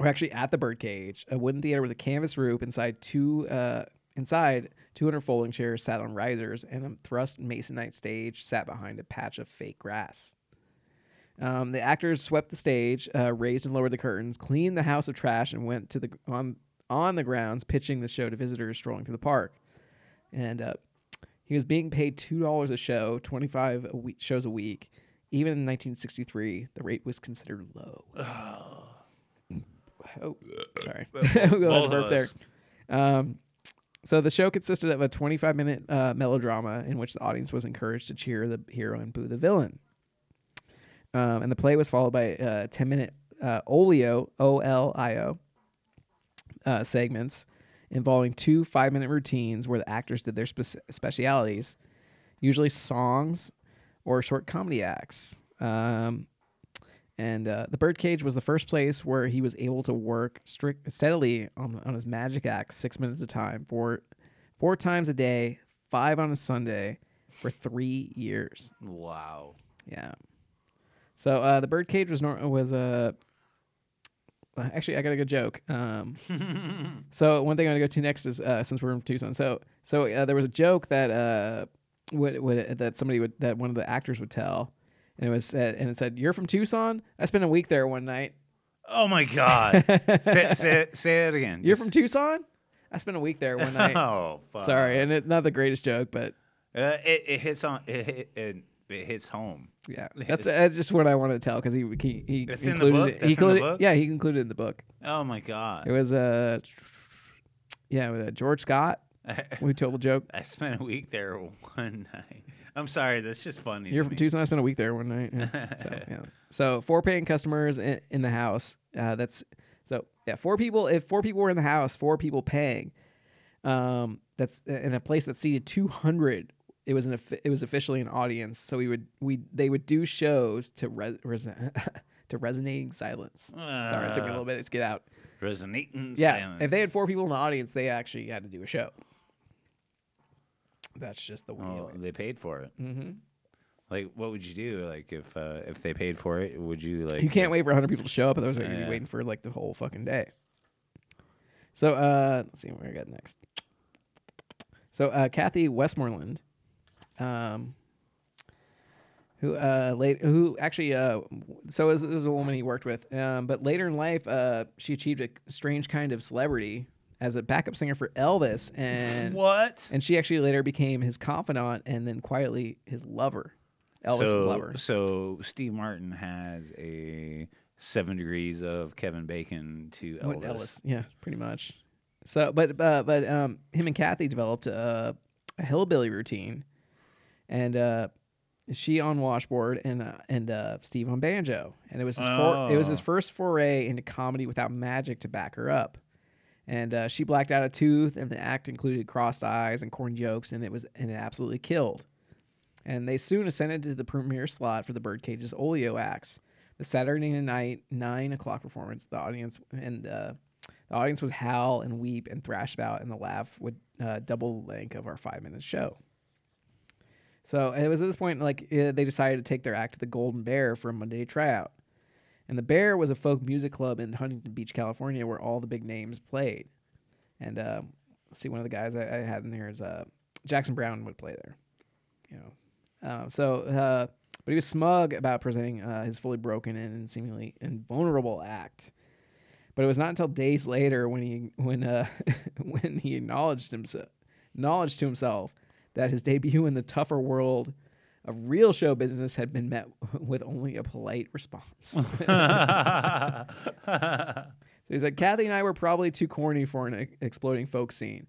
Speaker 2: were actually at the Birdcage, a wooden theater with a canvas roof inside two uh, inside 200 folding chairs sat on risers, and a thrust masonite stage sat behind a patch of fake grass. Um, the actors swept the stage, uh, raised and lowered the curtains, cleaned the house of trash, and went to the on on the grounds, pitching the show to visitors strolling through the park. And uh, he was being paid two dollars a show, twenty five a week, shows a week. Even in 1963, the rate was considered low. Oh, sorry, we <laughs> had a
Speaker 1: Both
Speaker 2: burp
Speaker 1: of
Speaker 2: there.
Speaker 1: us.
Speaker 2: Um, so the show consisted of a 25 minute uh, melodrama in which the audience was encouraged to cheer the hero and boo the villain. Um, and the play was followed by a 10 minute uh, Olio, O L I O, uh, segments involving two five minute routines where the actors did their spec- specialities, usually songs or short comedy acts. Um, and uh, the Birdcage was the first place where he was able to work strict steadily on, on his magic acts, six minutes at a time, four, four times a day, five on a Sunday, for three years.
Speaker 1: Wow.
Speaker 2: Yeah. So uh, the birdcage was nor- was a. actually, I got a good joke.
Speaker 1: <laughs>
Speaker 2: Um, so one thing I'm gonna go to next is uh, since we're in Tucson. So so uh, there was a joke that uh, would, would that somebody would that one of the actors would tell, and it was said and it said, "You're from Tucson? I spent a week there one night.
Speaker 1: Oh my God.
Speaker 2: <laughs>
Speaker 1: say, say, say that again.
Speaker 2: You're from
Speaker 1: Just-
Speaker 2: Tucson? I spent a week there
Speaker 1: <laughs>
Speaker 2: one night."
Speaker 1: Oh, fuck.
Speaker 2: Sorry, and it's not the greatest joke, but
Speaker 1: Uh, it, it hits on. It, it, it, it hits home. <laughs>
Speaker 2: yeah, that's that's just what I wanted to tell because he he, he
Speaker 1: That's
Speaker 2: included
Speaker 1: in the book?
Speaker 2: it.
Speaker 1: That's
Speaker 2: he
Speaker 1: in the
Speaker 2: included,
Speaker 1: book?
Speaker 2: yeah he included it in the book.
Speaker 1: Oh my
Speaker 2: It
Speaker 1: God.
Speaker 2: was uh, yeah, with uh, George Scott. We told a joke.
Speaker 1: I spent a week there <laughs> one night. I'm sorry. That's just funny. <laughs>
Speaker 2: You're
Speaker 1: to
Speaker 2: from
Speaker 1: me.
Speaker 2: Tucson. I spent a week there one night. Yeah. So, yeah. so four paying customers in, in the house. Uh, that's so yeah, four people. If four people were in the house, four people paying. Um, that's in a place that seated 200. It was an offi- it was officially an audience. So we would we they would do shows to res, res, <laughs> to resonating silence. Sorry, it took me a
Speaker 1: Ah.
Speaker 2: little bit to get out.
Speaker 1: Resonating
Speaker 2: Yeah,
Speaker 1: silence.
Speaker 2: if they had four people in the audience, they actually had to do a show. That's just the way.
Speaker 1: Well,
Speaker 2: it-
Speaker 1: oh, they paid for it.
Speaker 2: Mhm.
Speaker 1: Like, what would you do? Like, if uh, if they paid for it, would you like?
Speaker 2: You can't wait for 100 people to show up, otherwise you're gonna
Speaker 1: Yeah.
Speaker 2: be waiting for like the whole fucking day. So uh, let's see what I got next. So uh, Kathy Westmoreland, um, who uh, late, who actually uh, so is, is a woman he worked with, um, but later in life uh, she achieved a strange kind of celebrity as a backup singer for Elvis and
Speaker 1: <laughs> What?
Speaker 2: And she actually later became his confidant and then quietly his lover. Elvis's
Speaker 1: so,
Speaker 2: lover.
Speaker 1: So Steve Martin has a seven degrees of Kevin Bacon to
Speaker 2: With
Speaker 1: Elvis.
Speaker 2: Elvis. Yeah, pretty much. So, but uh, but um, him and Kathy developed a, a hillbilly routine, and uh, she on washboard and uh, and uh, Steve on banjo, and it was his for, it was his
Speaker 1: Oh.
Speaker 2: first foray into comedy without magic to back her up. and uh, she blacked out a tooth, and the act included crossed eyes and corn yolks, and it was and it absolutely killed. And they soon ascended to the premiere slot for the Birdcage's Olio acts, the Saturday night nine o'clock performance. The audience and uh, the audience would howl and weep and thrash about, and the laugh would uh, double the length of our five minute show. So and it was at this point like eh, they decided to take their act to the Golden Bear for a Monday tryout. And the Bear was a folk music club in Huntington Beach, California, where all the big names played. And uh, let's see, one of the guys I, I had in there is uh, Jackson Brown would play there. You know, uh, so uh, but he was smug about presenting uh, his fully broken and seemingly invulnerable act. But it was not until days later when he when uh, <laughs> when he acknowledged himself acknowledged to himself that his debut in the tougher world of real show business had been met <laughs> with only a polite
Speaker 1: <laughs>
Speaker 2: response. <laughs> So he's like, Kathy and I were probably too corny for an e- exploding folk scene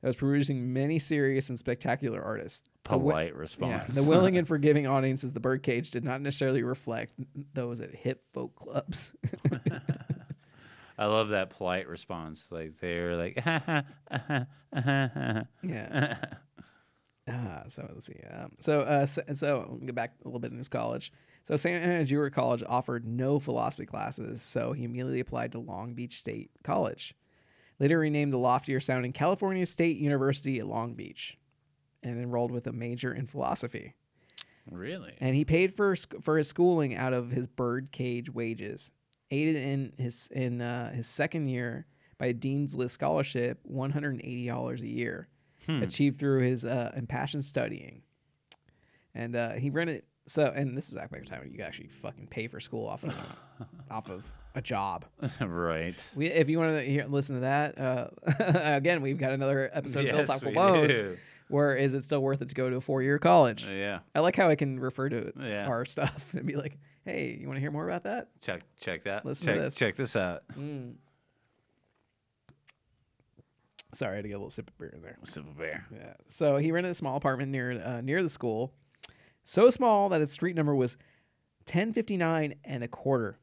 Speaker 2: that was producing many serious and spectacular artists. The wi-
Speaker 1: Polite
Speaker 2: yeah,
Speaker 1: response.
Speaker 2: the
Speaker 1: <laughs>
Speaker 2: willing and forgiving audiences, the birdcage did not necessarily reflect those at hip folk clubs.
Speaker 1: I love that polite response. Like they were like, <laughs>
Speaker 2: yeah. Ah, so let's see. Um, so, uh, so, so we'll get back a little bit into his college. So, Santa Ana Junior College offered no philosophy classes, so he immediately applied to Long Beach State College, later renamed the loftier sounding California State University at Long Beach, and enrolled with a major in philosophy.
Speaker 1: really?
Speaker 2: And he paid for sc- for his schooling out of his birdcage wages. Aided in his in uh, his second year by a dean's list scholarship, one hundred and eighty dollars a year,
Speaker 1: Hmm.
Speaker 2: achieved through his uh, impassioned studying. And uh, he rented so, and this was back in time when you could actually fucking pay for school
Speaker 1: <laughs>
Speaker 2: off of off of a job.
Speaker 1: <laughs> right.
Speaker 2: We, if you want to hear, listen to that, uh, <laughs> again, we've got another episode
Speaker 1: Yes,
Speaker 2: of Philosophical
Speaker 1: we
Speaker 2: Loans.
Speaker 1: do.
Speaker 2: Where is it still worth it to go to a four-year college?
Speaker 1: Yeah.
Speaker 2: I like how I can refer to
Speaker 1: Yeah.
Speaker 2: our stuff <laughs> and be like, "Hey, you want to hear more about that?"
Speaker 1: Check check that.
Speaker 2: Listen to
Speaker 1: check
Speaker 2: this.
Speaker 1: check this out.
Speaker 2: Sorry, I had to get a little sip of beer in there.
Speaker 1: Simple bear.
Speaker 2: Yeah. So he rented a small apartment near uh, near the school, so small that its street number was ten fifty nine and a <laughs> quarter.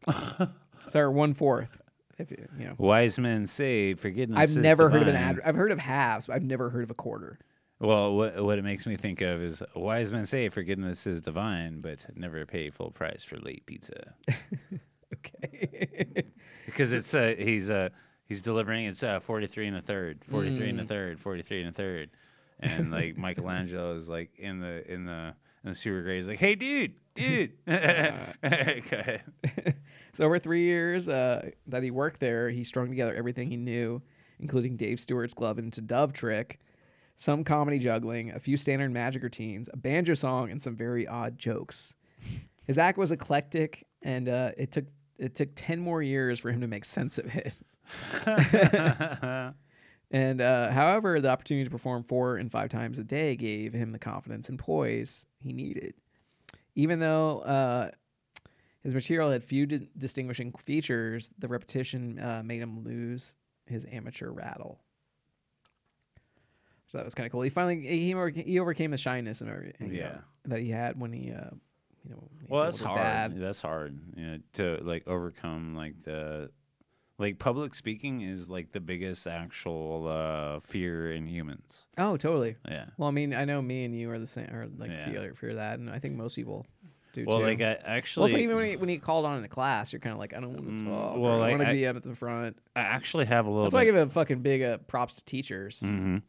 Speaker 2: Sorry, one fourth. If you you know,
Speaker 1: Wise men say forgiveness.
Speaker 2: I've
Speaker 1: is
Speaker 2: never heard of an
Speaker 1: divine.
Speaker 2: ad. I've heard of halves, but I've never heard of a quarter. <laughs>
Speaker 1: Well, what, what it makes me think of is wise men say forgiveness is divine, but never pay full price for late
Speaker 2: <laughs>
Speaker 1: pizza.
Speaker 2: Okay.
Speaker 1: Because it's uh, he's uh, he's delivering it's uh, 43 and a third, 43 and a
Speaker 2: Mm.
Speaker 1: third, 43 and a third. And
Speaker 2: <laughs>
Speaker 1: like Michelangelo is like in the in the in the sewer grade, he's like, "Hey dude, dude." Go <laughs> ahead.
Speaker 2: So over three years uh, that he worked there, he strung together everything he knew, including Dave Stewart's glove into dove trick, some comedy juggling, a few standard magic routines, a banjo song, and some very odd jokes. His act was eclectic, and uh, it took it took ten more years for him to make sense of it. <laughs> and uh, however, the opportunity to perform four and five times a day gave him the confidence and poise he needed. Even though uh, his material had few di- distinguishing features. The repetition uh, made him lose his amateur rattle. So that was kind of cool. He finally he, over- he overcame the shyness and everything you know,
Speaker 1: Yeah.
Speaker 2: that he had when he uh, you know when he
Speaker 1: Well,
Speaker 2: told
Speaker 1: that's
Speaker 2: his
Speaker 1: hard.
Speaker 2: dad.
Speaker 1: That's hard. You know, to like overcome like the like public speaking is like the biggest actual uh, fear in humans.
Speaker 2: Oh, totally.
Speaker 1: Yeah.
Speaker 2: Well, I mean, I know me and you are the same, or like
Speaker 1: Yeah.
Speaker 2: fear fear that, and I think most people do
Speaker 1: Well,
Speaker 2: too.
Speaker 1: like I
Speaker 2: well,
Speaker 1: actually, Mm,
Speaker 2: it's like even when he, when he called on in the class, you're kind of like, I don't want to talk.
Speaker 1: well,
Speaker 2: or, I
Speaker 1: like,
Speaker 2: want to
Speaker 1: I-
Speaker 2: be up at the front.
Speaker 1: I actually have a little.
Speaker 2: That's why I
Speaker 1: Bit,
Speaker 2: give a fucking big uh, props to teachers.
Speaker 1: Mhm.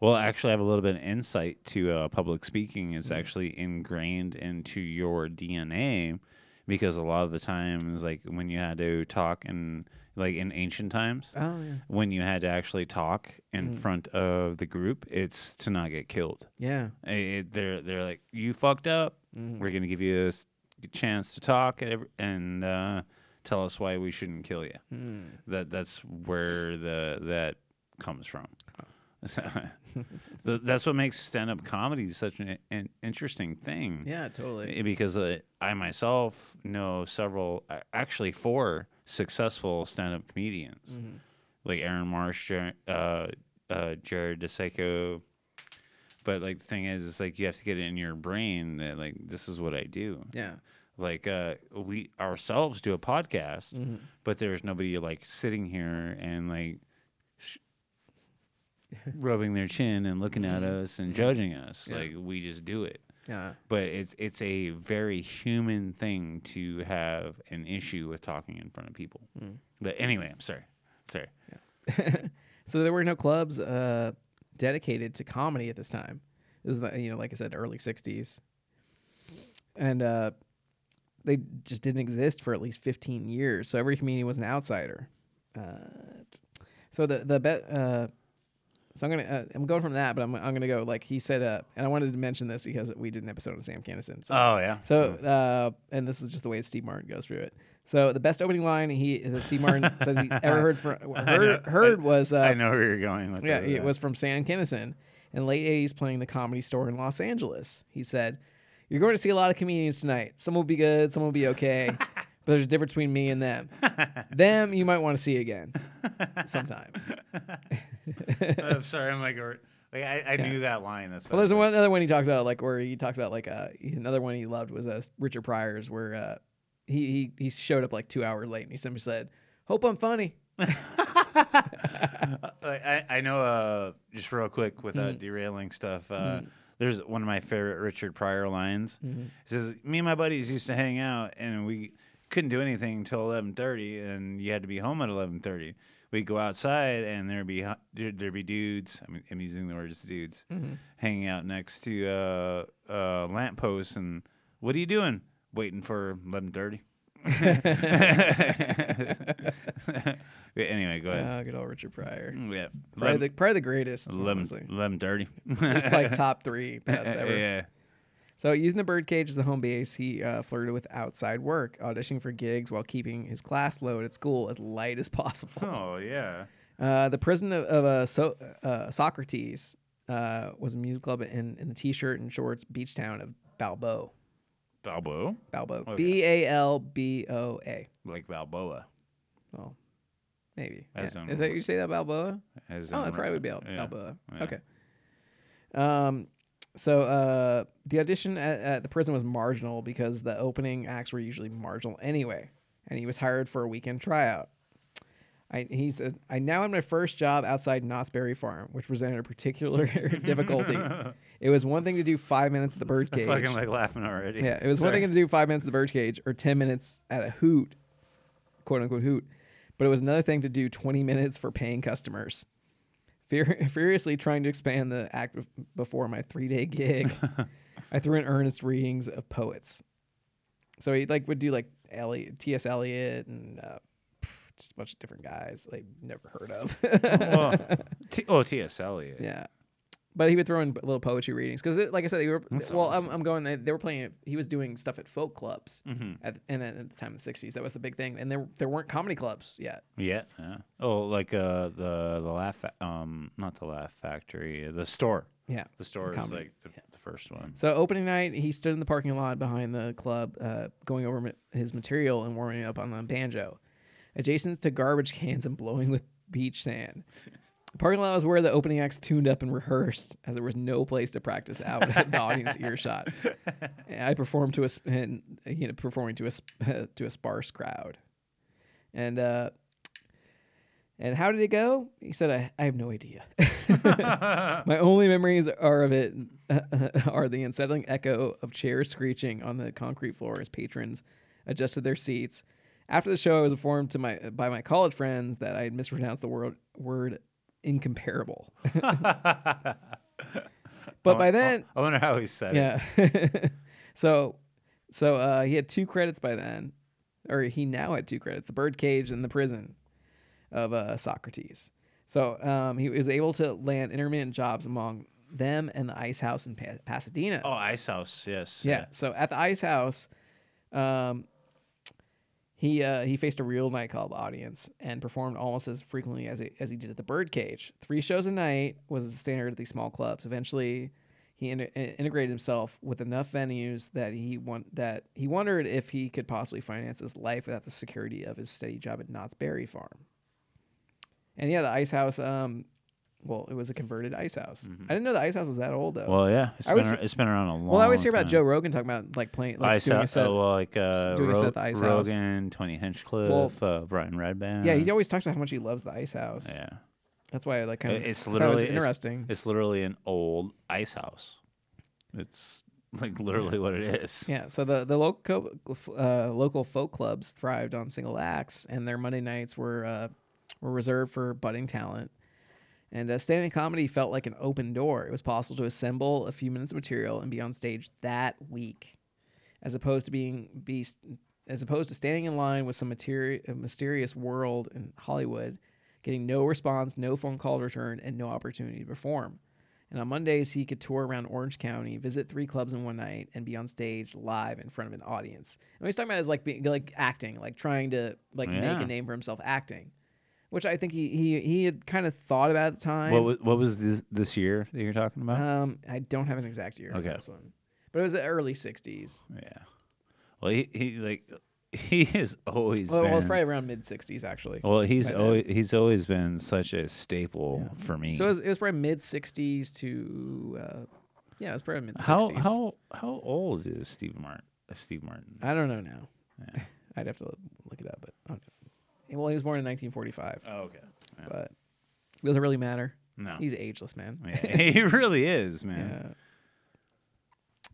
Speaker 1: Well, I actually have a little bit of insight to uh, public speaking is
Speaker 2: Mm-hmm.
Speaker 1: actually ingrained into your DNA because a lot of the times, like when you had to talk in like in ancient times,
Speaker 2: Oh yeah, Mm.
Speaker 1: when you had to actually talk in front of the group, it's to not get killed.
Speaker 2: yeah.
Speaker 1: I- it- Eh, they're they're like you fucked up. We're gonna give you a s- chance to talk and every- and uh, tell us why we shouldn't kill you. That that's where the that comes from. <laughs> So, th- that's what makes stand up comedy such an, an interesting thing.
Speaker 2: Yeah, totally.
Speaker 1: Eh, because uh, I myself know several, a- actually four successful stand-up comedians, like Aaron Marsh, Jer- uh, uh, Jared DeSeco. But like the thing is, it's like you have to get it in your brain that like this is what I do.
Speaker 2: Yeah.
Speaker 1: Like uh, we ourselves do a podcast, but there's nobody like sitting here and like sh- rubbing their chin and looking at us and judging us. Like we just do it.
Speaker 2: Yeah.
Speaker 1: But it's it's a very human thing to have an issue with talking in front of people.
Speaker 2: Hmm.
Speaker 1: But anyway, I'm sorry. Sorry.
Speaker 2: So there were no clubs uh, dedicated to comedy at this time. This is the, you know, like I said, early '60s, and uh, they just didn't exist for at least 15 years. So every comedian was an outsider. Uh, so the the bet. Uh, so I'm gonna uh, I'm going from that, but I'm I'm gonna go like he said. Uh, and I wanted to mention this because we did an episode on Sam Kinison. So
Speaker 1: Oh yeah.
Speaker 2: so, uh, and this is just the way Steve Martin goes through it. So the best opening line he that Steve Martin says
Speaker 1: <laughs>
Speaker 2: he ever heard from heard, heard was uh,
Speaker 1: I know where you're going with
Speaker 2: yeah,
Speaker 1: that.
Speaker 2: it was from Sam Kinison in late '80s, playing the Comedy Store in Los Angeles. He said, "You're going to see a lot of comedians tonight. Some will be good, some will
Speaker 1: <laughs>
Speaker 2: be okay, but there's a difference between me and them. them you might want to see again
Speaker 1: <laughs>
Speaker 2: sometime."
Speaker 1: <laughs> I'm sorry. I'm like, or- like I, I knew that line. That's
Speaker 2: Well,
Speaker 1: why I
Speaker 2: there's
Speaker 1: was
Speaker 2: one another one he talked about, like where he talked about like uh, another one he loved was uh, Richard Pryor's, where uh, he, he he showed up like two hours late and he simply said, "Hope I'm funny."
Speaker 1: like, I, I know. Uh, just real quick with uh, derailing stuff. Uh, There's one of my favorite Richard Pryor lines. He says, "Me and my buddies used to hang out, and we couldn't do anything until 11:30, and you had to be home at 11:30. We'd go outside, and there'd be hu- there'd there'd be dudes. I mean, I'm using the words dudes, hanging out next to uh, uh, lampposts. And what are you doing? Waiting for 11:30." Yeah, <laughs> anyway, go ahead.
Speaker 2: Oh, good old Richard Pryor,
Speaker 1: yeah,
Speaker 2: probably
Speaker 1: Mm. Lem-
Speaker 2: the probably the greatest.
Speaker 1: Lemon,
Speaker 2: honestly.
Speaker 1: lemon dirty.
Speaker 2: <laughs>
Speaker 1: <laughs>
Speaker 2: Just like top three best ever. <laughs>
Speaker 1: yeah.
Speaker 2: So using the birdcage as the home base, he uh, flirted with outside work, auditioning for gigs while keeping his class load at school as light as possible.
Speaker 1: Oh yeah.
Speaker 2: Uh, the prison of, of uh, so- uh, Socrates uh, was a music club in, in the t-shirt and shorts beach town of Balboa.
Speaker 1: Balboa,
Speaker 2: Balboa.
Speaker 1: Okay.
Speaker 2: B A L B O A.
Speaker 1: like Balboa.
Speaker 2: Well, maybe.
Speaker 1: That
Speaker 2: Yeah.
Speaker 1: sounds
Speaker 2: Is that
Speaker 1: right.
Speaker 2: you say that Balboa?
Speaker 1: As
Speaker 2: Oh,
Speaker 1: in
Speaker 2: it probably would be
Speaker 1: Ro-
Speaker 2: Al- Balboa.
Speaker 1: yeah.
Speaker 2: Okay. Um, so uh, the audition at, at the prison was marginal because the opening acts were usually marginal anyway, and he was hired for a weekend tryout. I, he said, I now had my first job outside Knott's Berry Farm, which presented a particular <laughs>
Speaker 1: <laughs>
Speaker 2: difficulty. It was one thing to do five minutes at the bird cage.
Speaker 1: Fucking like laughing already.
Speaker 2: Yeah, it was one thing to do five minutes at the bird cage or ten minutes at a hoot, quote unquote hoot, but it was another thing to do twenty minutes for paying customers. Fur- <laughs> furiously trying to expand the act bef- before my three day gig, I threw in earnest readings of poets. So he like would do like Eliot, T.S. Eliot and uh, just a bunch of different guys like never heard of. <laughs>
Speaker 1: <laughs> Well, T- oh, T.S. Eliot.
Speaker 2: Yeah. But he would throw in b- little poetry readings because, like I said, they were, well, I'm, I'm going. They, they were playing. it- He was doing stuff at folk clubs, at, and at at the time in the '60s, that was the big thing. And there there weren't comedy clubs yet.
Speaker 1: Yeah. yeah. Oh, like uh, the the laugh. Fa- um, not the laugh factory. uh, The store.
Speaker 2: Yeah.
Speaker 1: The store is
Speaker 2: comedy,
Speaker 1: like the, the first one.
Speaker 2: So opening night, he stood in the parking lot behind the club, uh, going over ma- his material and warming up on the banjo, adjacent to garbage cans and blowing with beach sand. The parking lot was where the opening acts tuned up and rehearsed, as there was no place to practice out of the audience earshot. And I performed to a sp- and, you know performing to a sp- <laughs> to a sparse crowd, and uh, and how did it go? He said, "I, I have no idea." My only memories are of it <laughs> are the unsettling echo of chairs screeching on the concrete floor as patrons adjusted their seats. After the show, I was informed to my by my college friends that I had mispronounced the word word incomparable. but by then,
Speaker 1: Oh, I wonder how he said it.
Speaker 2: yeah. <laughs> so, so uh, he had two credits by then, or he now had two credits: the birdcage and the prison of uh, Socrates. So um, he was able to land intermittent jobs among them and the Ice House in pa- Pasadena.
Speaker 1: Oh, Ice House. Yes.
Speaker 2: yeah. So at the Ice House, um, he uh, he faced a real nightclub audience and performed almost as frequently as he, as he did at the Birdcage. Three shows a night was the standard at these small clubs. Eventually, he in- in- integrated himself with enough venues that he won- that he wondered if he could possibly finance his life without the security of his steady job at Knott's Berry Farm. And yeah, the Ice House. Um, well, it was a converted ice house. I didn't know the ice house was that old though.
Speaker 1: Well, yeah. It's
Speaker 2: I
Speaker 1: been,
Speaker 2: was-
Speaker 1: ar- it's been around a long.
Speaker 2: Well, I always hear about
Speaker 1: time.
Speaker 2: Joe Rogan talking about like playing, like
Speaker 1: Ice
Speaker 2: doing a
Speaker 1: House.
Speaker 2: set.
Speaker 1: Oh, well, like uh,
Speaker 2: doing a
Speaker 1: Ro-
Speaker 2: set at the Ice House.
Speaker 1: Rogan, Tony Hinchcliffe, uh, Brian Redband.
Speaker 2: yeah, he always talks about how much he loves the Ice House.
Speaker 1: Yeah.
Speaker 2: That's why I like kind of
Speaker 1: It's
Speaker 2: was
Speaker 1: literally it's-
Speaker 2: interesting.
Speaker 1: It's, literally an old ice house. It's like literally what it is.
Speaker 2: Yeah, so the the local uh, local folk clubs thrived on single acts, and their Monday nights were uh, were reserved for budding talent. And uh, standing comedy felt like an open door. It was possible to assemble a few minutes of material and be on stage that week, as opposed to being be as opposed to standing in line with some material mysterious world in Hollywood, getting no response, no phone call returned, and no opportunity to perform. And on Mondays, he could tour around Orange County, visit three clubs in one night, and be on stage live in front of an audience. And what he's talking about is like being like acting, like trying to like make
Speaker 1: Yeah.
Speaker 2: a name for himself acting, which I think he he he had kind of thought about at the time.
Speaker 1: What was, what was this this year that you're talking about?
Speaker 2: um, I don't have an exact year
Speaker 1: Okay.
Speaker 2: for this one, but it was the early '60s.
Speaker 1: yeah. Well, he, he like <laughs> he has always
Speaker 2: Well,
Speaker 1: been.
Speaker 2: well, it's probably around mid '60s actually.
Speaker 1: well, he's
Speaker 2: Right
Speaker 1: always, he's always been such a staple for me.
Speaker 2: So it was, it was probably mid '60s to, uh, yeah, it was probably mid '60s.
Speaker 1: how how how old is Steve Martin? uh, Steve Martin.
Speaker 2: I don't know now. <laughs> I'd have to look it up, but okay. well, he was born in 1945,
Speaker 1: Oh, okay.
Speaker 2: but it doesn't really matter.
Speaker 1: No.
Speaker 2: He's ageless, man.
Speaker 1: <laughs> Yeah, he really is,
Speaker 2: Yeah.
Speaker 1: man.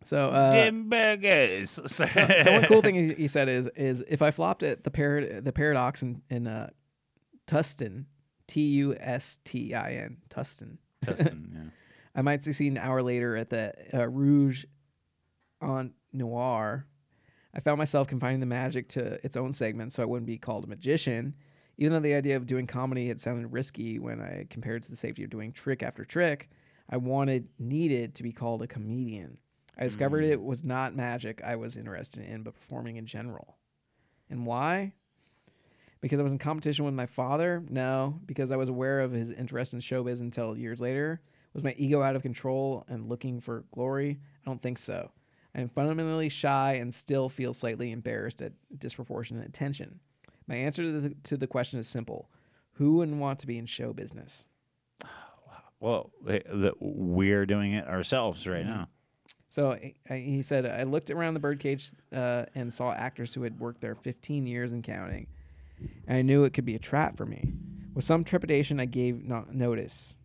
Speaker 2: So, uh,
Speaker 1: Dim burgers. <laughs>
Speaker 2: so one cool thing he, he said is is if I flopped at the parad- the paradox in, in uh, Tustin, T U S T I N, Tustin,
Speaker 1: Tustin, <laughs> yeah.
Speaker 2: I might succeed an hour later at the uh, Rouge on Noir. I found myself confining the magic to its own segment so I wouldn't be called a magician, even though the idea of doing comedy had sounded risky when I compared to the safety of doing trick after trick. I wanted, needed to be called a comedian. I discovered it was not magic I was interested in, but performing in general. And why? Because I was in competition with my father? No. Because I was aware of his interest in showbiz until years later? Was my ego out of control and looking for glory? I don't think so. I am fundamentally shy and still feel slightly embarrassed at disproportionate attention. My answer to the, to the question is simple Who wouldn't want to be in show business?
Speaker 1: Well, eh, the, we're doing it ourselves right now.
Speaker 2: So I- I, he said, I looked around the birdcage uh, and saw actors who had worked there 15 years and counting, and I knew it could be a trap for me. With some trepidation, I gave not notice.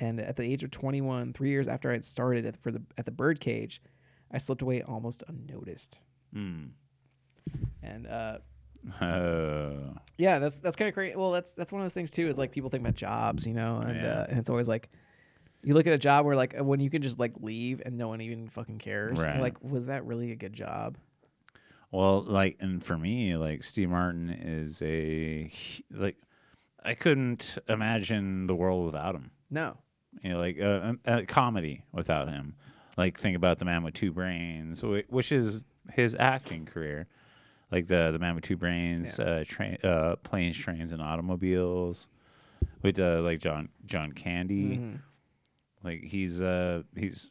Speaker 2: And at the age of 21, three years after I had started at, for the, at the birdcage, I slipped away almost unnoticed. And uh,
Speaker 1: Oh.
Speaker 2: yeah, that's that's kind of crazy. Well, that's that's one of those things too. Is like people think about jobs, you know, and,
Speaker 1: Yeah.
Speaker 2: uh, and it's always like you look at a job where like uh, when you can just like leave and no one even fucking cares. You're
Speaker 1: Right.
Speaker 2: Like, was that really a good job?
Speaker 1: Well, like, and for me, like, Steve Martin is a h- like, I couldn't imagine the world without him.
Speaker 2: No.
Speaker 1: You know, like a, um, a comedy without him. Like, think about the Man with Two Brains, whi- which is his acting career. Like the the Man with Two Brains, uh, train, uh, planes, trains, and automobiles, with uh, like John John Candy.
Speaker 2: Mm-hmm.
Speaker 1: Like he's uh he's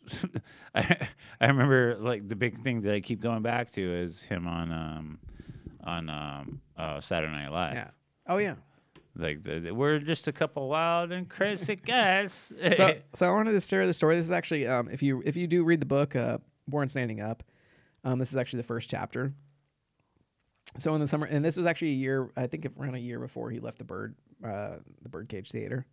Speaker 1: <laughs> I I remember like the big thing that I keep going back to is him on um on um uh Saturday Night Live.
Speaker 2: Yeah. Oh yeah.
Speaker 1: Like the, the- we're just a couple wild and
Speaker 2: <laughs>
Speaker 1: crazy guys.
Speaker 2: So so I wanted to share the story. This is actually um if you if you do read the book uh Born Standing Up, um this is actually the first chapter. So in the summer, and this was actually a year I think around a year before he left the bird uh the Birdcage Theater.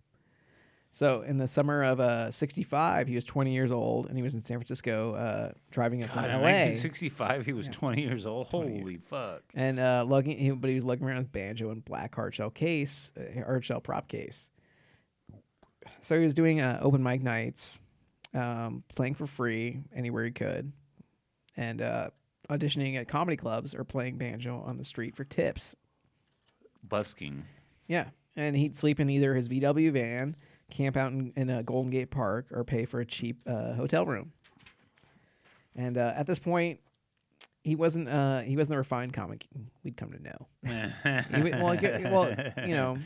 Speaker 2: So in the summer of uh, 65, he was 20 years old, and he was in San Francisco uh, driving up from
Speaker 1: God, in
Speaker 2: L.A.
Speaker 1: 1965, he was 20 years old. Holy fuck.
Speaker 2: and uh, lugging, he, but he was lugging around his banjo and black hard shell case, uh, hard shell prop case. So he was doing uh, open mic nights, um, playing for free anywhere he could, and uh, auditioning at comedy clubs or playing banjo on the street for tips.
Speaker 1: <laughs> Busking.
Speaker 2: Yeah, and he'd sleep in either his VW van, camp out in, in uh, Golden Gate Park, or pay for a cheap uh, hotel room. And uh, at this point, he wasn't uh, he wasn't the refined comic we'd come to know. He wa- well, g- well, you know,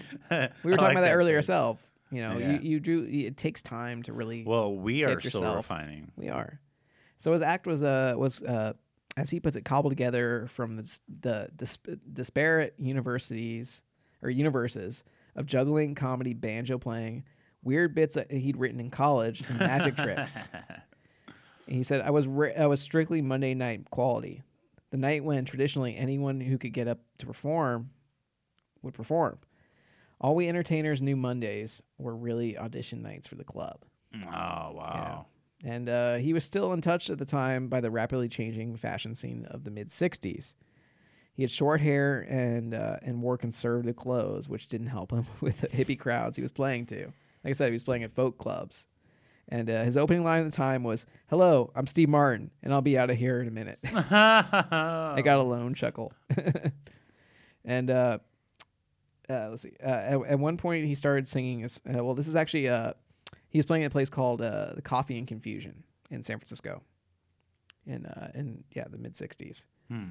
Speaker 2: we were talking about that earlier ourselves. You know,
Speaker 1: Yeah.
Speaker 2: you, you do it takes time to really
Speaker 1: Well, we
Speaker 2: Check
Speaker 1: are still
Speaker 2: yourself.
Speaker 1: refining.
Speaker 2: we are. So his act was uh was uh as he puts it cobbled together from the s- the dis- disparate universities or universes of juggling, comedy, banjo playing, weird bits that he'd written in college, and magic tricks. And he said, "I was ri I was strictly Monday night quality, the night when traditionally anyone who could get up to perform would perform. all we entertainers knew Mondays were really audition nights for the club.
Speaker 1: Oh wow.
Speaker 2: And uh, he was still untouched at the time by the rapidly changing fashion scene of the mid 60s. He had short hair and, uh, and wore conservative clothes, which didn't help him <laughs> with the hippie crowds he was playing to. Like I said, he was playing at folk clubs. And uh, his opening line at the time was, Hello, I'm Steve Martin, and I'll be out of here in a minute. <laughs> I got a lone chuckle. <laughs> and uh, uh, let's see. Uh, at, at one point, he started singing. His, uh, well, this is actually uh, he was playing at a place called uh, the Coffee and Confusion in San Francisco, in uh, in yeah the mid '60s.
Speaker 1: Hmm.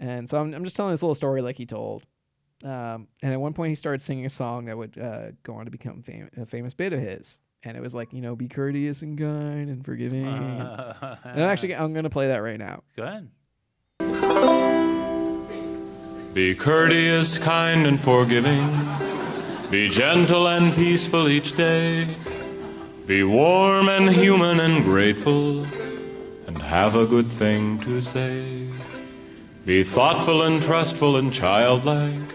Speaker 2: And so I'm, I'm just telling this little story like he told. Um, and at one point, he started singing a song that would uh, go on to become fam- a famous bit of his. And it was like, you know, be courteous and kind and forgiving. and I'm actually, I'm going to play that right now.
Speaker 1: <laughs> good.
Speaker 3: Be courteous, kind, and forgiving. Be gentle and peaceful each day. Be warm and human and grateful. And have a good thing to say. Be thoughtful and trustful and childlike.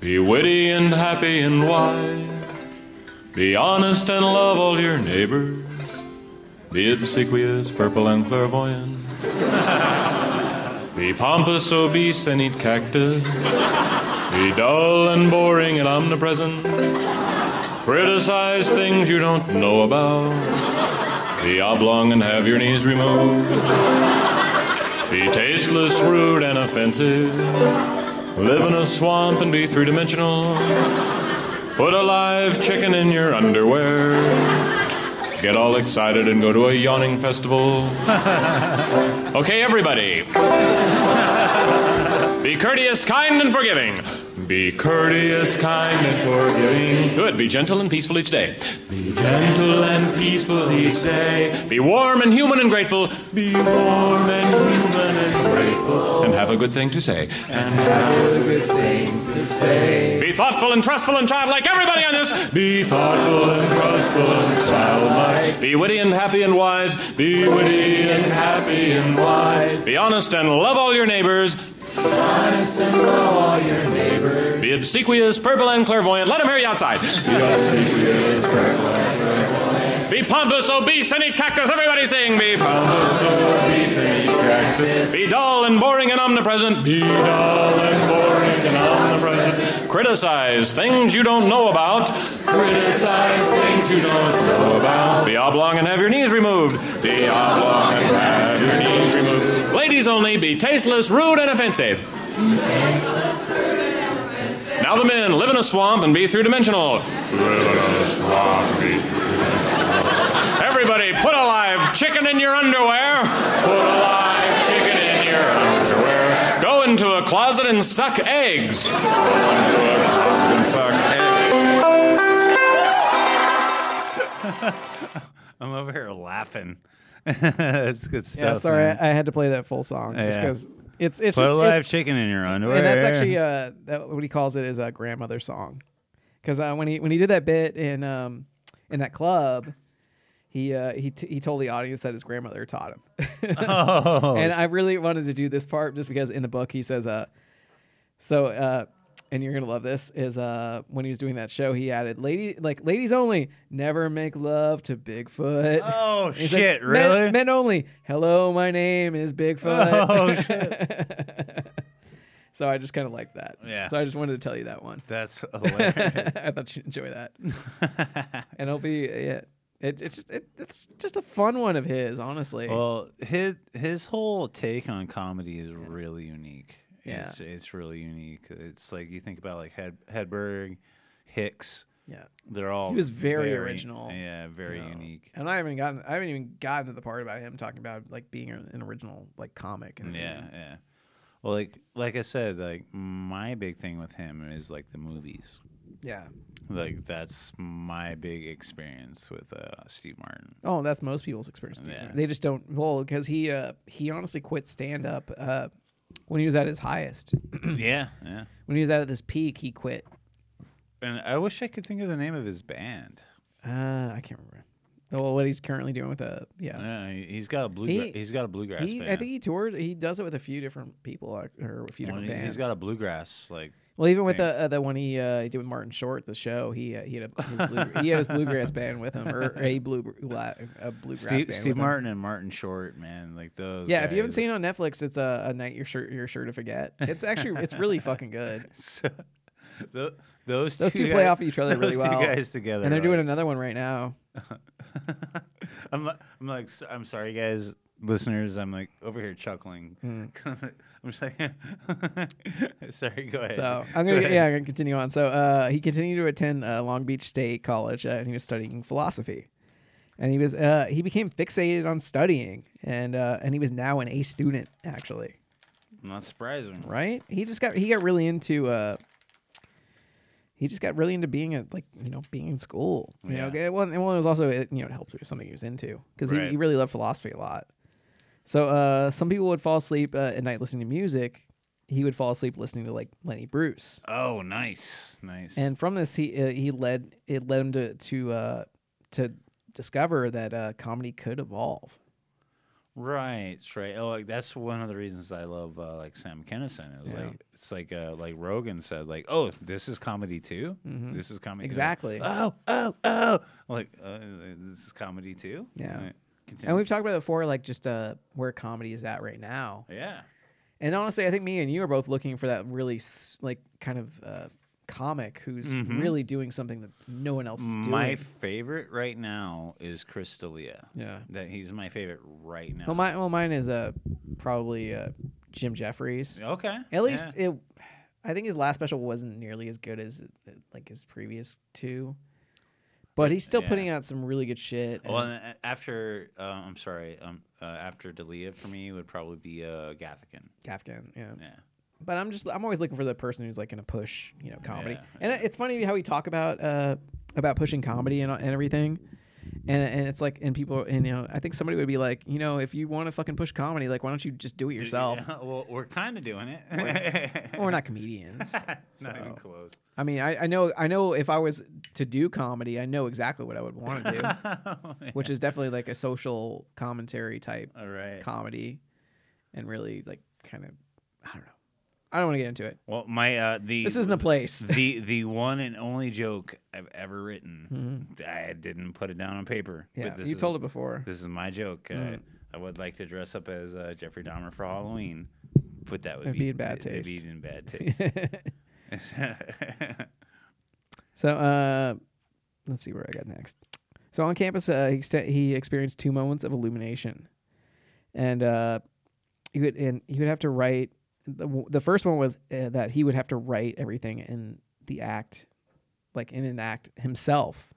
Speaker 3: Be witty and happy and wise. Be honest and love all your neighbors. Be obsequious, purple, and clairvoyant. Be pompous, obese, and eat cactus. Be dull and boring and omnipresent. Criticize things you don't know about. Be oblong and have your knees removed. Be tasteless, rude, and offensive. Live in a swamp and be three dimensional. Put a live chicken in your underwear. Get all excited and go to a yawning festival. <laughs> Okay, everybody. Be courteous, kind, and forgiving. Be courteous, kind, and forgiving. Good. Be gentle and peaceful each day. Be gentle and peaceful each day. Be warm and human and grateful. Be warm and human and grateful. And have a good thing to say. And have a good thing to say. Be thoughtful and trustful and childlike. Everybody on this. Be thoughtful and trustful and childlike. Be witty and happy and wise. Be witty and happy and wise. Be honest and love all your neighbors. Be obsequious, purple, and clairvoyant. Let them hear you outside. Be obsequious, purple, and clairvoyant. Be pompous, obese, and eat cactus. Everybody sing. Be pompous, obese, and eat cactus. Be dull and boring and omnipresent. Be dull and boring and omnipresent. Criticize things you don't know about. Criticize things you don't know about. Be oblong and have your knees removed. Be oblong and have your knees removed. Ladies only, be tasteless, rude, and offensive. Now the men live in a swamp and be three dimensional. Live in a swamp and be three dimensional. Everybody, put a live chicken in your underwear. Put a live chicken in your underwear. Go into a closet and suck eggs. Go into a closet and suck eggs.
Speaker 1: I'm over here laughing. <laughs> That's good stuff.
Speaker 2: Yeah, sorry,
Speaker 1: man.
Speaker 2: I, I had to play that full song just
Speaker 1: Yeah.
Speaker 2: because it's it's
Speaker 1: Put
Speaker 2: just,
Speaker 1: a
Speaker 2: it-
Speaker 1: live chicken in your underwear.
Speaker 2: and that's actually uh that, what he calls it is a grandmother song because uh, when he when he did that bit in um in that club he uh he t- he told the audience that his grandmother taught him <laughs>
Speaker 1: oh,
Speaker 2: and i really wanted to do this part just because in the book he says uh so uh and you're gonna love this is uh when he was doing that show he added lady like ladies only never make love to bigfoot
Speaker 1: oh
Speaker 2: He's like,
Speaker 1: shit,
Speaker 2: "Men-
Speaker 1: really?
Speaker 2: Men, only. Hello, my name is Bigfoot.
Speaker 1: Oh,
Speaker 2: <laughs> shit. so I just kind of like that.
Speaker 1: Yeah.
Speaker 2: So I just wanted to tell you that one. <laughs>
Speaker 1: That's hilarious.
Speaker 2: I thought you'd enjoy that.
Speaker 1: <laughs>
Speaker 2: and it'll be yeah. It, it's it, it's just a fun one of his, honestly.
Speaker 1: Well, his his whole take on comedy is really unique. It's, it's really unique. It's like you think about like Hed, Hedberg, Hicks.
Speaker 2: yeah.
Speaker 1: They're all
Speaker 2: was very original.
Speaker 1: Yeah, very
Speaker 2: No.
Speaker 1: unique.
Speaker 2: And I haven't gotten I haven't even gotten to the part about him talking about like being an an original like comic. And
Speaker 1: Yeah, yeah. Well, like like I said, like my big thing with him is like the movies.
Speaker 2: Yeah.
Speaker 1: Like that's my big experience with uh, Steve Martin.
Speaker 2: Oh, that's most people's experience. dude.
Speaker 1: Yeah.
Speaker 2: They just don't well because he uh he honestly quit stand up uh when he was at his highest.
Speaker 1: <clears throat> yeah, yeah.
Speaker 2: when he was at this peak, he quit.
Speaker 1: And I wish I could think of the name of his band.
Speaker 2: Uh, I can't remember. Well, what he's currently doing with the yeah.
Speaker 1: Yeah, he- he's got a bluegrass.
Speaker 2: He-
Speaker 1: He, has got a bluegrass
Speaker 2: He,
Speaker 1: band.
Speaker 2: I think he toured. He does it with a few different people like, or a few
Speaker 1: Well,
Speaker 2: different
Speaker 1: he-
Speaker 2: bands.
Speaker 1: he's got a bluegrass like.
Speaker 2: well, even with
Speaker 1: thing.
Speaker 2: the uh, the one he, uh, he did with Martin Short, the show he uh, he had a his
Speaker 1: <laughs>
Speaker 2: blue, he had his bluegrass band with him or a blue a bluegrass
Speaker 1: Steve,
Speaker 2: band.
Speaker 1: Steve
Speaker 2: with him.
Speaker 1: Martin and Martin Short, man, like those.
Speaker 2: Yeah, if you haven't
Speaker 1: guys.
Speaker 2: seen it on Netflix, it's uh, a, a night you're sure you're sure to forget. It's actually it's really
Speaker 1: <laughs>
Speaker 2: fucking good.
Speaker 1: <laughs> So, tho- those
Speaker 2: Those two
Speaker 1: guys,
Speaker 2: play off of each other
Speaker 1: <laughs>
Speaker 2: really
Speaker 1: those
Speaker 2: well.
Speaker 1: Two guys together,
Speaker 2: and they're doing
Speaker 1: like-
Speaker 2: another one right now.
Speaker 1: I'm, li- I'm like, "S- I'm sorry, guys, listeners. I'm like over here chuckling.
Speaker 2: Mm.
Speaker 1: <laughs> I'm just like, <laughs> sorry. Go ahead.
Speaker 2: So
Speaker 1: Go
Speaker 2: I'm gonna
Speaker 1: ahead.
Speaker 2: yeah I'm gonna continue on. So uh, he continued to attend uh, Long Beach State College uh, and he was studying philosophy, and he was uh, he became fixated on studying and uh, and he was now an A student actually.
Speaker 1: Not surprising.
Speaker 2: Right? He just got he got really into uh, he just got really into being a like you know being in school. You know,
Speaker 1: Yeah.
Speaker 2: okay, well, and well, it was also it, you know it helped with something he was into because he,
Speaker 1: Right.
Speaker 2: he really loved philosophy a lot. So uh, some people would fall asleep uh, at night listening to music. He would fall asleep listening to like Lenny Bruce.
Speaker 1: Oh, nice, nice.
Speaker 2: And from this, he uh, he led it led him to to uh, to discover that uh, comedy could evolve.
Speaker 1: Right, right. Oh, like that's one of the reasons I love uh, like Sam Kinison. It was
Speaker 2: Yeah.
Speaker 1: like it's like uh, like Rogan said, like, oh, this is comedy too. This is comedy.
Speaker 2: Mm-hmm. Exactly.
Speaker 1: Oh, oh, oh. Like uh, this is comedy too.
Speaker 2: Yeah.
Speaker 1: Like,
Speaker 2: And
Speaker 1: continue.
Speaker 2: we've talked about it before, like just uh, where comedy is at right now.
Speaker 1: yeah.
Speaker 2: And honestly, I think me and you are both looking for that really s- like kind of uh, comic who's really doing something that no one else is
Speaker 1: My
Speaker 2: doing.
Speaker 1: favorite right now is Chris D'Elia.
Speaker 2: Yeah.
Speaker 1: That he's my favorite right now.
Speaker 2: Well, my well, mine is uh, probably uh, Jim Jeffries.
Speaker 1: okay.
Speaker 2: At least
Speaker 1: yeah.
Speaker 2: it, I think his last special wasn't nearly as good as uh, like his previous two, but he's still
Speaker 1: yeah.
Speaker 2: putting out some really good shit.
Speaker 1: Well,
Speaker 2: and-
Speaker 1: and a- after uh, I'm sorry, um, uh, after D'Elia for me would probably be uh, Gaffigan.
Speaker 2: Kafkan, yeah.
Speaker 1: Yeah.
Speaker 2: But I'm just I'm always looking for the person who's like going to push you know comedy,
Speaker 1: Yeah,
Speaker 2: and it- it's funny how we talk about uh about pushing comedy and and everything. And, and it's like and people and you know I think somebody would be like you know if you want to fucking push comedy like why don't you just do it yourself <laughs>
Speaker 1: Yeah, <laughs> well, we're kind of doing it.
Speaker 2: Well, we're <laughs> not
Speaker 1: <laughs>
Speaker 2: comedians
Speaker 1: Not even
Speaker 2: so.
Speaker 1: close. <laughs>
Speaker 2: I mean I, I know I know if I was to do comedy I know exactly what I would want to do which is definitely like a social commentary type
Speaker 1: All right.
Speaker 2: comedy and really like kind of I don't know. I don't want to get into it.
Speaker 1: Well, my uh, the
Speaker 2: This isn't the place.
Speaker 1: the the one and only joke I've ever written. I didn't put it down on paper.
Speaker 2: Mm-hmm. Yeah,
Speaker 1: but this
Speaker 2: you
Speaker 1: is,
Speaker 2: told it before.
Speaker 1: This is my joke.
Speaker 2: Mm.
Speaker 1: Uh, I would like to dress up as uh, Jeffrey Dahmer for Halloween, but that would
Speaker 2: It'd be in bad
Speaker 1: it'd
Speaker 2: taste.
Speaker 1: be in
Speaker 2: <laughs>
Speaker 1: bad taste. <laughs>
Speaker 2: so uh let's see where I got next. So on campus uh, he exte- he experienced two moments of illumination. And uh he would and he would have to write the, w- the first one was uh, that he would have to write everything in the act like in an act himself.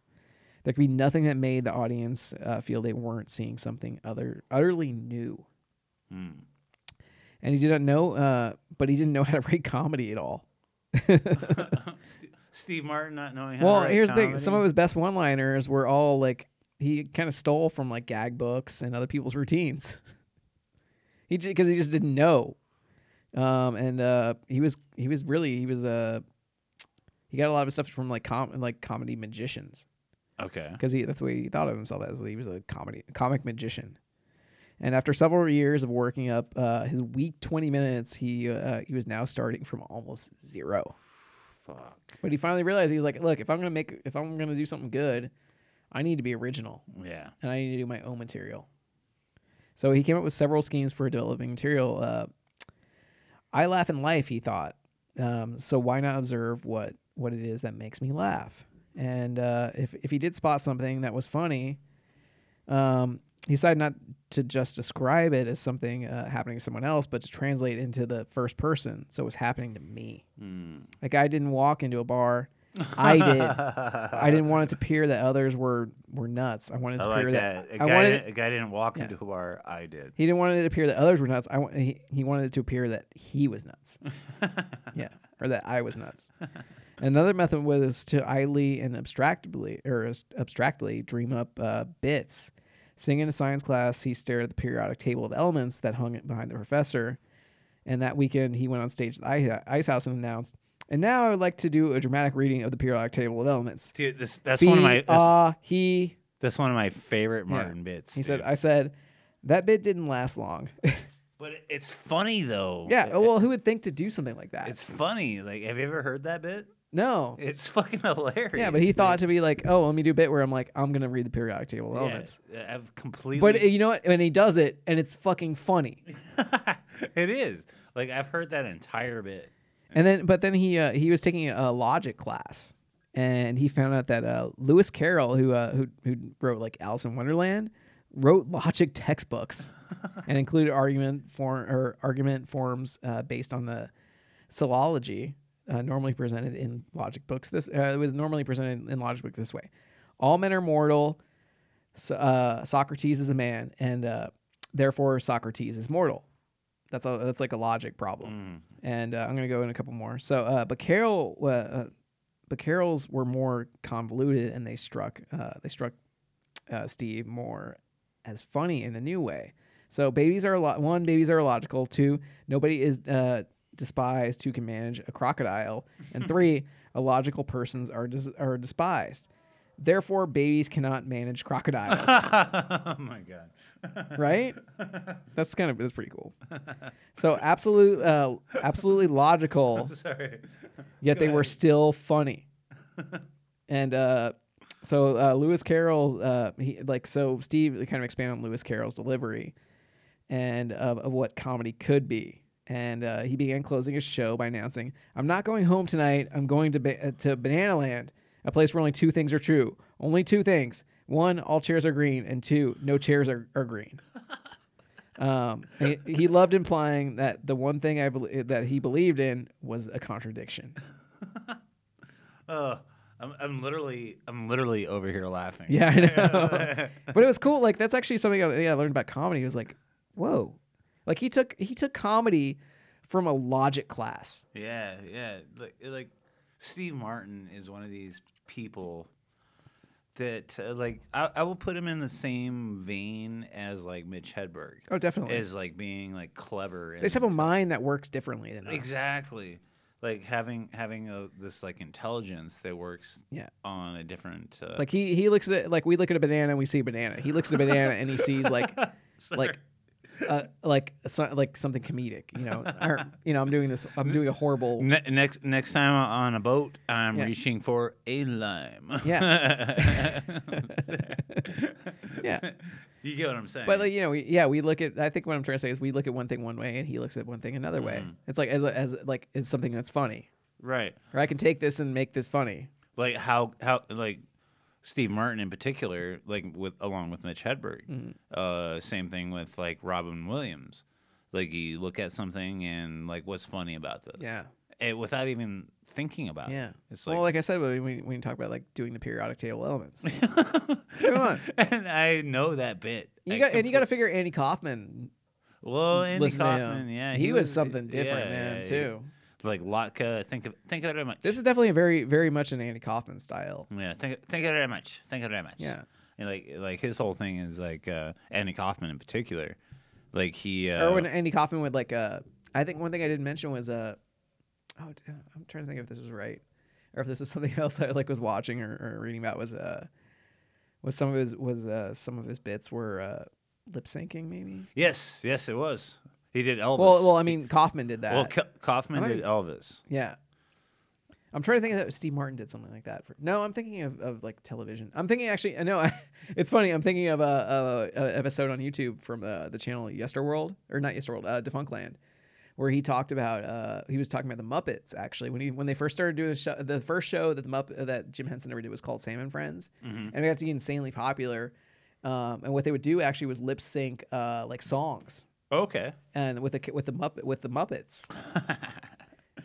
Speaker 2: There could be nothing that made the audience uh, feel they weren't seeing something other utterly new.
Speaker 1: Hmm.
Speaker 2: And he didn't know, uh, but he didn't know how to <laughs> write comedy at all.
Speaker 1: St- Steve Martin not knowing how.
Speaker 2: well,
Speaker 1: to write
Speaker 2: here's the thing: some of
Speaker 1: comedy?
Speaker 2: his best one-liners were all like he kind of stole from like gag books and other people's routines. he because he just didn't know, um, and uh, he was he was really he was uh, he got a lot of his stuff from like com like comedy magicians.
Speaker 1: okay.
Speaker 2: because he that's the way he thought of himself as he was a comedy comic magician. And after several years of working up uh, his week twenty minutes, he uh, he was now starting from almost zero.
Speaker 1: Fuck.
Speaker 2: But he finally realized he was like, look, if I'm gonna make if I'm gonna do something good, I need to be original
Speaker 1: Yeah.
Speaker 2: and I need to do my own material. So he came up with several schemes for developing material. Uh, I laugh in life, he thought. Um, so why not observe what what it is that makes me laugh? And uh, if if he did spot something that was funny, um, he decided not to just describe it as something uh, happening to someone else, but to translate into the first person. So it was happening to me.
Speaker 1: Hmm.
Speaker 2: Like I didn't walk into a bar. I did. I didn't want it to appear that others were were nuts. I wanted it to
Speaker 1: I
Speaker 2: appear
Speaker 1: like that.
Speaker 2: that,
Speaker 1: A
Speaker 2: I
Speaker 1: guy,
Speaker 2: wanted
Speaker 1: didn't, a guy didn't walk
Speaker 2: Yeah.
Speaker 1: into a bar. I did.
Speaker 2: he didn't want it to appear that others were nuts. I want he, he wanted it to appear that he was nuts. yeah, or that I was nuts. Another method was to idly and abstractly or as- abstractly dream up uh, bits. Singing in a science class, he stared at the periodic table of elements that hung behind the professor. And that weekend, he went on stage at the I- Ice House and announced, "And now I would like to do a dramatic reading of the periodic table of elements."
Speaker 1: Dude, this, that's one of my.
Speaker 2: Ah, he
Speaker 1: That's one of my favorite
Speaker 2: uh, Yeah.
Speaker 1: Martin bits.
Speaker 2: He said,
Speaker 1: dude.
Speaker 2: I said, that bit didn't last long. <laughs>
Speaker 1: but it- it's funny though.
Speaker 2: yeah. oh,
Speaker 1: It-
Speaker 2: Well, who would think to do something like that?
Speaker 1: it's funny. Like, have you ever heard that bit?
Speaker 2: no.
Speaker 1: It's fucking <laughs> hilarious.
Speaker 2: Yeah, but he
Speaker 1: Like,
Speaker 2: thought to be like, oh, let me do a bit where I'm like, I'm gonna read the periodic table of
Speaker 1: yeah,
Speaker 2: elements.
Speaker 1: I've completely.
Speaker 2: But uh, you know what? And he does it, and it's fucking funny.
Speaker 1: <laughs> it is like I've heard that entire bit. <laughs>
Speaker 2: And then, but then he uh, he was taking a logic class, and he found out that uh, Lewis Carroll, who uh, who who wrote like Alice in Wonderland, wrote logic textbooks, and included argument form or argument forms uh, based on the philology uh, normally presented in logic books. This uh, it was normally presented in logic book this way: all men are mortal. So, uh, Socrates is a man, and uh, therefore Socrates is mortal. That's a that's like a logic problem
Speaker 1: Mm.
Speaker 2: and uh, I'm gonna go in a couple more. So, uh, but Carol, uh, uh, but Carol's were more convoluted, and they struck uh, they struck uh, Steve more as funny in a new way. So, babies are lo- one. Babies are illogical. Two. Nobody is uh, despised who can manage a crocodile. And three. illogical persons are des- are despised. Therefore, babies cannot manage crocodiles.
Speaker 1: oh my god.
Speaker 2: right? That's kind of that's pretty cool. So, absolute, uh, absolutely logical
Speaker 1: Sorry.
Speaker 2: yet they were still funny. and uh, so uh, Lewis Carroll, uh, he like so Steve kind of expanded on Lewis Carroll's delivery and of, of what comedy could be. And uh, he began closing his show by announcing, "I'm not going home tonight. I'm going to ba- uh, to Banana Land, a place where only two things are true. Only two things: one, all chairs are green, and two, no chairs are, are green." Um, he, he loved implying that the one thing I bel that he believed in was a contradiction. <laughs>
Speaker 1: Oh, I'm, I'm literally, I'm literally over here laughing.
Speaker 2: Yeah, I know. but it was cool. Like that's actually something I, yeah, I learned about comedy. It was like, whoa, like he took he took comedy from a logic class.
Speaker 1: Yeah, yeah. Like, like Steve Martin is one of these people that, uh, like, I, I will put him in the same vein as like Mitch Hedberg,
Speaker 2: Oh, definitely.
Speaker 1: as like being like clever.
Speaker 2: they just have a mind that works differently than us.
Speaker 1: exactly like having having a, this like intelligence that works
Speaker 2: Yeah.
Speaker 1: on a different uh,
Speaker 2: Like he he looks at it, like we look at a banana and we see a banana. He looks at a banana and he sees like like. Uh, like so, like something comedic, you know. Or, you know, I'm doing this. I'm doing a horrible.
Speaker 1: <laughs> Ne- next next time on a boat, I'm
Speaker 2: Yeah.
Speaker 1: reaching for a lime.
Speaker 2: Yeah. Yeah.
Speaker 1: <laughs> You get what I'm saying?
Speaker 2: But like you know, we, yeah, we look at. I think what I'm trying to say is we look at one thing one way, and he looks at one thing another way.
Speaker 1: Mm-hmm.
Speaker 2: It's like as a, as a- like it's something that's funny,
Speaker 1: right.
Speaker 2: or I can take this and make this funny.
Speaker 1: Like how how like Steve Martin in particular, like with along with Mitch Hedberg.
Speaker 2: Mm-hmm.
Speaker 1: Uh, same thing with like Robin Williams. Like you look at something and like what's funny about this?
Speaker 2: Yeah.
Speaker 1: Eh, without even thinking about it. Uh, It's like
Speaker 2: well, like I said, when we, when you talk about like doing the periodic
Speaker 1: <laughs>
Speaker 2: table elements, come on,
Speaker 1: and <laughs> I know that bit.
Speaker 2: you
Speaker 1: I
Speaker 2: got and you got to
Speaker 1: complete-
Speaker 2: figure Andy Kaufman.
Speaker 1: Well, Andy
Speaker 2: listening to him.
Speaker 1: Kaufman, yeah,
Speaker 2: he, was, something different,
Speaker 1: yeah,
Speaker 2: man,
Speaker 1: yeah,
Speaker 2: too.
Speaker 1: like Lotka. Think of think of it very much.
Speaker 2: This is definitely a very very much an Andy Kaufman style.
Speaker 1: yeah. Think think of it very much. Think of it very much.
Speaker 2: Yeah.
Speaker 1: And like like his whole thing is like uh, Andy Kaufman in particular. Like he uh,
Speaker 2: or when Andy Kaufman would like uh I think one thing I didn't mention was uh oh d- I'm trying to think if this was right or if this was <laughs> something else I like was watching or, or reading about was uh was some of his was uh some of his bits were uh lip syncing maybe
Speaker 1: yes yes it was he did Elvis.
Speaker 2: well well I mean Kaufman did that
Speaker 1: well Ka- Kaufman
Speaker 2: I
Speaker 1: did
Speaker 2: mean-
Speaker 1: Elvis.
Speaker 2: yeah I'm trying to think of that Steve Martin did something like that for no I'm thinking of, of like television I'm thinking actually I know <laughs> it's funny I'm thinking of a, a, a episode on YouTube from uh, the channel Yesterworld or not Yesterworld uh, Defunkland where he talked about uh, he was talking about the Muppets actually when he when they first started doing the show the first show that the Mupp- uh, that Jim Henson ever did was called Sam and Friends and it got to be insanely popular um, and what they would do actually was lip sync uh, like songs
Speaker 1: Okay.
Speaker 2: and with the with the Muppet with the Muppets.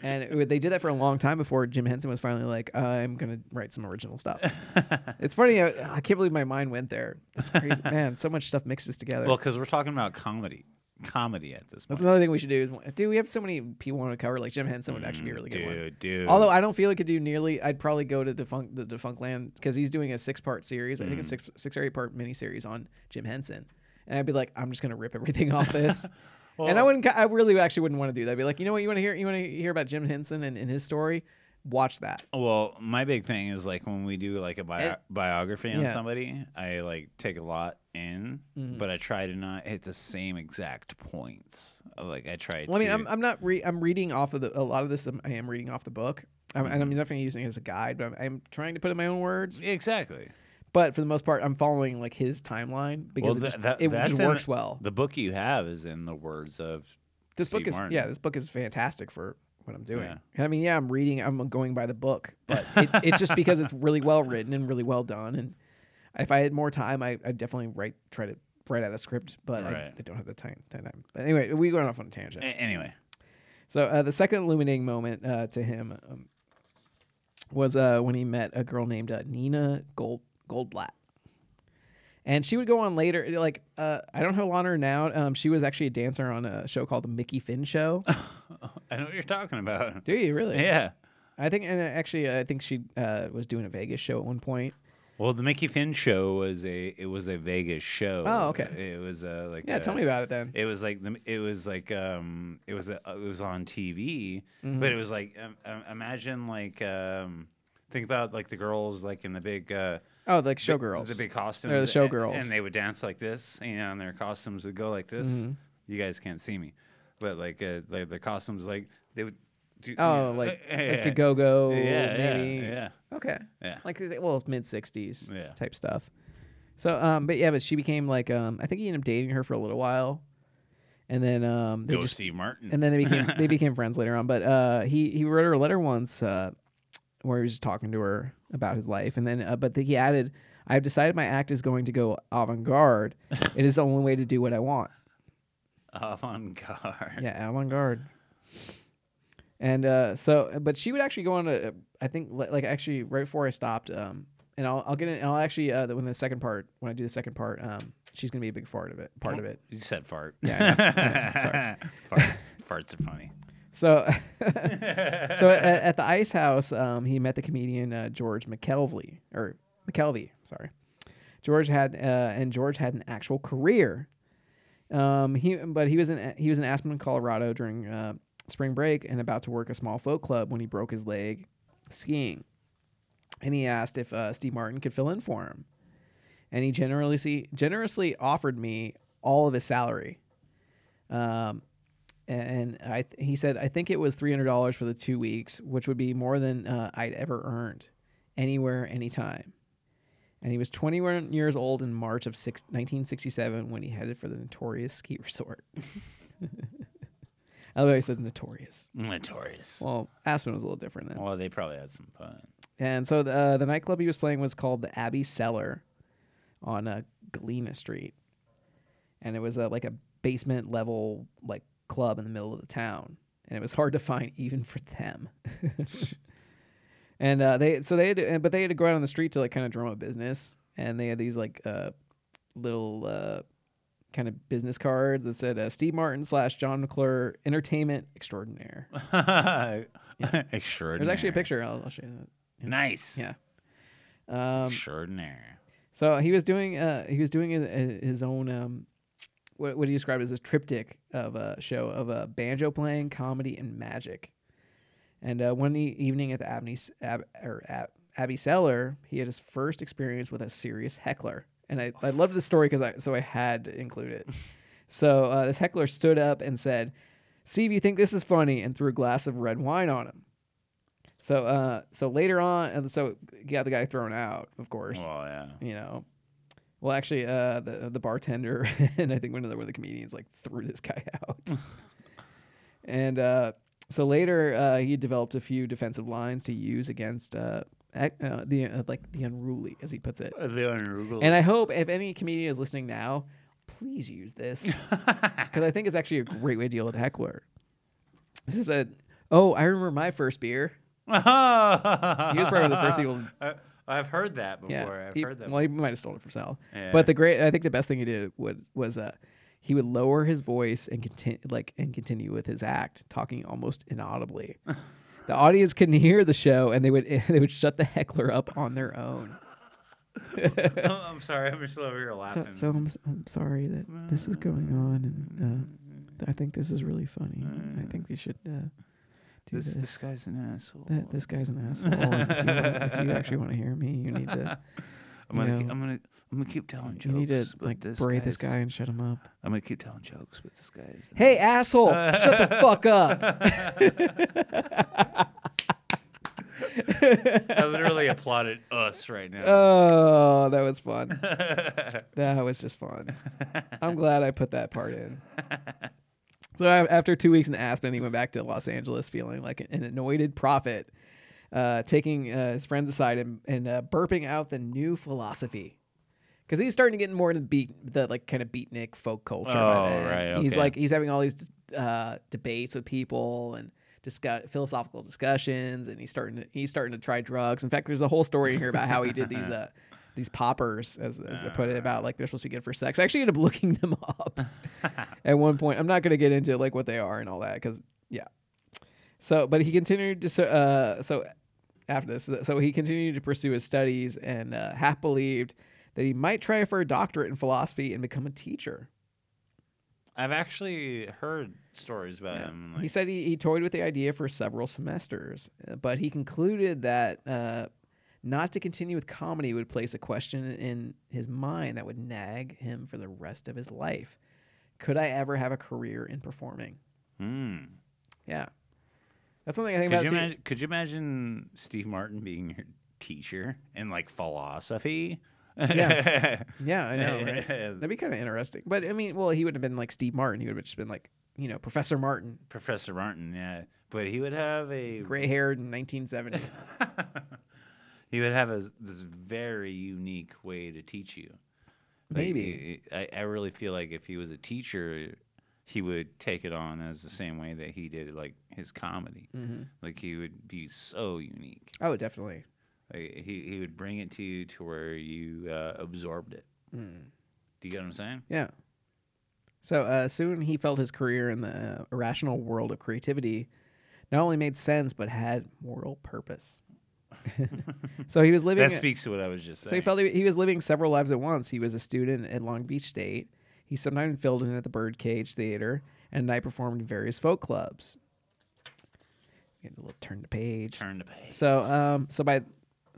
Speaker 2: and it, would- they did that for a long time before Jim Henson was finally like, I'm gonna write some original stuff. it's funny, I, I can't believe my mind went there. It's crazy, man. So much stuff mixes together.
Speaker 1: Well, because we're talking about comedy, comedy at this
Speaker 2: that's
Speaker 1: point.
Speaker 2: another thing we should do is, dude, we have so many people want to cover. Like Jim Henson would actually be a really good one.
Speaker 1: Mm, Dude, dude.
Speaker 2: Although I don't feel he could do nearly, I'd probably go to Defunk, the Defunct Land because he's doing a six part series. I think
Speaker 1: Mm.
Speaker 2: it's six six or eight part miniseries on Jim Henson, and I'd be like, I'm just gonna rip everything
Speaker 1: <laughs>
Speaker 2: off this. and I wouldn't, ca- I really actually wouldn't want to do that. I'd be like, you know what, you want to hear, you want to hear about Jim Henson and, and his story. watch that.
Speaker 1: Well, my big thing is like when we do like a bio-
Speaker 2: Eh.
Speaker 1: biography on
Speaker 2: Yeah. Mm-hmm.
Speaker 1: somebody, I like take a lot in, but I try to not hit the same exact points. Like I try
Speaker 2: Well,
Speaker 1: to.
Speaker 2: I mean, I'm, I'm not re- I'm reading off of the a lot of this. I'm, I am reading off the book, I'm, and I'm
Speaker 1: Mm-hmm.
Speaker 2: definitely using it as a guide. But I'm, I'm trying to put in my own words.
Speaker 1: exactly
Speaker 2: But for the most part, I'm following like his timeline because
Speaker 1: tha-
Speaker 2: it just,
Speaker 1: that-
Speaker 2: it
Speaker 1: that's
Speaker 2: just
Speaker 1: in
Speaker 2: works
Speaker 1: the-
Speaker 2: well.
Speaker 1: The book you have is in the words of
Speaker 2: This book
Speaker 1: Steve
Speaker 2: is
Speaker 1: Martin.
Speaker 2: yeah, this book is fantastic for what I'm doing.
Speaker 1: Yeah.
Speaker 2: And I mean, yeah, I'm reading, I'm going by the book, but
Speaker 1: <laughs>
Speaker 2: it, it's just because it's really well written and really well done. And if I had more time, I I definitely write try to write out a script, but I,
Speaker 1: Right.
Speaker 2: I don't have the time. that time. But anyway, we went off on a tangent.
Speaker 1: a- anyway.
Speaker 2: So uh, the second illuminating moment uh, to him um, was uh, when he met a girl named uh, Nina Gold Goldblatt, and she would go on later. Like uh, I don't have a lot on her now. Um, she was actually a dancer on a show called the Mickey
Speaker 1: <laughs>
Speaker 2: Finn Show.
Speaker 1: I know what you're talking about.
Speaker 2: Do you really?
Speaker 1: Oh, <laughs> Yeah.
Speaker 2: I think, and uh, actually, I think she uh, was doing a Vegas show at one point.
Speaker 1: Well, the Mickey Finn show was a it was a Vegas show.
Speaker 2: Oh, okay.
Speaker 1: It was uh, like
Speaker 2: Yeah, tell me about it then.
Speaker 1: It was like the it was like um it was a, it was on TV,
Speaker 2: Mm-hmm.
Speaker 1: but it was like um, um, imagine like um think about like the girls like in the big uh
Speaker 2: oh, like showgirls.
Speaker 1: the big costumes
Speaker 2: They're the
Speaker 1: a-
Speaker 2: showgirls.
Speaker 1: and, they would dance like this you know and their costumes would go like this.
Speaker 2: Mm-hmm.
Speaker 1: You guys can't see me, but like uh, like the costumes like they would do
Speaker 2: Oh,
Speaker 1: yeah,
Speaker 2: like,
Speaker 1: <laughs> yeah,
Speaker 2: like the Go Go,
Speaker 1: yeah, yeah,
Speaker 2: maybe.
Speaker 1: yeah.
Speaker 2: Okay.
Speaker 1: Yeah.
Speaker 2: Like is it- well, mid sixties
Speaker 1: Yeah.
Speaker 2: type stuff. So um but yeah, but she became like um I think he ended up dating her for a little while. And then um they
Speaker 1: Go
Speaker 2: just
Speaker 1: Steve Martin.
Speaker 2: and then they
Speaker 1: <laughs>
Speaker 2: became they became friends later on. But uh he he wrote her a letter once uh where he was just talking to her about his life and then uh, but he added I've decided my act is going to go
Speaker 1: <laughs>
Speaker 2: avant-garde. it is the only way to do what I want.
Speaker 1: avant <laughs> garde.
Speaker 2: Yeah, avant garde. And uh, so, but she would actually go on to, I think, li- like actually right before I stopped, um, and I'll, I'll get in, I'll actually, uh, when the second part, when I do the second part, um, she's gonna be a big part of it, part of it.
Speaker 1: You said fart.
Speaker 2: Yeah, I know. I
Speaker 1: <laughs> Fart. Farts are funny.
Speaker 2: So, <laughs> so at, at the Ice House, um, he met the comedian uh, George McKelvey or McKelvey. Sorry, George had uh, and George had an actual career. Um, he but he was in he was in Aspen, Colorado during uh, spring break and about to work a small folk club when he broke his leg skiing, and he asked if uh, Steve Martin could fill in for him, and he generously generously offered me all of his salary. Um, and I th- he said I think it was three hundred dollars for the two weeks, which would be more than uh, I'd ever earned anywhere, anytime. And he was 21 years old in March of six, 1967 when he headed for the notorious ski <laughs> resort. I love how he said notorious.
Speaker 1: Notorious. Well,
Speaker 2: Well, Aspen was a little different then.
Speaker 1: they probably had some fun.
Speaker 2: <laughs> And so the, uh, the nightclub he was playing was called the Abbey Cellar on uh, Galena Street. And it was uh, like a basement level like club in the middle of the town. And it was hard to find <laughs> even for them. and uh, they so they had to, and- but they had to go out on the street to like kind of drum up business. And they had these like uh, little uh, kind of business cards that said uh, Steve Martin slash John McClure Entertainment Extraordinaire.
Speaker 1: <laughs> Extraordinary.
Speaker 2: There's actually a picture. I'll, I'll show you
Speaker 1: Nice.
Speaker 2: Yeah. that. Um,
Speaker 1: Extraordinary.
Speaker 2: So he was doing uh, he was doing his, his own um, what, what he described as a triptych of a show of uh, banjo playing, comedy, and magic. And uh, one e- evening at the Abney Ab, or Ab, Abbey Cellar, he had his first experience with a serious heckler. And I, I loved this story because I so I had to include it. So uh, this heckler stood up and said, "See if you think this is funny," and threw a glass of red wine on him. So uh, so later on, and so got the guy thrown out, of course
Speaker 1: Well, yeah.
Speaker 2: you know. Well, actually, uh, the the bartender <laughs> and I think one of the, one of the comedians like threw this guy <laughs> out. and uh, so later, uh, he developed a few defensive lines to use against uh, ac- uh, the uh, like the unruly, as he puts it.
Speaker 1: The unruly.
Speaker 2: And I hope if any comedian is listening now, please use this because I think it's actually a great way to deal with a heckler. This is a oh, I remember my first beer. He was <laughs> probably the first people
Speaker 1: I, I've heard that before. I've
Speaker 2: he-
Speaker 1: heard
Speaker 2: <laughs>
Speaker 1: that.
Speaker 2: Well, he might have stolen it from Sal.
Speaker 1: Yeah.
Speaker 2: But the great, I think the best thing he did was was uh, he would lower his voice and continue like and continue with his act, talking almost
Speaker 1: <laughs>
Speaker 2: inaudibly. the audience couldn't hear the show, and they would <laughs> they would shut the heckler up on
Speaker 1: <laughs>
Speaker 2: their own.
Speaker 1: before. <laughs> I'm- I'm sorry. I'm just over here
Speaker 2: So,
Speaker 1: laughing.
Speaker 2: so I'm s- I'm sorry that this is going on, and uh, I think this is really funny. I think we should. Uh, do
Speaker 1: this,
Speaker 2: this.
Speaker 1: this guy's an asshole.
Speaker 2: That- this guy's
Speaker 1: <laughs>
Speaker 2: an asshole. and if, you wanna- if you actually want to hear me, you need to
Speaker 1: I'm gonna,
Speaker 2: you
Speaker 1: keep,
Speaker 2: know,
Speaker 1: I'm gonna, I'm gonna keep telling jokes.
Speaker 2: you need to
Speaker 1: but
Speaker 2: like
Speaker 1: this
Speaker 2: berate this
Speaker 1: guy's-
Speaker 2: guy and shut him up.
Speaker 1: I'm gonna keep telling jokes, but this guy's.
Speaker 2: <laughs> Hey asshole, shut the fuck up.
Speaker 1: I literally applauded us right now.
Speaker 2: Oh, that was fun. that was just fun. I'm glad I put that part in. So a- after two weeks in Aspen, he went back to Los Angeles feeling like an anointed prophet, uh, taking uh, his friends aside and, and uh, burping out the new philosophy. Because he's starting to get more into the beat, the like kind of beatnik folk culture. by
Speaker 1: Oh,
Speaker 2: then.
Speaker 1: right,
Speaker 2: He's
Speaker 1: okay.
Speaker 2: like he's having all these uh, debates with people and discuss philosophical discussions, and he's starting to he's starting to try drugs. In fact, there's a whole story in here about how he
Speaker 1: <laughs>
Speaker 2: did these uh, these poppers, as, as they put it,
Speaker 1: Uh.
Speaker 2: about like they're supposed to be good for sex. I actually ended up looking them
Speaker 1: <laughs>
Speaker 2: up at one point. I'm not going to get into like what they are and all that because yeah. So, but he continued to so- uh, so after this, so he continued to pursue his studies and uh, half believed that he might try for a doctorate in philosophy and become a teacher.
Speaker 1: I've actually heard stories about him. Like,
Speaker 2: he said he, he toyed with the idea for several semesters, uh, but he concluded that uh, not to continue with comedy would place a question in his mind that would nag him for the rest of his life. Could I ever have a career in performing?
Speaker 1: hmm.
Speaker 2: Yeah. That's one thing I think
Speaker 1: Could
Speaker 2: about
Speaker 1: you
Speaker 2: too.
Speaker 1: imagine? Could you imagine Steve Martin being your teacher in like philosophy?
Speaker 2: Yeah. Yeah, I know, right? That'd be kind of interesting. But I mean, well, he wouldn't have been like Steve Martin. He would have just been like, you know, Professor Martin,
Speaker 1: <laughs> Professor Martin, yeah, but he would have a
Speaker 2: gray haired in 1970.
Speaker 1: he would have a, this very unique way to teach you. Like,
Speaker 2: Maybe.
Speaker 1: i- I, I really feel like if he was a teacher, he would take it on as the same way that he did like his comedy.
Speaker 2: Mm-hmm.
Speaker 1: Like he would be so unique.
Speaker 2: oh, definitely.
Speaker 1: Like, he he would bring it to you to where you uh, absorbed it.
Speaker 2: Mm.
Speaker 1: Do you get what I'm saying?
Speaker 2: Yeah. So uh, soon he felt his career in the uh, irrational world of creativity not only made sense, but had moral purpose. <laughs> so he was living.
Speaker 1: That
Speaker 2: a-
Speaker 1: speaks to what I was just saying.
Speaker 2: So he felt he, he was living several lives at once. He was a student at Long Beach State. He sometimes filled in at the Birdcage Theater, and I performed in various folk clubs. Getting a little turn to page.
Speaker 1: turned to pay.
Speaker 2: So um so by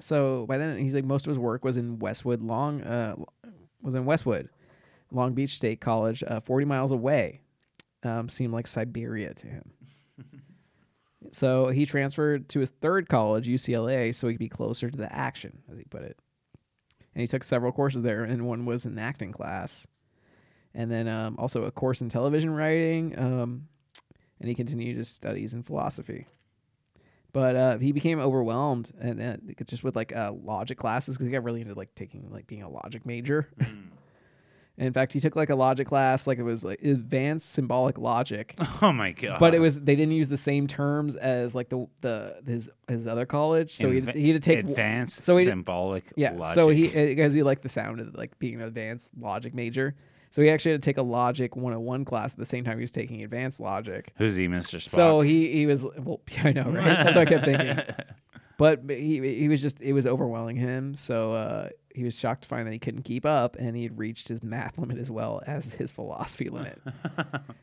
Speaker 2: so by then he's like most of his work was in Westwood Long uh was in Westwood Long Beach State College uh, 40 miles away um seemed like Siberia to him. so he transferred to his third college UCLA so he could be closer to the action as he put it. And he took several courses there and one was an acting class. And then um, also a course in television writing um and he continued his studies in philosophy but uh, he became overwhelmed and uh, just with like uh, logic classes because he got really into like taking like being a logic major.
Speaker 1: Mm.
Speaker 2: and <laughs> in fact, he took like a logic class, like it was like advanced
Speaker 1: <laughs>
Speaker 2: symbolic logic,
Speaker 1: <laughs> Oh my god!
Speaker 2: but it was they didn't use the same terms as like the the his his other college, so he had, to- he had to take
Speaker 1: advanced
Speaker 2: so he-
Speaker 1: symbolic.
Speaker 2: yeah,
Speaker 1: logic.
Speaker 2: so he uh, because he liked the sound of like being an advanced logic major, so he actually had to take a logic 101 class at the same time he was taking advanced logic.
Speaker 1: who's he, Mister Spock?
Speaker 2: So he he was well, <laughs> I know, right? That's what I
Speaker 1: <laughs>
Speaker 2: kept thinking. But b- he he was just it was overwhelming him. So uh, he was shocked to find that he couldn't keep up, and he had reached his math limit as well as his philosophy
Speaker 1: <laughs>
Speaker 2: limit.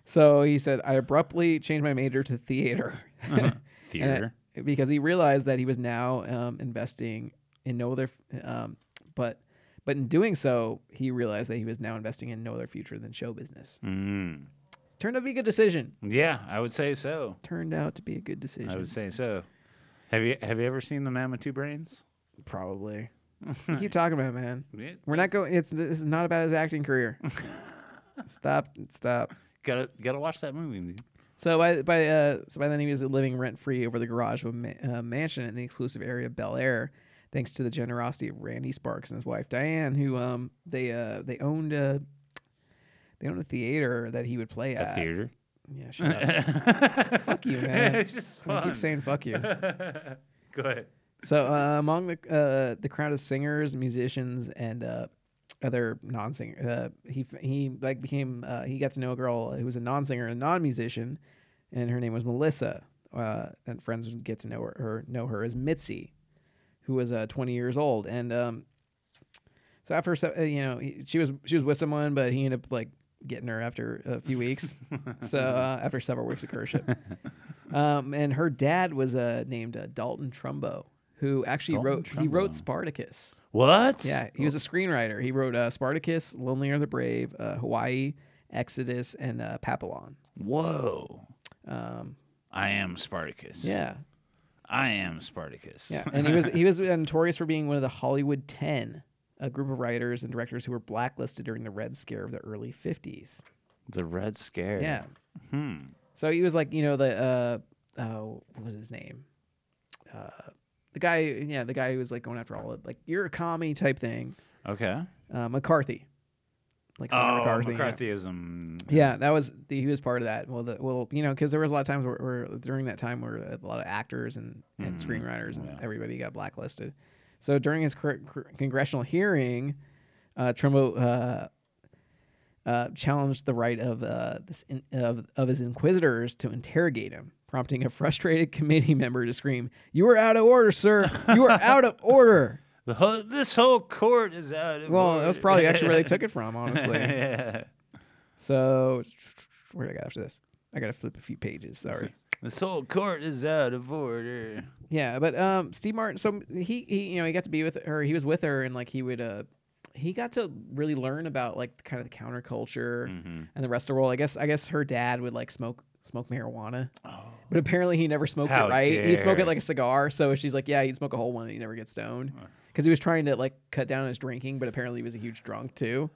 Speaker 2: so he said, "I abruptly changed my major
Speaker 1: <laughs>
Speaker 2: to theater." <laughs> And I-
Speaker 1: Uh-huh. Theater.
Speaker 2: because he realized that he was now um, investing in no other, f- um, but but in doing so, he realized that he was now investing in no other future than show business.
Speaker 1: Mm.
Speaker 2: Turned out to be a good decision.
Speaker 1: Yeah, I would say so.
Speaker 2: Turned out to be a good decision.
Speaker 1: I would say so. Have you have you ever seen the Man with Two Brains?
Speaker 2: Probably. You keep talking about it, man.
Speaker 1: Yeah.
Speaker 2: We're not going. It's this is not about his acting career. stop! Stop.
Speaker 1: Gotta gotta watch that movie. dude.
Speaker 2: So by by uh, so by then he was living rent free over the garage of a ma- uh, mansion in the exclusive area of Bel Air, thanks to the generosity of Randy Sparks and his wife Diane, who um they uh they owned a they owned a theater that he would play
Speaker 1: A <laughs>
Speaker 2: at.
Speaker 1: theater.
Speaker 2: Yeah, shut up. Fuck you,
Speaker 1: <laughs>
Speaker 2: man.
Speaker 1: it's just
Speaker 2: I
Speaker 1: fun.
Speaker 2: keep saying fuck you.
Speaker 1: Go ahead.
Speaker 2: So uh, among the uh, the crowd of singers, musicians, and uh, other non-singer, uh, he he like became uh, he got to know a girl who was a non-singer and a non-musician, and her name was Melissa. Uh, and friends would get to know her, her know her as Mitzi, who was uh, 20 years old. And um, so after se- uh, you know he, she was she was with someone, but he ended up like getting her after a few weeks. so uh, after several weeks of courtship, um, and her dad was uh, named uh, Dalton Trumbo, who actually
Speaker 1: Dalton
Speaker 2: wrote he wrote
Speaker 1: Trumbo.
Speaker 2: Spartacus.
Speaker 1: What?
Speaker 2: Yeah, he was a screenwriter. He wrote uh, Spartacus, Lonely Are the Brave, uh, Hawaii, Exodus, and uh, Papillon.
Speaker 1: Whoa.
Speaker 2: Um,
Speaker 1: I am Spartacus.
Speaker 2: yeah,
Speaker 1: I am Spartacus.
Speaker 2: yeah, and he was he was uh, notorious for being one of the Hollywood Ten, a group of writers and directors who were blacklisted during the Red Scare of the early fifties.
Speaker 1: <laughs> the Red Scare.
Speaker 2: Yeah,
Speaker 1: Hmm.
Speaker 2: so he was like you know the uh, oh what was his name, uh, the guy yeah the guy who was like going after all of like you're a commie type thing,
Speaker 1: Okay. Oh,
Speaker 2: uh, McCarthy, like Senator McCarthy. yeah.
Speaker 1: McCarthyism.
Speaker 2: Yeah, that was the, he was part of that. Well, the, well, you know, because there was a lot of times where, where during that time where a lot of actors and, and
Speaker 1: Mm,
Speaker 2: screenwriters and
Speaker 1: yeah.
Speaker 2: everybody got blacklisted. So during his cr- cr- congressional hearing, uh, Trumbo uh, uh, challenged the right of uh, this in, of of his inquisitors to interrogate him, prompting a frustrated committee <laughs> member to scream, "You are out of order, sir!
Speaker 1: <laughs>
Speaker 2: You are out of order!"
Speaker 1: The whole, this whole court is out of
Speaker 2: Well, that was probably actually where they
Speaker 1: order.
Speaker 2: took it from,
Speaker 1: <laughs>
Speaker 2: honestly.
Speaker 1: yeah.
Speaker 2: So where did I go after this? I gotta flip a few pages. Sorry.
Speaker 1: This whole court is out of order.
Speaker 2: yeah, but um, Steve Martin. So he he you know he got to be with her. He was with her, and like he would uh, he got to really learn about like kind of the counterculture
Speaker 1: Mm-hmm.
Speaker 2: and the rest of the world. I guess I guess her dad would like smoke smoke marijuana,
Speaker 1: Oh.
Speaker 2: but apparently he never smoked
Speaker 1: How
Speaker 2: it right. He'd smoke
Speaker 1: dare.
Speaker 2: it like a cigar. So she's like, yeah, he'd smoke a whole one and he never get stoned because he was trying to like cut down on his drinking, but apparently he was a huge drunk too.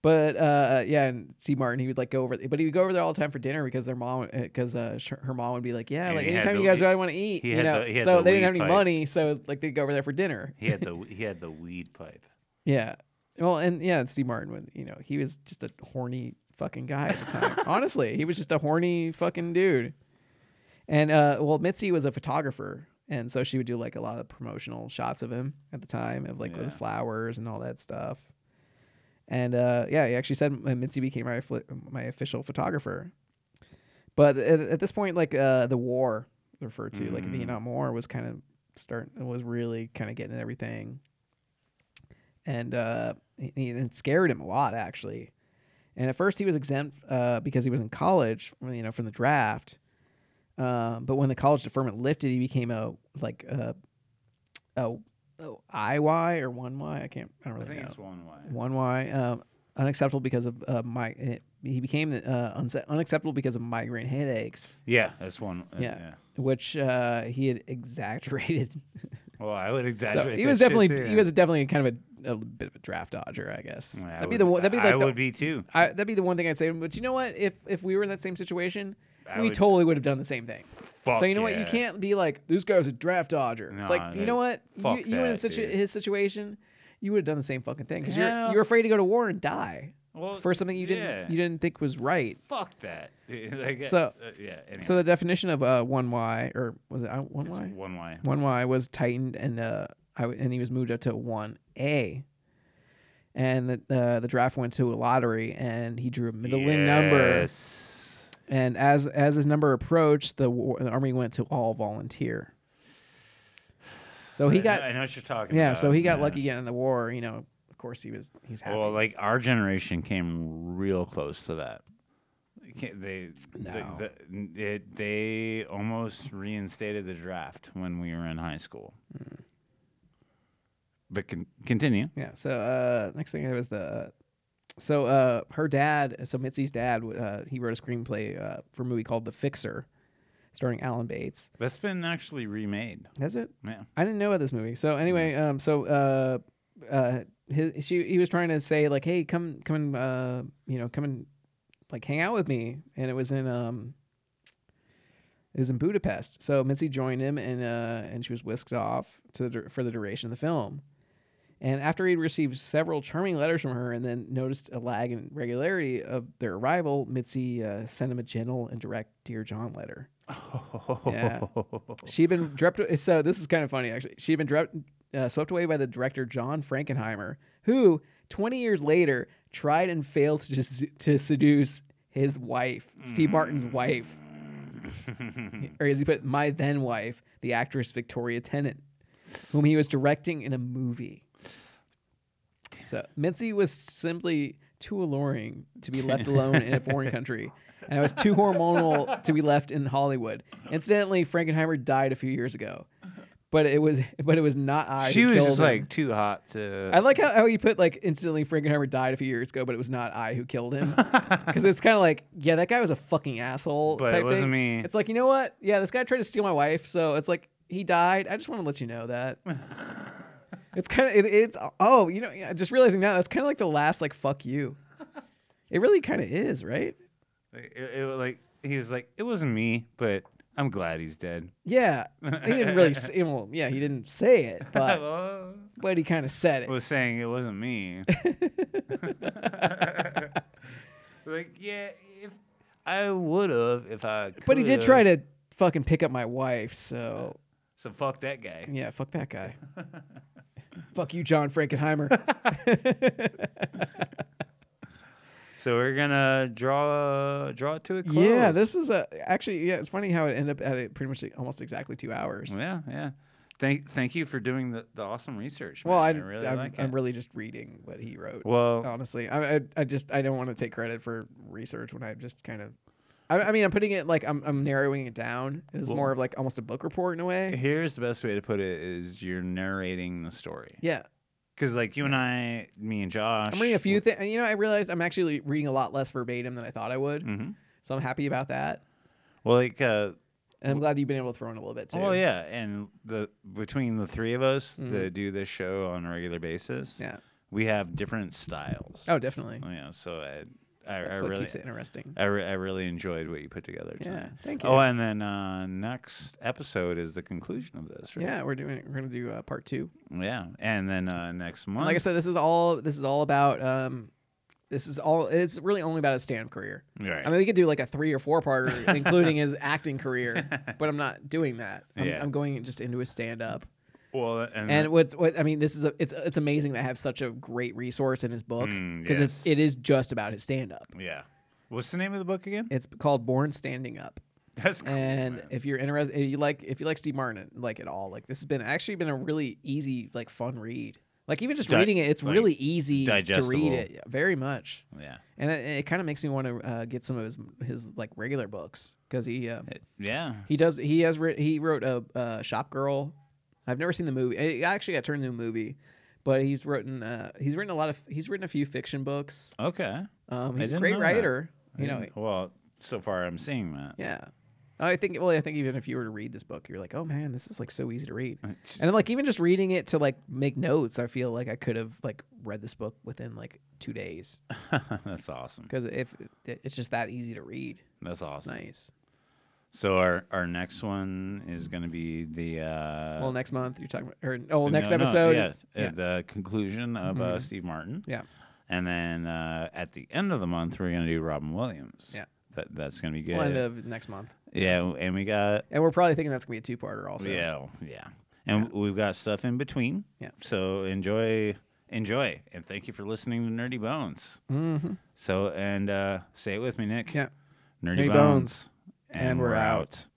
Speaker 2: But uh, yeah, and Steve Martin, he would like go over, but he would go over there all the time for dinner because their mom, because uh, sh- her mom would be like, yeah,
Speaker 1: And
Speaker 2: like
Speaker 1: he had
Speaker 2: anytime
Speaker 1: the-
Speaker 2: you guys want to eat,
Speaker 1: he
Speaker 2: you
Speaker 1: had
Speaker 2: know.
Speaker 1: the- he had
Speaker 2: so
Speaker 1: the
Speaker 2: they didn't
Speaker 1: weed
Speaker 2: have any
Speaker 1: pipe.
Speaker 2: money, so like they'd go over there for dinner.
Speaker 1: He had the he had the weed
Speaker 2: <laughs>
Speaker 1: pipe.
Speaker 2: Yeah. Well, and yeah, Steve Martin would, you know, he was just a horny fucking guy at
Speaker 1: <laughs>
Speaker 2: the time. Honestly, he was just a horny fucking dude. And uh, well, Mitzi was a photographer, and so she would do like a lot of promotional shots of him at the time, of like
Speaker 1: Yeah.
Speaker 2: with flowers and all that stuff. And uh, yeah, he actually said uh, Mitzi became my fli my official photographer. But at, at this point, like uh, the war referred to, like the
Speaker 1: Mm.
Speaker 2: Vietnam War, was kind of starting, was really kind of getting everything, and uh, he- he- it scared him a lot actually. And at first, he was exempt uh, because he was in college, you know, from the draft. Um, but when the college deferment lifted, he became a like uh, a, a, a IY or one Y. I can't. I don't
Speaker 1: I
Speaker 2: really
Speaker 1: think
Speaker 2: know.
Speaker 1: it's one way.
Speaker 2: One Y. Um, unacceptable because of uh, my. eh, he became uh, unse- unacceptable because of migraine headaches,
Speaker 1: Yeah, that's one. uh,
Speaker 2: Yeah. which uh, he had exaggerated. <laughs>
Speaker 1: Well, I would
Speaker 2: so
Speaker 1: exaggerate.
Speaker 2: he
Speaker 1: that
Speaker 2: was
Speaker 1: shit,
Speaker 2: definitely
Speaker 1: too.
Speaker 2: he was definitely kind of a, a bit of a draft dodger, I guess.
Speaker 1: Yeah, I
Speaker 2: that'd be
Speaker 1: would-
Speaker 2: the one. That'd be
Speaker 1: I
Speaker 2: like the,
Speaker 1: would be too.
Speaker 2: I, that'd be the one thing I'd say. But you know what? If if we were in that same situation,
Speaker 1: I
Speaker 2: we
Speaker 1: would-
Speaker 2: totally would have done the same thing.
Speaker 1: Fuck
Speaker 2: so you know what? You
Speaker 1: yeah.
Speaker 2: can't be like this guy was a draft dodger. it's
Speaker 1: Nah,
Speaker 2: like you
Speaker 1: dude.
Speaker 2: know what? You,
Speaker 1: Fuck
Speaker 2: you in
Speaker 1: that,
Speaker 2: such
Speaker 1: dude.
Speaker 2: his situation, you would have done the same fucking thing because you're
Speaker 1: Hell-
Speaker 2: you're afraid to go to war and die
Speaker 1: Well,
Speaker 2: for something you didn't
Speaker 1: yeah.
Speaker 2: you didn't think was right.
Speaker 1: Fuck that. <laughs> dude. Like, uh,
Speaker 2: So-
Speaker 1: uh, yeah. Anyway.
Speaker 2: So the definition of uh, one Y or was it uh, one
Speaker 1: It's
Speaker 2: Y?
Speaker 1: one way.
Speaker 2: One Y was tightened and uh, I w- and he was moved up to one A. And the uh, the draft went to a lottery, and he drew a middling number.
Speaker 1: Yes.
Speaker 2: And as as his number approached, the, war, the army went to all volunteer. So he
Speaker 1: I
Speaker 2: got
Speaker 1: Know, I know what you're talking
Speaker 2: yeah.
Speaker 1: about.
Speaker 2: So he got
Speaker 1: yeah.
Speaker 2: lucky getting in the war. You know, of course he was he's happy.
Speaker 1: Well, like our generation came real close to that. They can't- They
Speaker 2: No.
Speaker 1: the, the, it, they almost reinstated the draft when we were in high school.
Speaker 2: Hmm.
Speaker 1: But con- continue.
Speaker 2: yeah. So uh, next thing I was the so uh, her dad. So Mitzi's dad. Uh, he wrote a screenplay uh, for a movie called The Fixer, starring Alan Bates.
Speaker 1: That's been actually remade.
Speaker 2: That's it.
Speaker 1: Yeah.
Speaker 2: I didn't know about this movie. So anyway, um, so uh, uh, his, she he was trying to say like, hey, come come and uh, you know, come and like hang out with me, and it was in um, it was in Budapest. So Mitzi joined him, and uh, and she was whisked off to the, dur- for the duration of the film. And after he'd received several charming letters from her, and then noticed a lag in regularity of their arrival, Mitzi uh, sent him a gentle and direct "Dear John" letter. Yeah. She'd been drept. So this is kind of funny, actually. She'd been drept, uh, swept away by the director John Frankenheimer, who 20 years later tried and failed to just, to seduce his wife, Steve Martin's wife,
Speaker 1: Mm.
Speaker 2: or as he put, it, my then wife, the actress Victoria Tennant, whom he was directing in a movie. So Mitzi was simply too alluring to be left alone in
Speaker 1: <laughs>
Speaker 2: a foreign country, and I was too hormonal to be left in Hollywood. Incidentally, Frankenheimer died a few years ago, but it was but it was not I.
Speaker 1: She
Speaker 2: who
Speaker 1: was
Speaker 2: killed
Speaker 1: just
Speaker 2: him.
Speaker 1: like too hot to.
Speaker 2: I like how, how you put like instantly Frankenheimer died a few years ago, but it was not I who killed
Speaker 1: <laughs>
Speaker 2: him. Because it's kind of like, yeah, that guy was a fucking asshole.
Speaker 1: But it
Speaker 2: type
Speaker 1: wasn't me.
Speaker 2: thing. It's like you know what? Yeah, this guy tried to steal my wife, so it's like he died. I just want to let you
Speaker 1: <laughs>
Speaker 2: know that. it's kind of it, it's oh you know yeah, just realizing now that's kind of like the last like fuck you. It really kind of is right.
Speaker 1: Like, it, it was like he was like it wasn't me, but I'm glad he's dead.
Speaker 2: Yeah, he didn't
Speaker 1: <laughs>
Speaker 2: really say. Well, yeah, he didn't say it, but
Speaker 1: Well,
Speaker 2: but he kind of said it.
Speaker 1: was saying it wasn't me. <laughs> like yeah, if I would have if I. Could.
Speaker 2: But he did try to fucking pick up my wife, so
Speaker 1: So fuck that guy.
Speaker 2: Yeah, fuck
Speaker 1: <laughs>
Speaker 2: that guy. fuck you, John Frankenheimer.
Speaker 1: So we're gonna draw draw it to a close.
Speaker 2: <laughs> yeah, this is a actually yeah. It's funny how it ended up at it pretty much like almost exactly two hours.
Speaker 1: Yeah, yeah. Thank thank you for doing the, the awesome research.
Speaker 2: Well, I,
Speaker 1: man.
Speaker 2: am
Speaker 1: I really
Speaker 2: I'm,
Speaker 1: like
Speaker 2: I'm
Speaker 1: it.
Speaker 2: really just reading what he wrote.
Speaker 1: well,
Speaker 2: honestly, I, I I just I don't want to take credit for research when I'm just kind of. I, I mean, I'm putting it like I'm, I'm narrowing it down. It's
Speaker 1: Well-
Speaker 2: more of like almost a book report in a way.
Speaker 1: here's the best way to put it: is you're narrating the story.
Speaker 2: Yeah,
Speaker 1: Because like you and I, me and Josh,
Speaker 2: I'm reading a few things. You know, I realized I'm actually reading a lot less verbatim than I thought I would,
Speaker 1: Mm-hmm.
Speaker 2: so I'm happy about that.
Speaker 1: Well, like, uh,
Speaker 2: And I'm glad you've been able to throw in a little bit too.
Speaker 1: oh yeah, and the between the three of us that do this show on a regular basis,
Speaker 2: Mm-hmm. Yeah.
Speaker 1: we have different styles.
Speaker 2: Oh, definitely.
Speaker 1: you know, so I, I,
Speaker 2: That's
Speaker 1: I
Speaker 2: what
Speaker 1: really,
Speaker 2: keeps it interesting.
Speaker 1: I, re- I really enjoyed what you put together.
Speaker 2: Yeah,
Speaker 1: tonight.
Speaker 2: thank
Speaker 1: Oh,
Speaker 2: you.
Speaker 1: and then uh, next episode is the conclusion of this, right?
Speaker 2: Yeah, we're doing. We're gonna do uh, part two.
Speaker 1: Yeah, and then uh, next month,
Speaker 2: And like I said, this is all. This is all about. Um, this is all. It's really only about his stand-up career.
Speaker 1: Right.
Speaker 2: I mean, we could do like a three or four
Speaker 1: <laughs>
Speaker 2: parter, including his acting career, but I'm not doing that. I'm,
Speaker 1: Yeah.
Speaker 2: I'm going just into his stand-up.
Speaker 1: well, and,
Speaker 2: And what's what I mean, this is a, it's it's amazing to have such a great resource in his book
Speaker 1: Mm,
Speaker 2: because
Speaker 1: yes. Mm.
Speaker 2: it's it is just about his stand-up.
Speaker 1: yeah, what's the name of the book again?
Speaker 2: It's called Born Standing Up.
Speaker 1: <laughs> That's cool.
Speaker 2: And
Speaker 1: man.
Speaker 2: if you're interested, if you like if you like Steve Martin like at all, like this has been actually been a really easy like fun read. Like even just
Speaker 1: Di-
Speaker 2: reading it, it's
Speaker 1: like,
Speaker 2: really easy to
Speaker 1: digestible.
Speaker 2: read it. Yeah, very much.
Speaker 1: yeah,
Speaker 2: And it, it kind of makes me want to uh, get some of his his like regular books because he uh,
Speaker 1: It- yeah.
Speaker 2: he does he has writ he wrote a, uh Shop Girl. I've never seen the movie. It actually got turned into a movie, but he's written uh, he's written a lot of he's written a few fiction books.
Speaker 1: Okay.
Speaker 2: Um, he's
Speaker 1: didn't
Speaker 2: a
Speaker 1: know
Speaker 2: great
Speaker 1: that.
Speaker 2: writer.
Speaker 1: I
Speaker 2: You know,
Speaker 1: didn't- well, so far I'm seeing that.
Speaker 2: Yeah. I think well, I think even if you were to read this book, you're like, oh man, this is like so easy to read. And then like even just reading it to like make notes, I feel like I could have like read this book within like
Speaker 1: <laughs>
Speaker 2: two days
Speaker 1: <laughs> That's awesome.
Speaker 2: because if it- it's just that easy to read,
Speaker 1: That's
Speaker 2: it's
Speaker 1: awesome.
Speaker 2: nice.
Speaker 1: So our our next one is going to be the uh,
Speaker 2: well, next month you're talking about, or oh, well, next
Speaker 1: no, no,
Speaker 2: episode,
Speaker 1: yeah,
Speaker 2: yeah, Mm-hmm.
Speaker 1: uh, the conclusion of uh, Steve Martin,
Speaker 2: yeah,
Speaker 1: and then uh, at the end of the month we're going to do Robin Williams.
Speaker 2: Yeah.
Speaker 1: That that's going to be good.
Speaker 2: Well, end of next month,
Speaker 1: yeah, and we got
Speaker 2: and we're probably thinking that's gonna be a two-parter also.
Speaker 1: yeah yeah, and we've got stuff in between.
Speaker 2: Yeah.
Speaker 1: So enjoy enjoy, and thank you for listening to Nerdy Bones.
Speaker 2: hmm
Speaker 1: So and uh, say it with me, Nick.
Speaker 2: yeah,
Speaker 1: Nerdy,
Speaker 2: Nerdy
Speaker 1: Bones.
Speaker 2: Bones. And we're out.